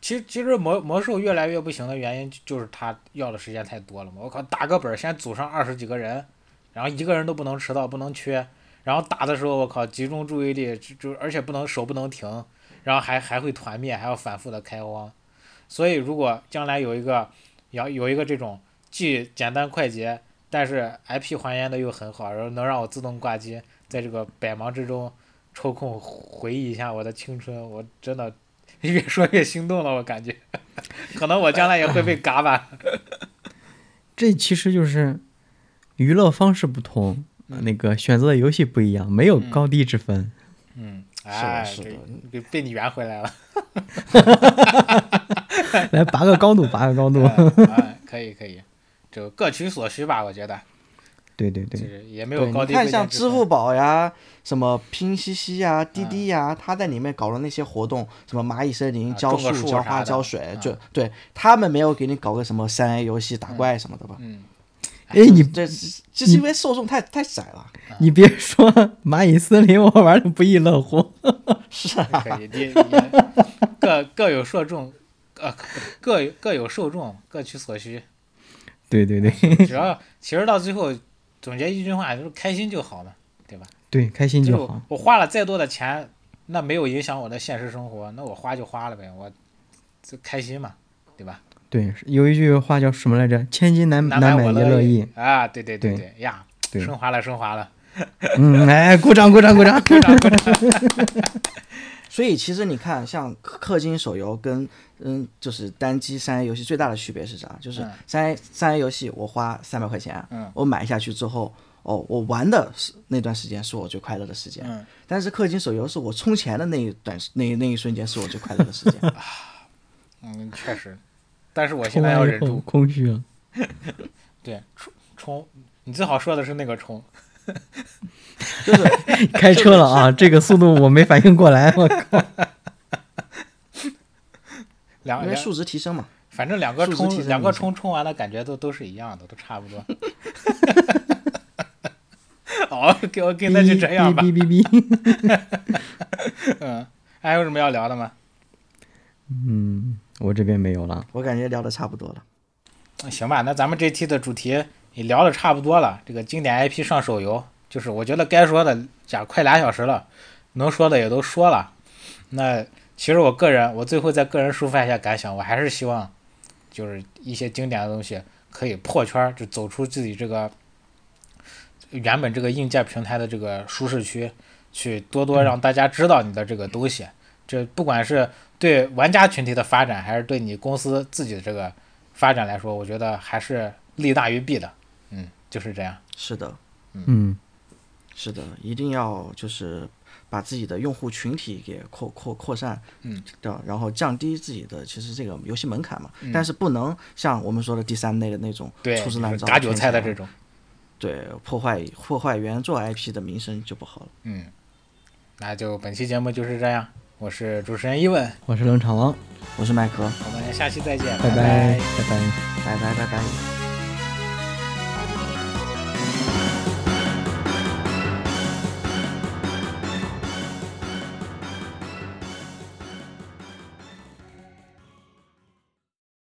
其实其实魔魔兽越来越不行的原因就就是它要的时间太多了嘛。我靠，打个本儿先组上二十几个人，然后一个人都不能迟到，不能缺。然后打的时候，我靠，集中注意力，就就而且不能手不能停，然后还还会团灭，还要反复的开荒。所以如果将来有一个要有一个这种既简单快捷，但是 IP 还原的又很好，然后能让我自动挂机，在这个百忙之中抽空回忆一下我的青春，我真的 越说越心动了，我感觉，可能我将来也会被嘎吧。这其实就是娱乐方式不同，那个选择的游戏不一样，没有高低之分。嗯，的哎，是的这被被你圆回来 了。来拔个高度，拔个高度。哎，可以可以，就各取所需吧，我觉得，对对就对，是也没有对，高你低看贵像贱之支分。付宝呀、什么拼夕夕呀、滴滴呀，它在里面搞了那些活动，什么蚂蚁森林、啊浇种个树、树浇啥花、的浇水，嗯就对他们没有给你搞个什么三 A 游戏打怪什么的吧？嗯，哎，你这就是因为受众太太窄 了。你别说蚂蚁森林，我玩的不亦乐乎。啊可以，你你各各有受众，呃，各有各有受众，各取所 需。对对对只要其实到最后总结一句话，就是开心就好嘛，对吧？对，开心就是就我好。我花了再多的钱，那没有影响我的现实生活，那我花就花了呗，我就开心嘛，对吧？对，有一句话叫什么来着？千金难难难我买也乐意意。啊！对对对对呀，对 升华了，升华了。嗯，哎，鼓掌鼓掌鼓掌！所以其实你看，像氪氪金手游跟嗯，就是单机三 A 游戏最大的区别是啥？就是嗯三 A 三 A 游戏我花三百块钱，嗯我买下去之后，哦，我玩的是那段时间是我最快乐的时间，嗯但是氪金手游是我充钱的那一段时那那一瞬间是我最快乐的 时间。嗯，确实，但是我现充在要完忍以后住。空虚啊，对，冲冲，你最好说的是那个冲，就是开车了啊，这个速度我没反应过来， 我靠，两因为两，数值提升嘛，反正两个数值提冲升两个明显冲冲完了，感觉都都是一样的，都差不 多。 好，哦给我给那就这样吧。哔哔哔哔哔。嗯，还有什么要聊的吗？嗯，我这边没有了。我感觉聊的差不多了。嗯行吧，那咱们这期的主题也聊的差不多了。这个经典 IP 上手游，就是我觉得该说的，讲快俩小时了，能说的也都说了。那其实我个人，我最后再个人抒发一下感想，我还是希望，就是一些经典的东西可以破圈儿，就走出自己这个原本这个硬件平台的这个舒适区，去多多让大家知道你的这个东西。这不管是对玩家群体的发展，还是对你公司自己的这个发展来说，我觉得还是利大于弊的。嗯，就是这样。是的，嗯，是的，一定要就是把自己的用户群体给扩扩扩散，嗯，对，然后降低自己的其实这个游戏门槛嘛，嗯但是不能像我们说的第三类的那种对，粗制就滥是造、打韭菜的这圈钱啊，种。对，破坏破坏原作 IP 的名声就不好了。嗯，那就本期节目就是这样。我是主持人伊问，我是冷场王，我是麦克，我们下期再见，拜拜拜拜。拜拜拜拜。